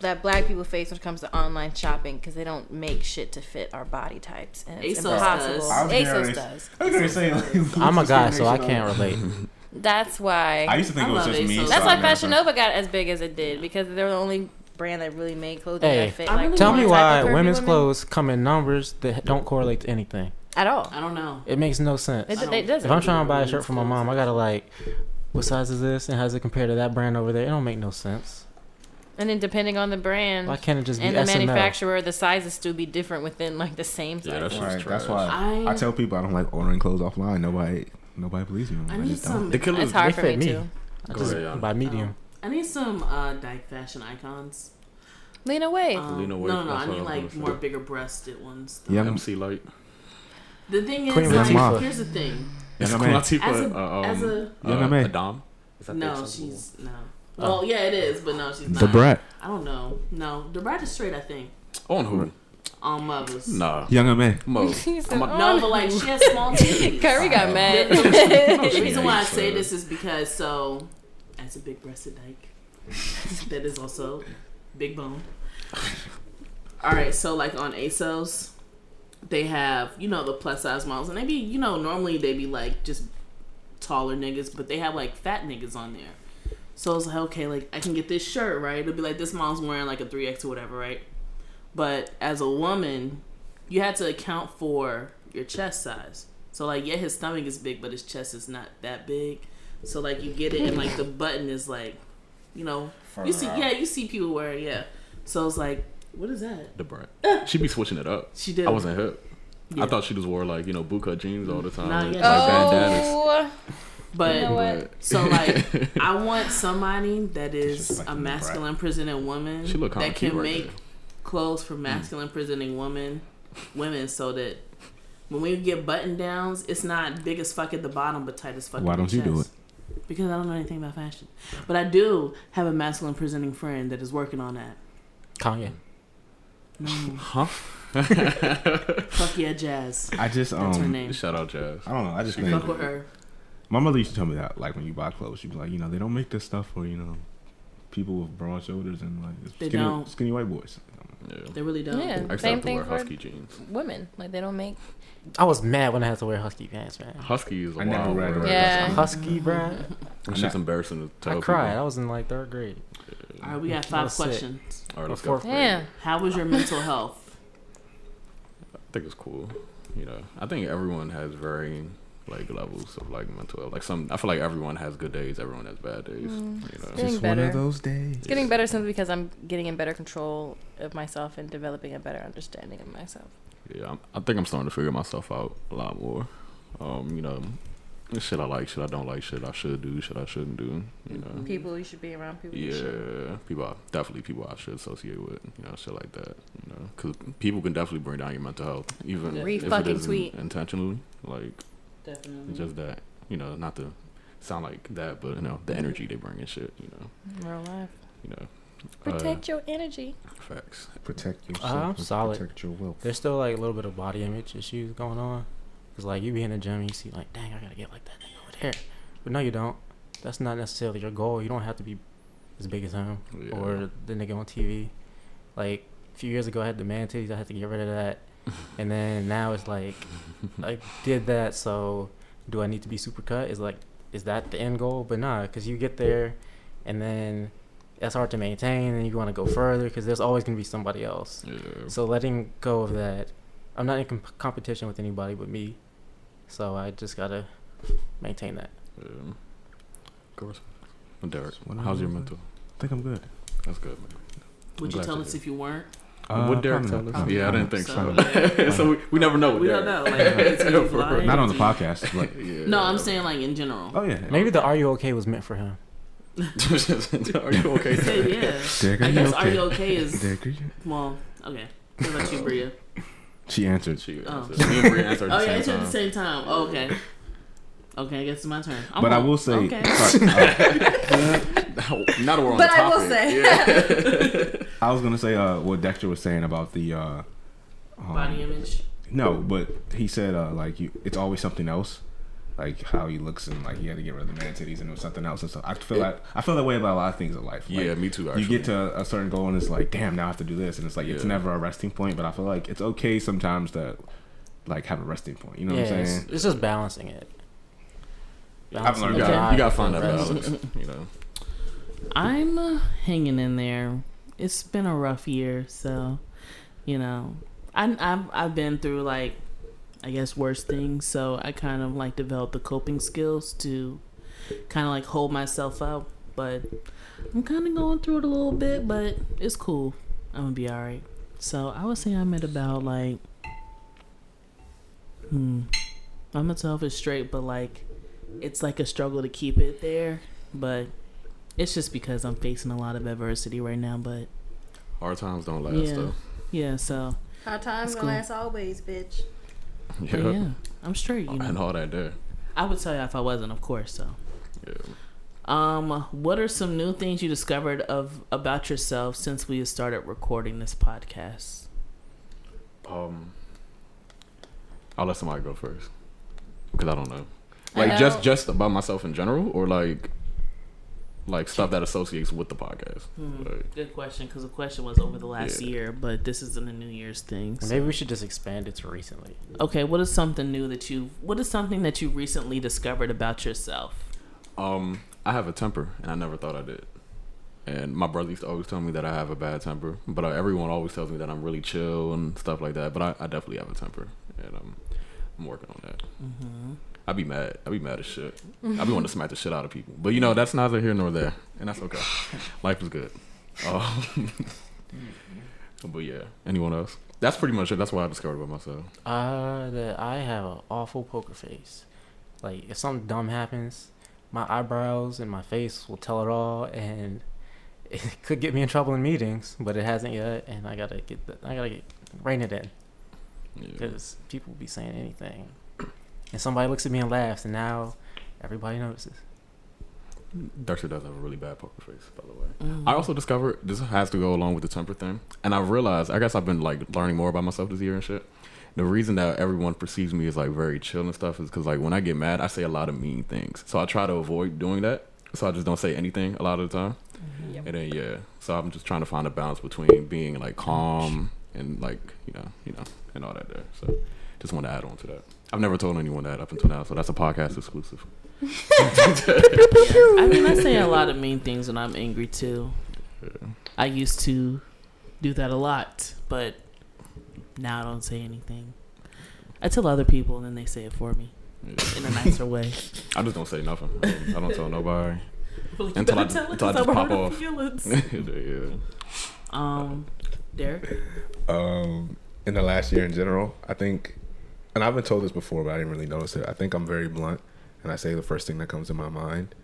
S5: that black people face when it comes to online shopping because they don't make shit to fit our body types, and it's
S3: ASOS
S5: impossible.
S3: does.
S2: I was gonna
S5: ASOS
S2: say-
S5: does.
S2: I was gonna say, like,
S4: I'm a guy, so I
S2: discrimination.
S4: can't relate.
S5: That's
S2: I
S5: why.
S2: used to think
S3: I
S2: it was
S3: love
S2: just
S3: ASOS.
S2: me. so
S5: That's
S2: I
S5: why
S2: never-
S5: Fashion Nova got as big as it did because they're the only brand that really made clothing
S4: Hey,
S5: that fit.
S3: I
S5: Like,
S3: really
S4: Tell
S5: one
S4: me
S5: type
S4: why
S5: of curvy
S4: women's
S5: women
S4: clothes come in numbers that don't correlate to anything.
S5: at all.
S3: I don't know.
S4: It makes no sense.
S5: It,
S3: I don't-
S5: it
S4: If
S5: doesn't.
S4: I'm trying to buy a shirt for my mom, I gotta like, what size is this, and how does it compare to that brand over there? It don't make no sense.
S5: And then depending on the brand
S4: Why can't it just be
S5: and the
S4: S&L?
S5: manufacturer, the sizes still be different within like the same
S1: yeah, that
S5: size.
S1: shit's
S2: Right,
S1: trash.
S2: that's why
S3: I-
S2: I, tell people I don't like ordering clothes offline. Nobody, nobody believes me.
S3: I
S2: I
S3: need
S2: just don't.
S3: some.
S1: the killers.
S5: it's hard
S4: they
S5: for me,
S4: fit me.
S5: too.
S4: I
S1: Go
S4: just
S1: ahead, Oh. y'all.
S4: buy medium.
S3: I need some uh, dyke fashion icons.
S5: Lean away.
S3: Um,
S1: Lena
S3: no,
S1: Waithe,
S3: no, no.
S1: that's
S3: I
S1: what I
S3: need
S1: was
S3: like
S1: gonna
S3: more
S1: say.
S3: bigger breasted ones.
S2: Yeah, I'm,
S1: MC Light.
S3: The thing is,
S4: Queen
S3: like,
S4: Latifah.
S3: here's the thing.
S1: Is
S2: Yeah,
S1: Queen
S2: man.
S1: Latifah
S3: As a-
S1: uh, um,
S3: as a-
S1: uh,
S2: Yeah, no, man.
S1: a dom? Is that the
S3: No,
S1: acceptable
S3: she's no.
S5: Oh.
S3: Well, yeah, it is, but no, she's not.
S2: The brat.
S3: I don't know. No, the brat is straight. I think
S1: one? On who?
S3: on mothers.
S1: Nah.
S2: Younger man.
S1: Mo.
S5: She's
S1: I'm
S5: a-
S1: a-
S3: No, but like she has small titties.
S5: Curry got
S3: The,
S5: mad.
S3: the- the
S1: Yeah,
S3: reason why I
S1: you
S3: say
S1: said.
S3: this is because so, as a big-breasted dyke, that is also big bone. All right, so like on ASOS, they have you know the plus size models, and they be you know normally they be like just taller niggas, but they have like fat niggas on there. So I was like, okay, like I can get this shirt, right? It'll be like this model's wearing like a three X or whatever, right? But as a woman, you had to account for your chest size. So like, yeah, his stomach is big, but his chest is not that big. So like, you get it, and like the button is like, you know, you see, yeah, you see people wearing, yeah. So I was like, what is that?
S1: The brat. She be switching it up.
S3: She did.
S1: I wasn't hip.
S3: Yeah.
S1: I thought she just wore like you know bootcut jeans all the time,
S3: Nah,
S1: like
S3: yeah.
S1: bandanas.
S5: Oh,
S3: But
S5: You know what?
S3: So like, I want somebody that
S2: It's just
S3: is
S2: like
S3: a
S2: a brat.
S3: masculine presenting woman
S1: She look kinda
S3: that
S1: cute
S3: can
S1: right
S3: make
S1: there.
S3: clothes
S1: Mm.
S3: for masculine presenting women, women, so that when we get button downs, it's not big as fuck at the bottom but tight as fuck.
S2: Why
S3: at the
S2: don't you do
S3: chest. Because I don't know anything about fashion, but I do have a masculine presenting friend that is working on that.
S4: Kanye.
S3: No,
S1: Mm. huh?
S3: fuck yeah, jazz.
S2: I just
S3: That's her
S2: um.
S3: name.
S1: Shout out Jazz.
S2: I don't know. I just think
S3: Fuck with her.
S2: my mother used to tell me that like when you buy clothes, she'd be like, you know, they don't make this stuff for you know people with broad shoulders and like
S3: They
S2: skinny,
S3: don't.
S2: skinny white boys.
S1: Yeah.
S3: They really don't.
S5: Yeah.
S1: I used to
S5: Same
S1: have to
S5: thing
S1: wear
S5: for-
S1: husky jeans.
S5: women like they don't make.
S4: I was mad when I had to wear husky pants, man.
S1: Husky is a
S2: I never
S1: wild
S2: read
S1: word.
S2: it.
S5: Yeah.
S4: Husky, bruh.
S1: It's just embarrassing to tell.
S4: I cried. I was in like third grade.
S3: All right, we got
S4: That
S3: five
S4: was sick.
S3: questions.
S1: All right, let's
S4: Before-
S1: go.
S5: Damn.
S3: How was your mental health?
S1: I think it's cool. You know, I think everyone has varying like levels of like mental health. Like some, I feel like everyone has good days. Everyone has bad days.
S5: Mm.
S1: You know,
S5: Getting better.
S2: those days.
S5: It's getting better simply because I'm getting in better control of myself and developing a better understanding of myself.
S1: yeah. I'm, I think I'm starting to figure myself out a lot more. Um, you know, shit I like, shit I don't like, shit I should do, shit I shouldn't do. You know,
S5: People you should be around. People you should.
S1: yeah, people I, definitely people I should associate with. You know, shit like that. You know, because people can definitely bring down your mental health, even
S5: Re-
S1: if it
S5: fucking
S1: isn't
S5: tweet.
S1: intentionally. Like
S3: Definitely.
S1: It's just that, you know, not to sound like that, but you know, the energy they bring and shit, you know,
S5: We're alive.
S1: you know.
S5: Protect
S4: Oh,
S5: your energy.
S1: uh, facts.
S2: Protect yourself.
S4: yourself
S1: Uh-huh,
S4: I'm
S2: and
S4: solid.
S2: Protect your wealth.
S4: There's still like a little bit of body image issues going on. Cause like you be in the gym and you see like, dang, I gotta get like that thing over there. But no, you don't. That's not necessarily your goal. You don't have to be as big as him
S1: Yeah.
S4: or the nigga on TV. Like a few years ago, I had the man titties. I had to get rid of that. and then now it's like, I did that. So do I need to be super cut? Is like, is that the end goal? But nah, cause you get there, and then that's hard to maintain. And you want to go further because there's always gonna be somebody else.
S1: Yeah.
S4: So letting go of that, I'm not in com- competition with anybody but me, so I just gotta maintain that.
S1: yeah. Go respond. Well, Derek,
S2: Just wanna
S1: how's your
S2: know
S1: mental?
S2: I think I'm good.
S1: That's good, man.
S3: Would you
S1: Glad
S3: tell
S1: to
S3: us
S1: hear.
S3: if you weren't?
S2: Uh,
S1: Would Derek
S2: probably
S1: tell
S2: not.
S1: us? Yeah, I didn't think
S3: So-
S1: so. so we, we never know. with
S3: We don't
S1: Derek.
S3: know, like, is he
S1: For
S3: lying?
S1: real.
S2: Not on the podcast, but
S1: Yeah.
S3: No, I'm saying like in general.
S2: oh yeah.
S4: Maybe the "Are you okay?" was meant for him.
S1: Are you okay?
S3: So,
S1: Derek?
S3: yeah.
S2: Derek, are
S3: I
S2: you
S3: guess
S2: okay?
S3: are you okay is
S2: Derek, are you-
S3: well okay. What about you, Bria?
S2: She answered.
S1: She
S3: Oh.
S1: answered. Me and Bri answered
S3: Oh
S1: at
S3: yeah,
S1: the
S3: it's
S1: same
S3: at the
S1: time.
S3: same time. Oh, okay. Okay, I guess it's my turn. I'm
S2: but I
S3: on-
S2: will say,
S3: okay.
S2: sorry, uh,
S1: Now that we're on
S5: But
S1: the
S5: I will
S1: topic,
S5: say.
S1: yeah.
S2: I was gonna say uh, what Dexter was saying about the uh, um,
S3: body image.
S2: No, but he said uh, like you, it's always something else, like how he looks and like he had to get rid of the man titties and it was something else and stuff. I feel that I feel that way about a lot of things in life. Like,
S1: yeah, me too. Actually,
S2: you get to a certain goal and it's like, damn, now I have to do this, and it's like it's
S1: Yeah.
S2: never a resting point. But I feel like it's okay sometimes to like have a resting point. You know
S4: yeah,
S2: what I'm
S4: it's,
S2: saying?
S4: it's just balancing it.
S3: Oh,
S4: Balancing
S2: learned
S1: you
S4: the
S1: gotta, you
S4: vibe
S1: gotta find that
S4: versus-
S1: balance. You know,
S3: I'm uh, hanging in there. It's been a rough year, so you know, I, I've I've been through like I guess worse things. So I kind of like developed the coping skills to kind of like hold myself up. But I'm kind of going through it a little bit, but it's cool. I'm gonna be all right. So I would say I'm at about like, hmm, I'm gonna tell if it's straight, but like, it's like a struggle to keep it there, but. It's just because I'm facing a lot of adversity right now, but
S1: hard times don't last
S3: Yeah.
S1: though.
S3: yeah, so
S6: Our time's
S3: That's
S6: gonna
S3: cool.
S6: last always, bitch.
S3: But Yeah. I'm sure you
S1: And
S3: know.
S1: all that there.
S3: I would tell you if I wasn't, of course. So,
S1: Yeah.
S3: um, what are some new things you discovered of about yourself since we started recording this podcast?
S1: Um, I'll let somebody go first because I don't know.
S5: I
S1: Like
S3: Uh,
S5: know-
S1: just just about myself in general, or like like stuff that associates with the podcast.
S3: Hmm.
S1: Like,
S3: Good question, because the question was over the last
S1: Yeah.
S3: year, but this isn't a New Year's thing. so-
S4: Maybe we should just expand it to recently.
S3: Okay, what is something new that you? What is something that you recently discovered about yourself?
S1: um, I have a temper, and I never thought I did. And my brother used to always tell me that I have a bad temper, but uh, everyone always tells me that I'm really chill and stuff like that. But I, I definitely have a temper, and um, I'm working on that.
S3: Mm-hmm.
S1: I'd be mad. I'd be mad as shit. I'd be wanting to smack the shit out of people. But you know, that's neither here nor there. And that's okay. Life is good. Um, but yeah, anyone else? That's pretty much it. That's what I discovered about myself.
S4: Uh, that I have an awful poker face. Like, if something dumb happens, my eyebrows and my face will tell it all, and it could get me in trouble in meetings. But it hasn't yet, and I gotta get the, I gotta get rein it in
S1: Yeah.
S4: because people will be saying anything, and somebody looks at me and laughs, and now everybody notices.
S1: Darcy does have a really bad poker face, by the way. I also discovered this has to go along with the temper thing, and I realized I guess I've been like learning more about myself this year and shit. The reason that everyone perceives me as like very chill and stuff is because like when I get mad, I say a lot of mean things, so I try to avoid doing that. So I just don't say anything a lot of the time,
S5: Yep.
S1: and then yeah. So I'm just trying to find a balance between being like calm and like you know you know and all that there. So just want to add on to that. I've never told anyone that up until now, so that's a podcast exclusive.
S3: I mean, I say a lot of mean things when I'm angry too. I used to do that a lot, but now I don't say anything. I tell other people, and then they say it for me
S1: Yeah.
S3: in a nicer way.
S1: I just don't say nothing. I don't- I don't tell nobody.
S3: Well, you
S1: Until I
S3: better
S1: just-
S3: tell it
S1: until I
S3: 'cause
S1: just
S3: I'm
S1: pop
S3: hurt
S1: off.
S3: feelings.
S1: yeah.
S3: Um, Derek.
S2: um, in the last year in general, I think, and I've been told this before, but I didn't really notice it. I think I'm very blunt, and I say the first thing that comes to my mind,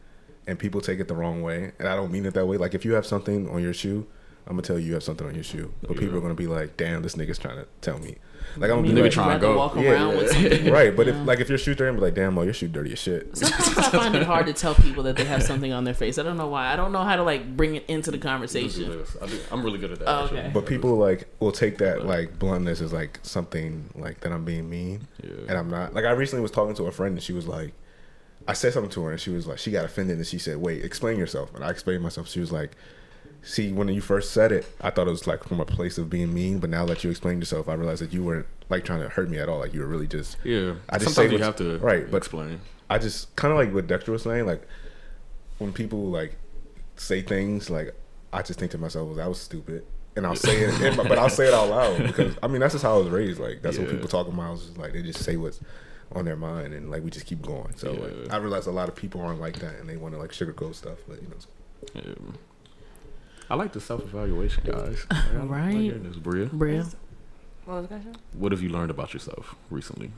S2: and people take it the wrong way, and I don't mean it that way. Like if you have something on your shoe, I'm gonna tell you you have something on your shoe, but people
S1: Yeah.
S2: are gonna be like, "Damn, this nigga's trying to tell me." Like I'm gonna
S1: mean, nigga
S2: be like,
S1: trying to
S3: Rather
S1: go.
S3: Walk
S2: Yeah,
S3: around with something.
S2: right, but
S3: Yeah.
S2: if like if your shoe dirty, I'm be like, "Damn, oh, your shoe dirty as shit."
S3: Sometimes I find it hard to tell people that they have something on their face. I don't know why. I don't know how to like bring it into the conversation.
S1: I do, I'm really good at that.
S3: Oh,
S1: actually.
S3: okay.
S2: But people like will take that like bluntness as like something like that I'm being mean,
S1: Yeah.
S2: and I'm not. Like I recently was talking to a friend, and she was like, I said something to her, and she was like, she got offended, and she said, "Wait, explain yourself." And I explained myself. She was like, "See, when you first said it, I thought it was like from a place of being mean, but now that you explained yourself, I realized that you weren't like trying to hurt me at all. Like you were really just
S1: yeah.
S2: I just say
S1: Sometimes you
S2: what's-
S1: have to
S2: right, but-
S1: explain.
S2: I just kind of like what Dexter was saying, like when people like say things, like I just think to myself, well, that was stupid, and I'll say it, and- but I'll say it out loud because I mean that's just how I was raised. Like that's what
S1: Yeah.
S2: people talk about. Is just, like they just say what's on their mind, and like we just keep going. So like,
S1: Yeah.
S2: I realize a lot of people aren't like that, and they want to like sugarcoat stuff, but you know.
S1: Yeah. I like the self evaluation, guys. Like, I like
S3: Right.
S1: hearing this, Bria.
S3: Bria.
S5: What was the question?
S1: What have you learned about yourself recently?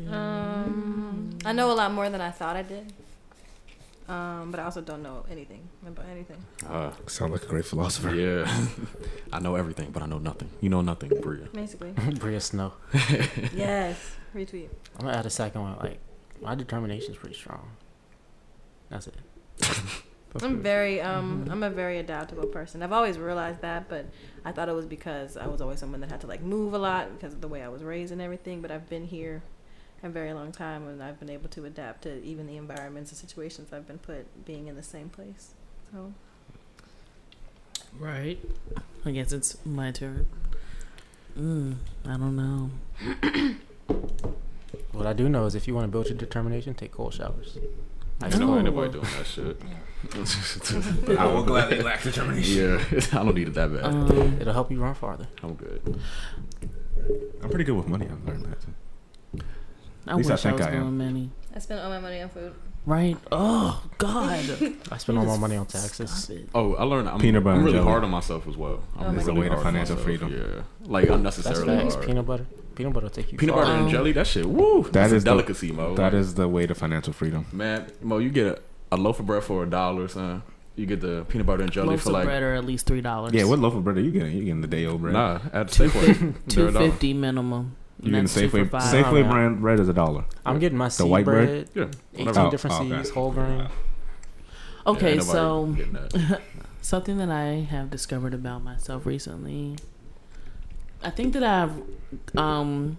S3: Mm.
S5: Um, I know a lot more than I thought I did. Um, but I also don't know anything about anything.
S1: Uh,
S2: Sound like a great philosopher.
S1: yeah. I know everything, but I know nothing. You know nothing, Bria.
S5: Basically.
S4: Bria Snow.
S5: yes. Retweet.
S4: I'm gonna add a second one. Like, my determination's pretty strong. That's it.
S5: I'm very um I'm a very adaptable person. I've always realized that, but I thought it was because I was always someone that had to like move a lot because of the way I was raised and everything, but I've been here a very long time and I've been able to adapt to even the environments and situations I've been put being in the same place. So
S3: Right. I guess it's my turn. Mm, I don't know.
S4: What I do know is if you want to build your determination, take cold showers.
S1: I don't know
S3: No.
S1: anybody doing that shit.
S2: I will gladly lack determination.
S1: yeah. I don't need it that bad.
S3: Um,
S4: It'll help you run farther.
S1: I'm good.
S2: I'm pretty good with money. I've learned that. Too.
S3: I
S2: least
S3: wish
S2: I
S3: I,
S2: think
S3: was
S2: I am.
S3: doing many.
S5: I spent all my money on food.
S3: Right. Oh God.
S4: I spend all my money on taxes.
S3: Stop it.
S1: Oh, I learned I'm,
S2: Peanut butter
S1: I'm
S2: and
S1: really
S2: jelly.
S1: hard on myself as well. I'm
S5: Oh my
S1: really
S5: It's a
S2: way to
S1: hard on
S2: financial
S1: myself,
S2: freedom.
S1: Yeah, like
S4: That's
S1: unnecessarily
S4: facts.
S1: hard. Peanut,
S4: Peanut butter. Peanut butter will take you. far.
S1: butter and
S3: Um,
S1: jelly, that shit. Woo, that's
S2: That
S1: a
S2: is the-
S1: delicacy, mo.
S2: That is the way to financial freedom.
S1: man, mo. You get a, a loaf of bread for a dollar, son. You get the peanut butter and jelly
S3: Loaves
S1: for
S3: of
S1: like
S3: bread are at least three dollars.
S2: Yeah, what loaf of bread are you getting? You getting the day old bread?
S1: nah at
S3: Two
S1: Safeway.
S3: Two
S1: They're dollar.
S3: fifty minimum.
S2: You getting
S3: And that's two
S2: Safeway?
S3: for five.
S2: Safeway
S4: Yeah.
S2: brand bread is a dollar.
S4: I'm getting my seed
S2: white bread?
S4: bread,
S1: Yeah,
S4: eighteen
S1: whatever.
S2: Oh,
S4: different
S2: okay.
S4: seeds, whole grain.
S3: Okay,
S1: Yeah, nobody
S3: so
S1: getting that.
S3: something that I have discovered about myself recently, I think that I've um,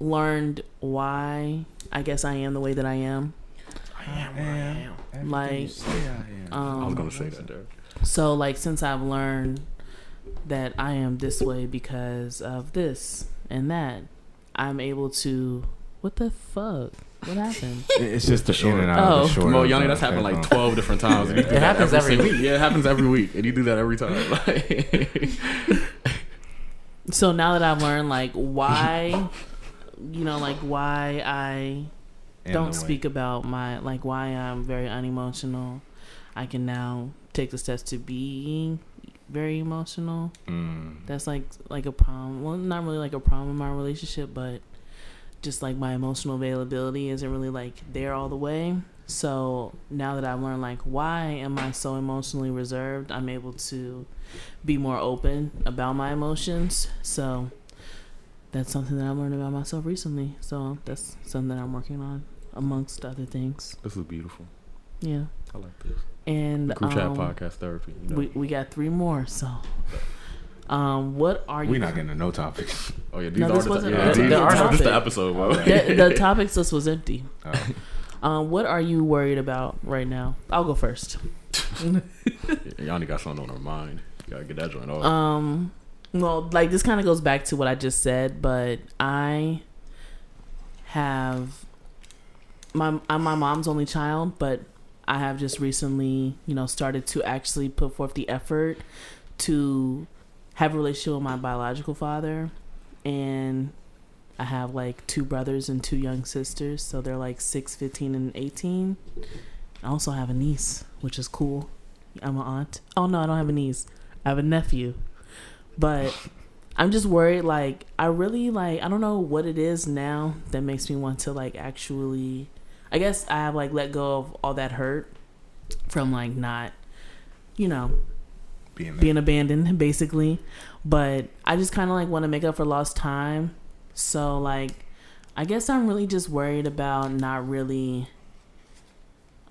S3: learned why I guess I am the way that I am. Like,
S1: I was gonna
S3: um,
S1: say that. There.
S3: so like since I've learned that I am this way because of this and that, I'm able to. What the fuck? What happened?
S2: It's just the in and out
S3: Oh.
S2: of the short.
S1: Well,
S2: of
S1: Yanni,
S2: the-
S1: that's happened like
S2: uh,
S1: twelve different times. and you do
S4: It
S1: that
S4: happens every
S1: single- Yeah, it happens every week, and you do that every time. Like,
S3: so now that I've learned like why, you know, like why I
S2: and
S3: don't
S2: the way.
S3: speak about my like why I'm very unemotional. I can now take the steps to being very emotional.
S2: Mm.
S3: That's like like a problem. Well, not really like a problem in my relationship, but just like my emotional availability isn't really like there all the way. So now that I've learned like why am I so emotionally reserved, I'm able to be more open about my emotions. So that's something that I've learned about myself recently. So that's something that I'm working on amongst other things.
S1: this is beautiful.
S3: Yeah.
S1: I like this.
S3: And
S1: Group chat
S3: um,
S1: podcast therapy. You know?
S3: we we got three more, so um what are you
S2: We're not getting to no topics.
S1: oh yeah, these
S3: No,
S1: are
S3: this
S1: the
S3: wasn't-
S1: yeah,
S3: there-
S1: these-
S3: there are
S1: this is the
S3: topics.
S1: episode. Bro.
S3: the, the topics list was empty.
S2: Oh.
S3: Um, what are you worried about right now? I'll go first.
S1: Yanni got something on her mind. Gotta get that joint off.
S3: Um, well, like this kind of goes back to what I just said, but I have my I'm my mom's only child, but I have just recently, you know, started to actually put forth the effort to have a relationship with my biological father, and I have like two brothers and two young sisters, so they're like six, 15, and eighteen. I also have a niece, which is cool. I'm an aunt. Oh no, I don't have a niece. I have a nephew. But I'm just worried like I really like I don't know what it is now that makes me want to like actually I guess I have like let go of all that hurt from like not you know
S2: Being there.
S3: being abandoned basically but i just kind of like want to make up for lost time so like i guess i'm really just worried about not really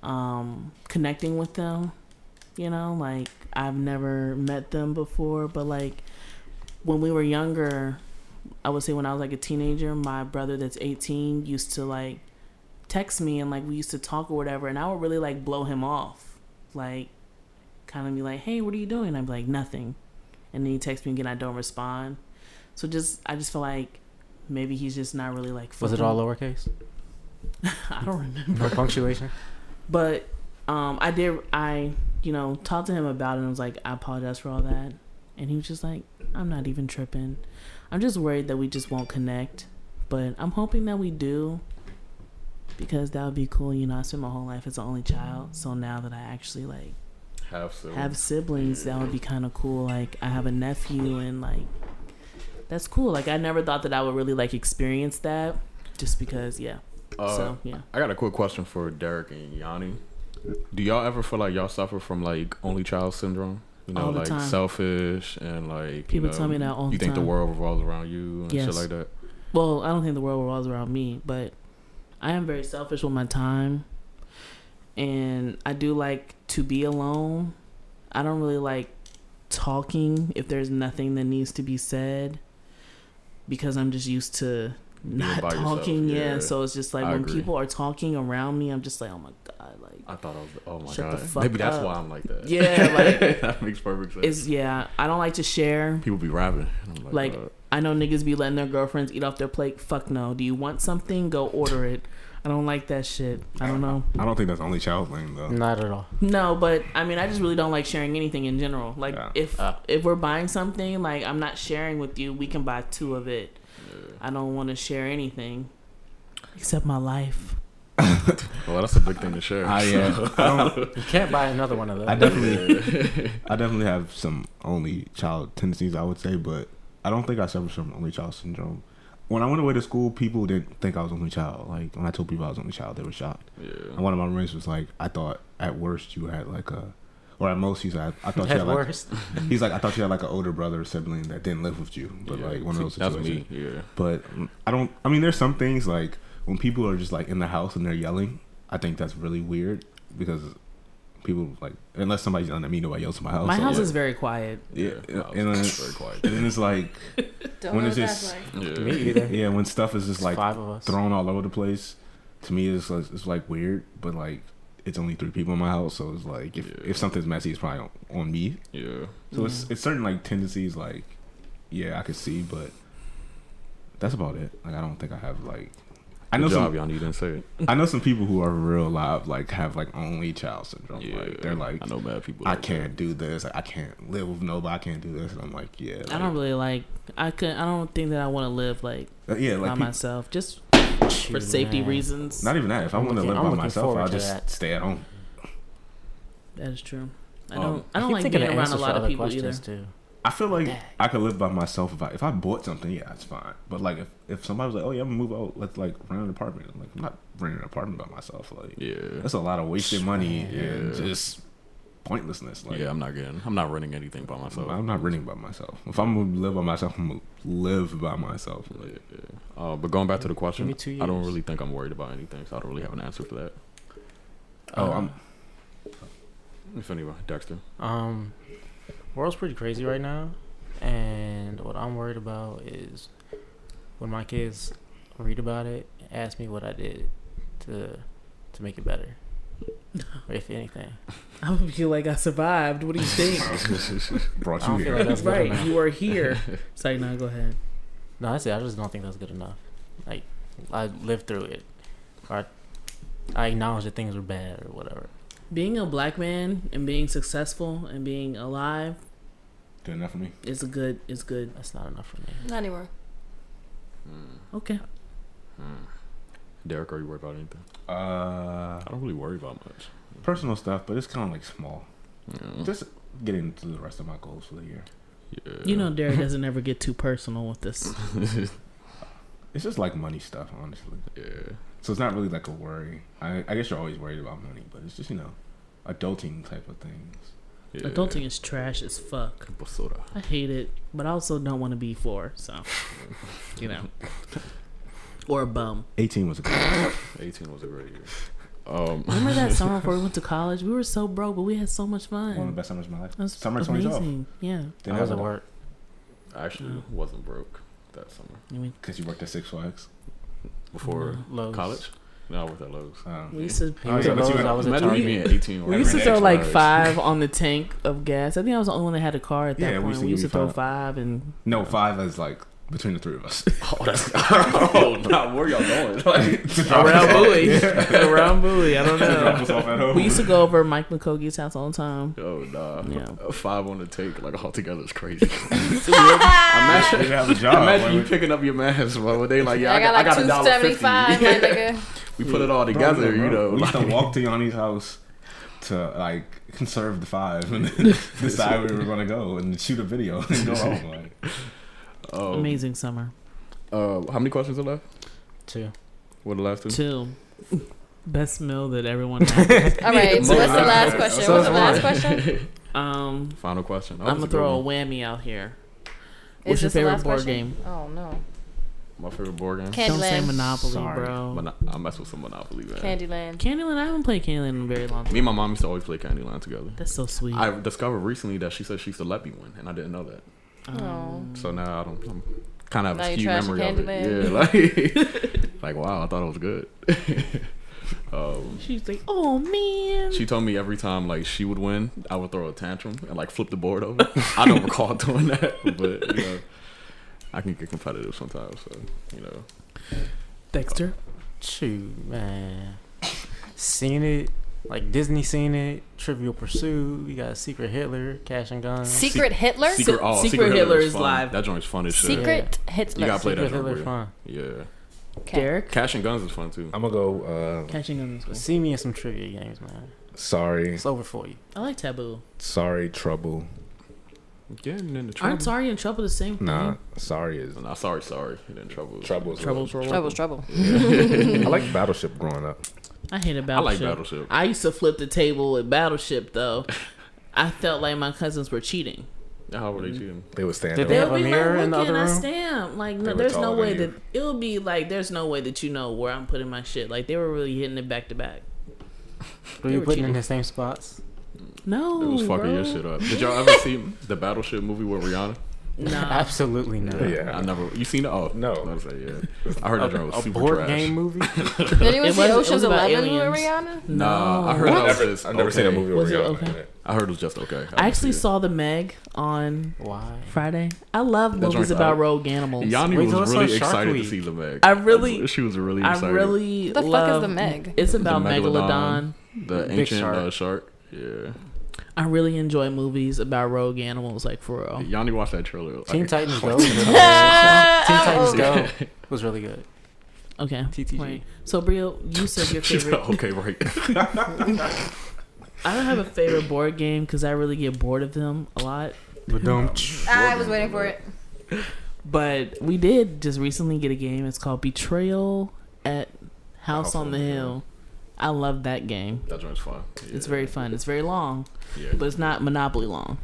S3: um connecting with them you know like i've never met them before but like when we were younger i would say when i was like a teenager my brother that's 18 used to like text me and like we used to talk or whatever and i would really like blow him off like kind of be like, "Hey, what are you doing?" I'm like, "Nothing," and then he texts me again. I don't respond. So just, I just feel like maybe he's just not really like.
S4: Was it
S3: fucking-
S4: all lowercase?
S3: I don't remember.
S4: No punctuation.
S3: But um, I did. I you know talked to him about it. and I was like, "I apologize for all that," and he was just like, "I'm not even tripping. I'm just worried that we just won't connect, but I'm hoping that we do." Because that would be cool, you know. I spent my whole life as an only child, so now that I actually like
S1: have so.
S3: have siblings that would be kind of cool like i have a nephew and like that's cool like i never thought that i would really like experience that just because yeah
S1: Uh,
S3: so yeah
S1: I got a quick question for Derek and Yanni. Do y'all ever feel like y'all suffer from like only child syndrome? You know,
S3: All the
S1: like
S3: time.
S1: selfish and like
S3: People
S1: you know,
S3: tell me that all
S1: You
S3: the
S1: think the
S3: time.
S1: world revolves around you and shit
S3: Yes.
S1: like that.
S3: well i don't think the world revolves around me but i am very selfish with my time and i do like to be alone i don't really like talking if there's nothing that needs to be said because i'm just used to
S1: Being
S3: not
S1: by yourself,
S3: talking yeah.
S1: yeah.
S3: so it's just like
S1: I
S3: when
S1: agree.
S3: people are talking around me i'm just like oh my god like
S1: I thought I was. Oh my
S3: Shut the
S1: god.
S3: fuck
S1: Maybe that's
S3: up.
S1: why I'm like that.
S3: Yeah, like-
S1: that makes perfect sense.
S3: It's yeah. I don't like to share.
S1: People be rapping. and I'm like,
S3: Like,
S1: uh,
S3: I know niggas be letting their girlfriends eat off their plate. Fuck no. Do you want something? Go order it. I don't like that shit. I don't know.
S2: I don't think that's only child thing though.
S4: Not at all.
S3: No, but I mean, I just really don't like sharing anything in general. Like
S2: Yeah.
S3: if
S4: Ah.
S3: if we're buying something, like I'm not sharing with you. We can buy two of it. I don't want to share anything except my life.
S1: well, that's a big thing to share.
S2: I, uh, I, don't,
S4: You can't buy another one of those.
S2: I definitely, I definitely have some only child tendencies. I would say, but I don't think I suffer from only child syndrome. When I went away to school, people didn't think I was only child. Like when I told people I was only child, they were shocked.
S1: yeah.
S2: And one of my roommates was like, "I thought at worst you had like a Or at most, he's like, I thought you
S4: At
S2: had like,
S4: worst.
S2: he's like, I thought you had like an older brother or sibling that didn't live with you, but
S1: Yeah.
S2: like one of those
S1: That's
S2: situations.
S1: me. Yeah.
S2: But mm, I don't. I mean, there's some things like when people are just like in the house and they're yelling. I think that's really weird because people like unless somebody's yelling at me, nobody yells in my house.
S3: My
S2: So,
S3: house
S2: like,
S3: is very quiet.
S2: yeah,
S1: I was
S2: and then,
S1: very quiet.
S2: and then it's like
S5: Don't
S2: When
S5: know
S2: is
S5: what that's
S2: this-
S5: like.
S1: Yeah.
S4: Me either.
S2: yeah, when stuff is just
S4: It's
S2: like
S4: five of us.
S2: thrown all over the place. To me, it's like, it's like weird, but like it's only three people in my house, so it's like if,
S1: Yeah.
S2: if something's messy, it's probably on, on me.
S1: Yeah.
S2: So
S4: Mm-hmm.
S2: it's it's certain like tendencies, like yeah, I could see, but that's about it. Like I don't think I have like I
S1: Good
S2: know
S1: job,
S2: some
S1: y'all. You didn't say it.
S2: I know some people who are real live like have like only child syndrome. Like they're like
S1: I know mad people.
S2: I,
S1: like that.
S2: can't do this, I can't live with nobody, I can't do this, and I'm like yeah,
S3: I don't really like. I could. I don't think that I want to live like
S2: really, uh, yeah,
S3: by
S2: like people,
S3: myself, just for
S4: Shoot,
S3: safety
S4: man.
S3: reasons.
S2: not even that. If i
S4: I'm
S2: want to
S4: looking-
S2: live
S4: I'm
S2: by
S4: looking
S2: myself,
S4: forward
S2: I'll
S4: to
S2: just
S4: that.
S2: stay at home. e-
S3: that is true. I
S1: Um,
S3: don't. I don't
S4: Oh. keep
S3: like
S4: thinking
S3: being around
S4: of
S3: a
S4: answers for
S3: lot of
S4: other
S3: people either.
S4: questions, Too.
S2: I feel like
S4: Dang.
S2: I could live by myself if I if I bought something, yeah, it's fine. But like if, if somebody was like, Oh yeah, I'm gonna move out, let's like rent an apartment. I'm like, I'm not renting an apartment by myself. Like
S1: Yeah.
S2: that's a lot of wasted money and
S1: Yeah.
S2: just pointlessness. Like
S1: yeah, I'm not getting. I'm not running anything by myself.
S2: I'm not renting by myself. If I'm gonna live by myself, I'm gonna live by myself.
S1: Yeah,
S2: Like,
S1: yeah. Uh, but going back to the question,
S4: me two
S1: I don't
S4: years.
S1: really think I'm worried about anything, so I don't really have an answer for that.
S2: oh,
S4: Uh,
S2: I'm
S1: If anyone, Dexter.
S4: Um, world's pretty crazy right now, and what I'm worried about is when my kids read about it, ask me what I did to to make it better, or if anything.
S3: I would feel like I survived. What do you think?
S2: brought
S4: I
S2: you
S4: don't feel
S2: here.
S4: like that's good
S3: right.
S4: enough.
S3: You are here. It's like, no, go ahead.
S4: No, that's it. I just don't think that's good enough. Like, I lived through it, or I acknowledge that things were bad or whatever.
S3: Being a black man and being successful and being alive
S2: Good enough for me.
S3: is a good. Is good.
S4: That's not enough for me.
S5: Not anymore.
S3: Mm. Okay.
S1: Mm. Derek, are you worried about anything?
S2: Uh,
S1: I don't really worry about much.
S2: personal stuff, but it's kind of like small.
S1: Yeah.
S2: Just get into the rest of my goals for the year.
S1: Yeah.
S3: You know, Derek doesn't ever get too personal with this.
S2: It's just like money stuff, honestly.
S1: yeah.
S2: So it's not really like a worry. I, I guess you're always worried about money, but it's just you know, adulting type of things.
S1: Yeah.
S3: Adulting is trash as fuck.
S1: Basura.
S3: I hate it, but I also don't want to be four. So, you know, or a bum.
S2: Eighteen was a good.
S1: 18 was a great year. Um,
S3: Remember that summer before we went to college? We were so broke, but we had so much fun.
S2: one of the best summers of my life.
S3: That's
S2: Summer
S3: amazing.
S2: 20s off.
S3: Yeah.
S4: I was at work.
S1: I
S3: Oh.
S1: actually wasn't broke that summer.
S3: I mean,
S2: because you worked at Six Flags.
S1: Before
S4: Lowe's.
S1: college? No, I worked at Lowe's.
S2: Um,
S3: we used to
S4: He
S2: Oh,
S4: was
S2: yeah,
S4: at
S2: but you
S4: Lowe's.
S2: got-
S4: I was at
S1: Imagine
S3: Imagine
S4: Target.
S1: being 18
S3: we used to
S2: Every
S3: throw
S2: day.
S3: like five on the tank of gas. I think I was the only one that had a car at that
S2: Yeah, we
S3: point. We
S2: used
S3: used
S2: to
S3: to,
S2: give you
S3: throw
S2: five.
S3: five and
S2: no, five is like between the three of us.
S1: Oh, that's. oh, not where y'all going?
S2: to drop
S3: around
S2: us off.
S3: buoy,
S2: Yeah.
S3: around buoy. I don't
S2: To drop us
S3: know.
S2: off at home.
S3: We used to go over Mike McCogie's house all the time.
S1: Oh nah.
S3: Yeah.
S1: A five on the take, like all together is crazy.
S2: We
S1: imagine
S2: didn't have a job.
S1: imagine
S2: Why
S1: you
S2: would-
S1: picking up your maths, bro. when They like, Oh, yeah,
S5: I got like
S1: a
S5: two
S1: dollar
S5: seventy
S1: fifty.
S5: five, my nigga.
S1: We put it all
S2: Bro,
S1: together,
S2: bro,
S1: you know.
S2: We used to
S1: like-
S2: walk to Yanni's house to like conserve the five and then decide where we were gonna go and shoot a video and go home. Like,
S1: Oh,
S3: Amazing summer.
S1: Uh, how many questions are left?
S4: Two.
S1: What are the last two?
S3: Two. Best meal that everyone had.
S5: All right, so what's the last question?
S2: So
S5: what's the last
S2: it's
S5: question?
S3: Um,
S1: Final question. Oh,
S3: I'm
S1: that's
S3: gonna
S1: a good
S3: throw a
S1: one.
S3: whammy out here.
S5: Is
S3: What's your
S5: this the
S3: favorite
S5: last
S3: board
S5: question?
S3: game?
S5: Oh no,
S1: My favorite board game.
S5: Candyland.
S3: Don't say Monopoly,
S2: Sorry.
S3: bro.
S1: Mon- I mess with some Monopoly,
S3: Uh.
S1: man.
S5: Candyland.
S3: Candyland. I haven't played Candyland in a very long time.
S1: Me and my mom used to always play Candyland together.
S3: That's so sweet.
S1: I discovered recently that she said she used to let me win, and I didn't know that.
S3: Um,
S1: So now I don't. I'm kind of
S5: Now
S1: have a
S5: you
S1: skewed
S5: trash
S1: memory of
S5: Candyland.
S1: it. Yeah, like, like wow, I thought it was good. um,
S3: she's like, oh man.
S1: she told me every time like she would win, I would throw a tantrum and like flip the board over. I don't recall doing that, but you know, I can get competitive sometimes. So you know,
S3: Dexter.
S4: Shoot, man. Seen it. Like Disney seen it. Trivial Pursuit. We got Secret Hitler, Cash and Guns.
S5: Secret Hitler.
S1: Secret, oh,
S3: Secret
S1: Secret
S3: Hitler is
S1: fun.
S3: live.
S1: That joint's fun as shit.
S5: Secret
S1: You gotta play
S5: Hitler.
S1: that
S4: Secret
S1: joint.
S4: Hitler
S1: bro.
S4: fun.
S1: Yeah,
S5: Okay.
S3: Derek.
S1: Cash and Guns is fun too.
S2: I'm gonna go. Uh,
S3: Catching on this
S4: See me in some trivia games, man.
S2: sorry,
S4: It's over for you.
S3: I like Taboo.
S2: sorry, trouble.
S1: Getting in the trouble.
S3: Aren't Sorry and Trouble the same thing?
S2: Nah, sorry is
S1: Nah, sorry, sorry. You're in trouble.
S2: trouble.
S3: Trouble, trouble.
S5: Trouble's trouble.
S2: I like Battleship growing up.
S3: I hate a
S1: I like
S3: Battleship.
S1: Battleship.
S3: I used to flip the table with Battleship though. I felt like my cousins were cheating.
S1: How were they cheating?
S2: They would stand
S4: Did
S2: up.
S4: They
S3: They'll
S4: have a
S3: be like,
S4: mirror
S3: "Where
S4: in the
S3: can
S4: other
S3: I
S4: room?"
S3: stand? Like,
S2: They
S3: no,
S2: were
S3: there's no
S2: taller
S3: way
S2: than you.
S3: that it'll be like, there's no way that you know where I'm putting my shit. Like, they were really hitting it back to back.
S4: Were
S3: They
S4: you
S3: were
S4: putting in
S3: cheating.
S4: the same spots?
S3: No,
S1: It was fucking
S3: bro.
S1: your shit up. Did y'all ever see the Battleship movie with Rihanna?
S3: Nah,
S4: Absolutely not.
S1: I
S2: Yeah.
S1: never. You seen it? Oh
S2: No.
S1: I was like, yeah. I heard that
S4: A,
S1: joint was
S4: a
S1: super
S4: board
S1: trash.
S4: game movie?
S5: Did anyone
S3: It was-
S5: see
S3: it
S5: Ocean's
S3: was about
S5: Eleven with
S3: aliens.
S5: Rihanna?
S1: Nah, I heard
S3: No.
S1: that was
S2: I've
S1: just.
S2: never, I've never seen a
S1: okay.
S2: movie
S3: Was
S2: with
S3: it
S2: Rihanna.
S3: okay?
S2: in it.
S1: I heard it was just okay.
S3: I actually
S1: didn't see
S3: saw the Meg on
S4: Why?
S3: Friday. I love
S1: That
S3: movies
S1: joint's
S3: about
S1: out.
S3: rogue
S1: it.
S3: animals.
S1: Yanni
S4: Wait, so
S1: was
S4: it's on
S1: really
S4: Shark
S1: excited
S4: Week.
S1: to see the Meg.
S3: I really-
S1: she was really
S3: I
S1: excited.
S3: really
S5: The fuck is
S3: love
S5: the Meg?
S3: It's about
S1: The
S3: megalodon.
S1: Megalodon. the
S4: Big
S1: ancient
S4: shark.
S1: Uh, shark. Yeah,
S3: I really enjoy movies about rogue animals, like for real.
S1: Yanni watched that trailer. Like,
S4: Teen Titans Go. was really good. Teen Titans Go was really good.
S3: Okay.
S4: TTG.
S3: Wait. So Brio, you said your
S1: She's
S3: favorite.
S1: like, okay, right.
S3: I don't have a favorite board game because I really get bored of them a lot.
S5: I was waiting for it.
S3: But we did just recently get a game. It's called Betrayal at House, on the Hill. I love that game.
S1: That joint's fun. Yeah.
S3: It's very fun. It's very long,
S1: Yeah.
S3: but it's not Monopoly long.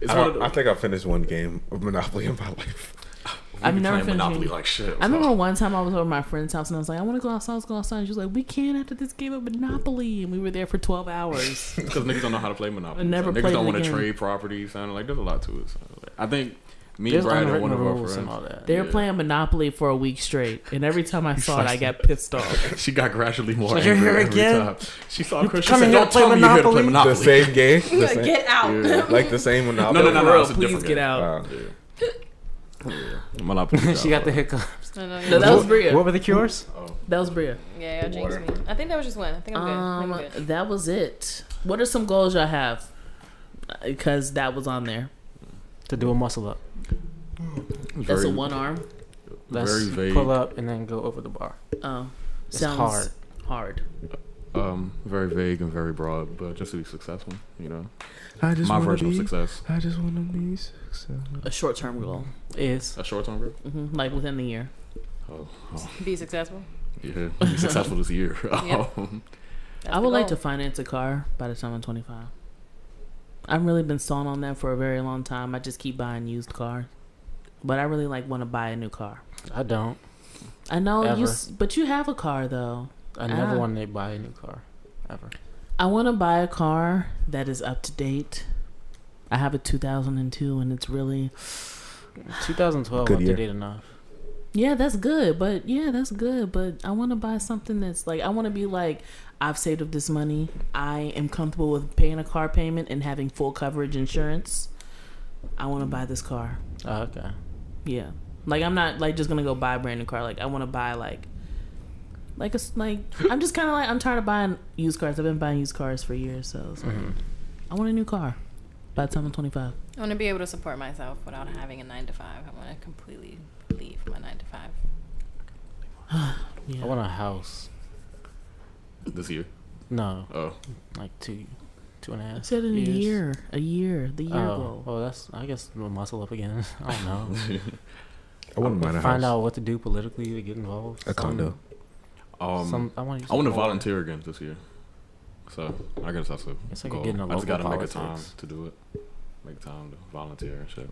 S1: It's
S2: I,
S1: one of
S2: don't- I
S1: the,
S2: think I finished one game of Monopoly in my life.
S3: I've
S1: we
S3: never
S1: playing
S3: finished
S1: Monopoly
S3: it.
S1: like shit.
S3: I remember one time I was over at my friend's house and I was like, I want to go outside, let's go outside. And she was like, We can't after this game of Monopoly. And we were there for 12 hours.
S1: because niggas don't know how to play Monopoly.
S3: I
S1: so
S3: never
S1: niggas
S3: played
S1: don't
S3: the
S1: want to
S3: game.
S1: trade property. Sounding like there's a lot to it. So like, I think me
S4: There's
S1: and Brad and
S4: unwritten
S1: one of our
S4: rules and all
S1: friends.
S4: that.
S3: they were
S1: Yeah.
S3: playing Monopoly for a week straight. And every time I saw it, I got pissed off.
S1: She got gradually more
S4: She's like,
S1: angry
S4: "You're here
S1: every
S4: again?
S1: time. She saw Chris. She
S4: coming
S1: said,
S4: here
S1: "Don't
S4: to play
S1: tell me you're here to play
S4: Monopoly?"
S1: Monopoly."
S2: The same game, the same,
S5: Get out.
S1: Yeah.
S2: like the same
S1: No,
S2: Monopoly.
S1: no, no, no. It's a
S3: Please
S1: different
S3: get
S1: game.
S3: out.
S2: Uh,
S1: Yeah. Monopoly.
S4: she got the hiccups.
S5: I know,
S3: No,
S5: yeah.
S3: that was
S4: What-
S3: Bria.
S4: What were the cures?
S3: That was Bria.
S5: yeah, y'all jinxed
S2: Water.
S5: me. I think that was just one. I think I'm good. I think
S3: Um,
S5: I'm good.
S3: that was it. What are some goals y'all have? Because that was on there.
S4: To do a muscle up.
S3: That's a one arm.
S4: That's
S1: Very vague.
S4: pull up and then go over the bar.
S3: Oh,
S4: It's
S3: sounds
S4: hard.
S3: hard.
S1: Um, very vague and very broad, but just to be successful, you know,
S2: I just
S1: my
S2: wanna
S1: version of
S2: be-
S1: success.
S2: I just want to be successful.
S3: A short term goal is
S1: A short term group.
S3: hmm like within the year.
S1: Oh,
S5: Be successful.
S1: yeah, be successful this year.
S5: Yeah.
S1: Um,
S5: That's
S3: I
S5: the
S3: would like to
S5: goal.
S3: finance a car by the time I'm 25. I've really been stalling on that for a very long time. I just keep buying used cars, but I really like want to buy a new car.
S4: I don't.
S3: I know
S4: Ever.
S3: you, s- but you have a car though.
S4: I never
S3: Ah.
S4: wanted to buy a new car. Ever.
S3: I want to buy a car that is up to date. I have a 2002, and it's really
S4: 2012
S2: Good
S4: up to
S2: year.
S4: date enough.
S3: Yeah, that's good, but yeah, that's good, but I want to buy something that's like I want to be like I've saved up this money. I am comfortable with paying a car payment and having full coverage insurance. I want to buy this car.
S4: Oh, okay.
S3: Yeah. Like I'm not like just going to go buy a brand new car. Like I want to buy like like a s- like I'm just kind of like I'm tired of buying used cars. I've been buying used cars for years, so it's like, I want a new car by the time I'm 25.
S5: I want to be able to support myself without having a nine to five. I want to completely leave my nine to five.
S3: Yeah.
S4: I want a house.
S1: this year.
S4: No,
S1: Oh,
S4: like two, two and a half.
S3: I said in
S4: years.
S3: a year, a year, the year
S4: Oh,
S3: goal.
S4: well, that's. I guess we'll muscle up again. I don't know.
S1: Um,
S2: I wouldn't mind a
S4: Find
S2: house.
S4: out what to do politically to get involved.
S2: A condo.
S1: um,
S4: Some, I want.
S1: I want to volunteer again this year. So I guess that's a
S4: It's like
S1: goal.
S4: getting a
S1: I just
S4: local
S1: gotta make a time
S4: politics.
S1: to do it. Make time to volunteer and shit.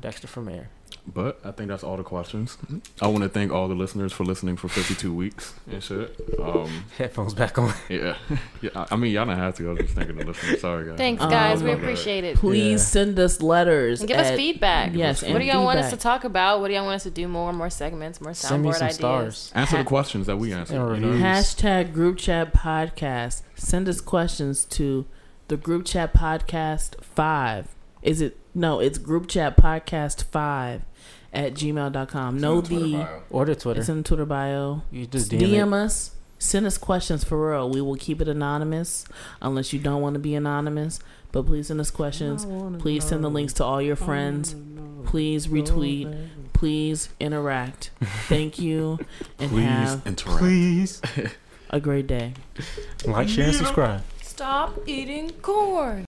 S4: Dexter for mayor.
S1: But I think that's all the questions. I want to thank all the listeners for listening for 52 weeks and shit. Um,
S4: Headphones back on.
S1: yeah, yeah. I- I mean, y'all don't have to. I was just thinking of listening. Sorry, guys.
S5: Thanks,
S3: Um,
S5: guys. we
S1: okay.
S5: appreciate it.
S3: Please
S4: Yeah.
S3: send us letters.
S5: And give us
S3: at-
S5: feedback.
S3: Yes.
S5: What do y'all want us to talk about? What do y'all want us to do more? More segments, more soundboard
S4: Send me some
S5: ideas.
S4: stars.
S1: Answer the questions that we answered.
S4: And
S1: you know?
S4: reviews.
S3: Hashtag group chat podcast. Send us questions to the group chat podcast five. Is it no? It's group chat podcast five at gmail.com. No, the
S4: Or the Twitter.
S3: it's in the Twitter bio.
S4: you just DM,
S3: DM
S4: it.
S3: us. Send us questions for real. We will keep it anonymous unless you don't want to be anonymous. But please send us questions. Please send the links to all your friends. Please retweet. Please interact. Thank you and
S1: Please
S3: have
S1: interact.
S4: Please
S3: a great day.
S4: like, share, and subscribe.
S5: Stop eating corn.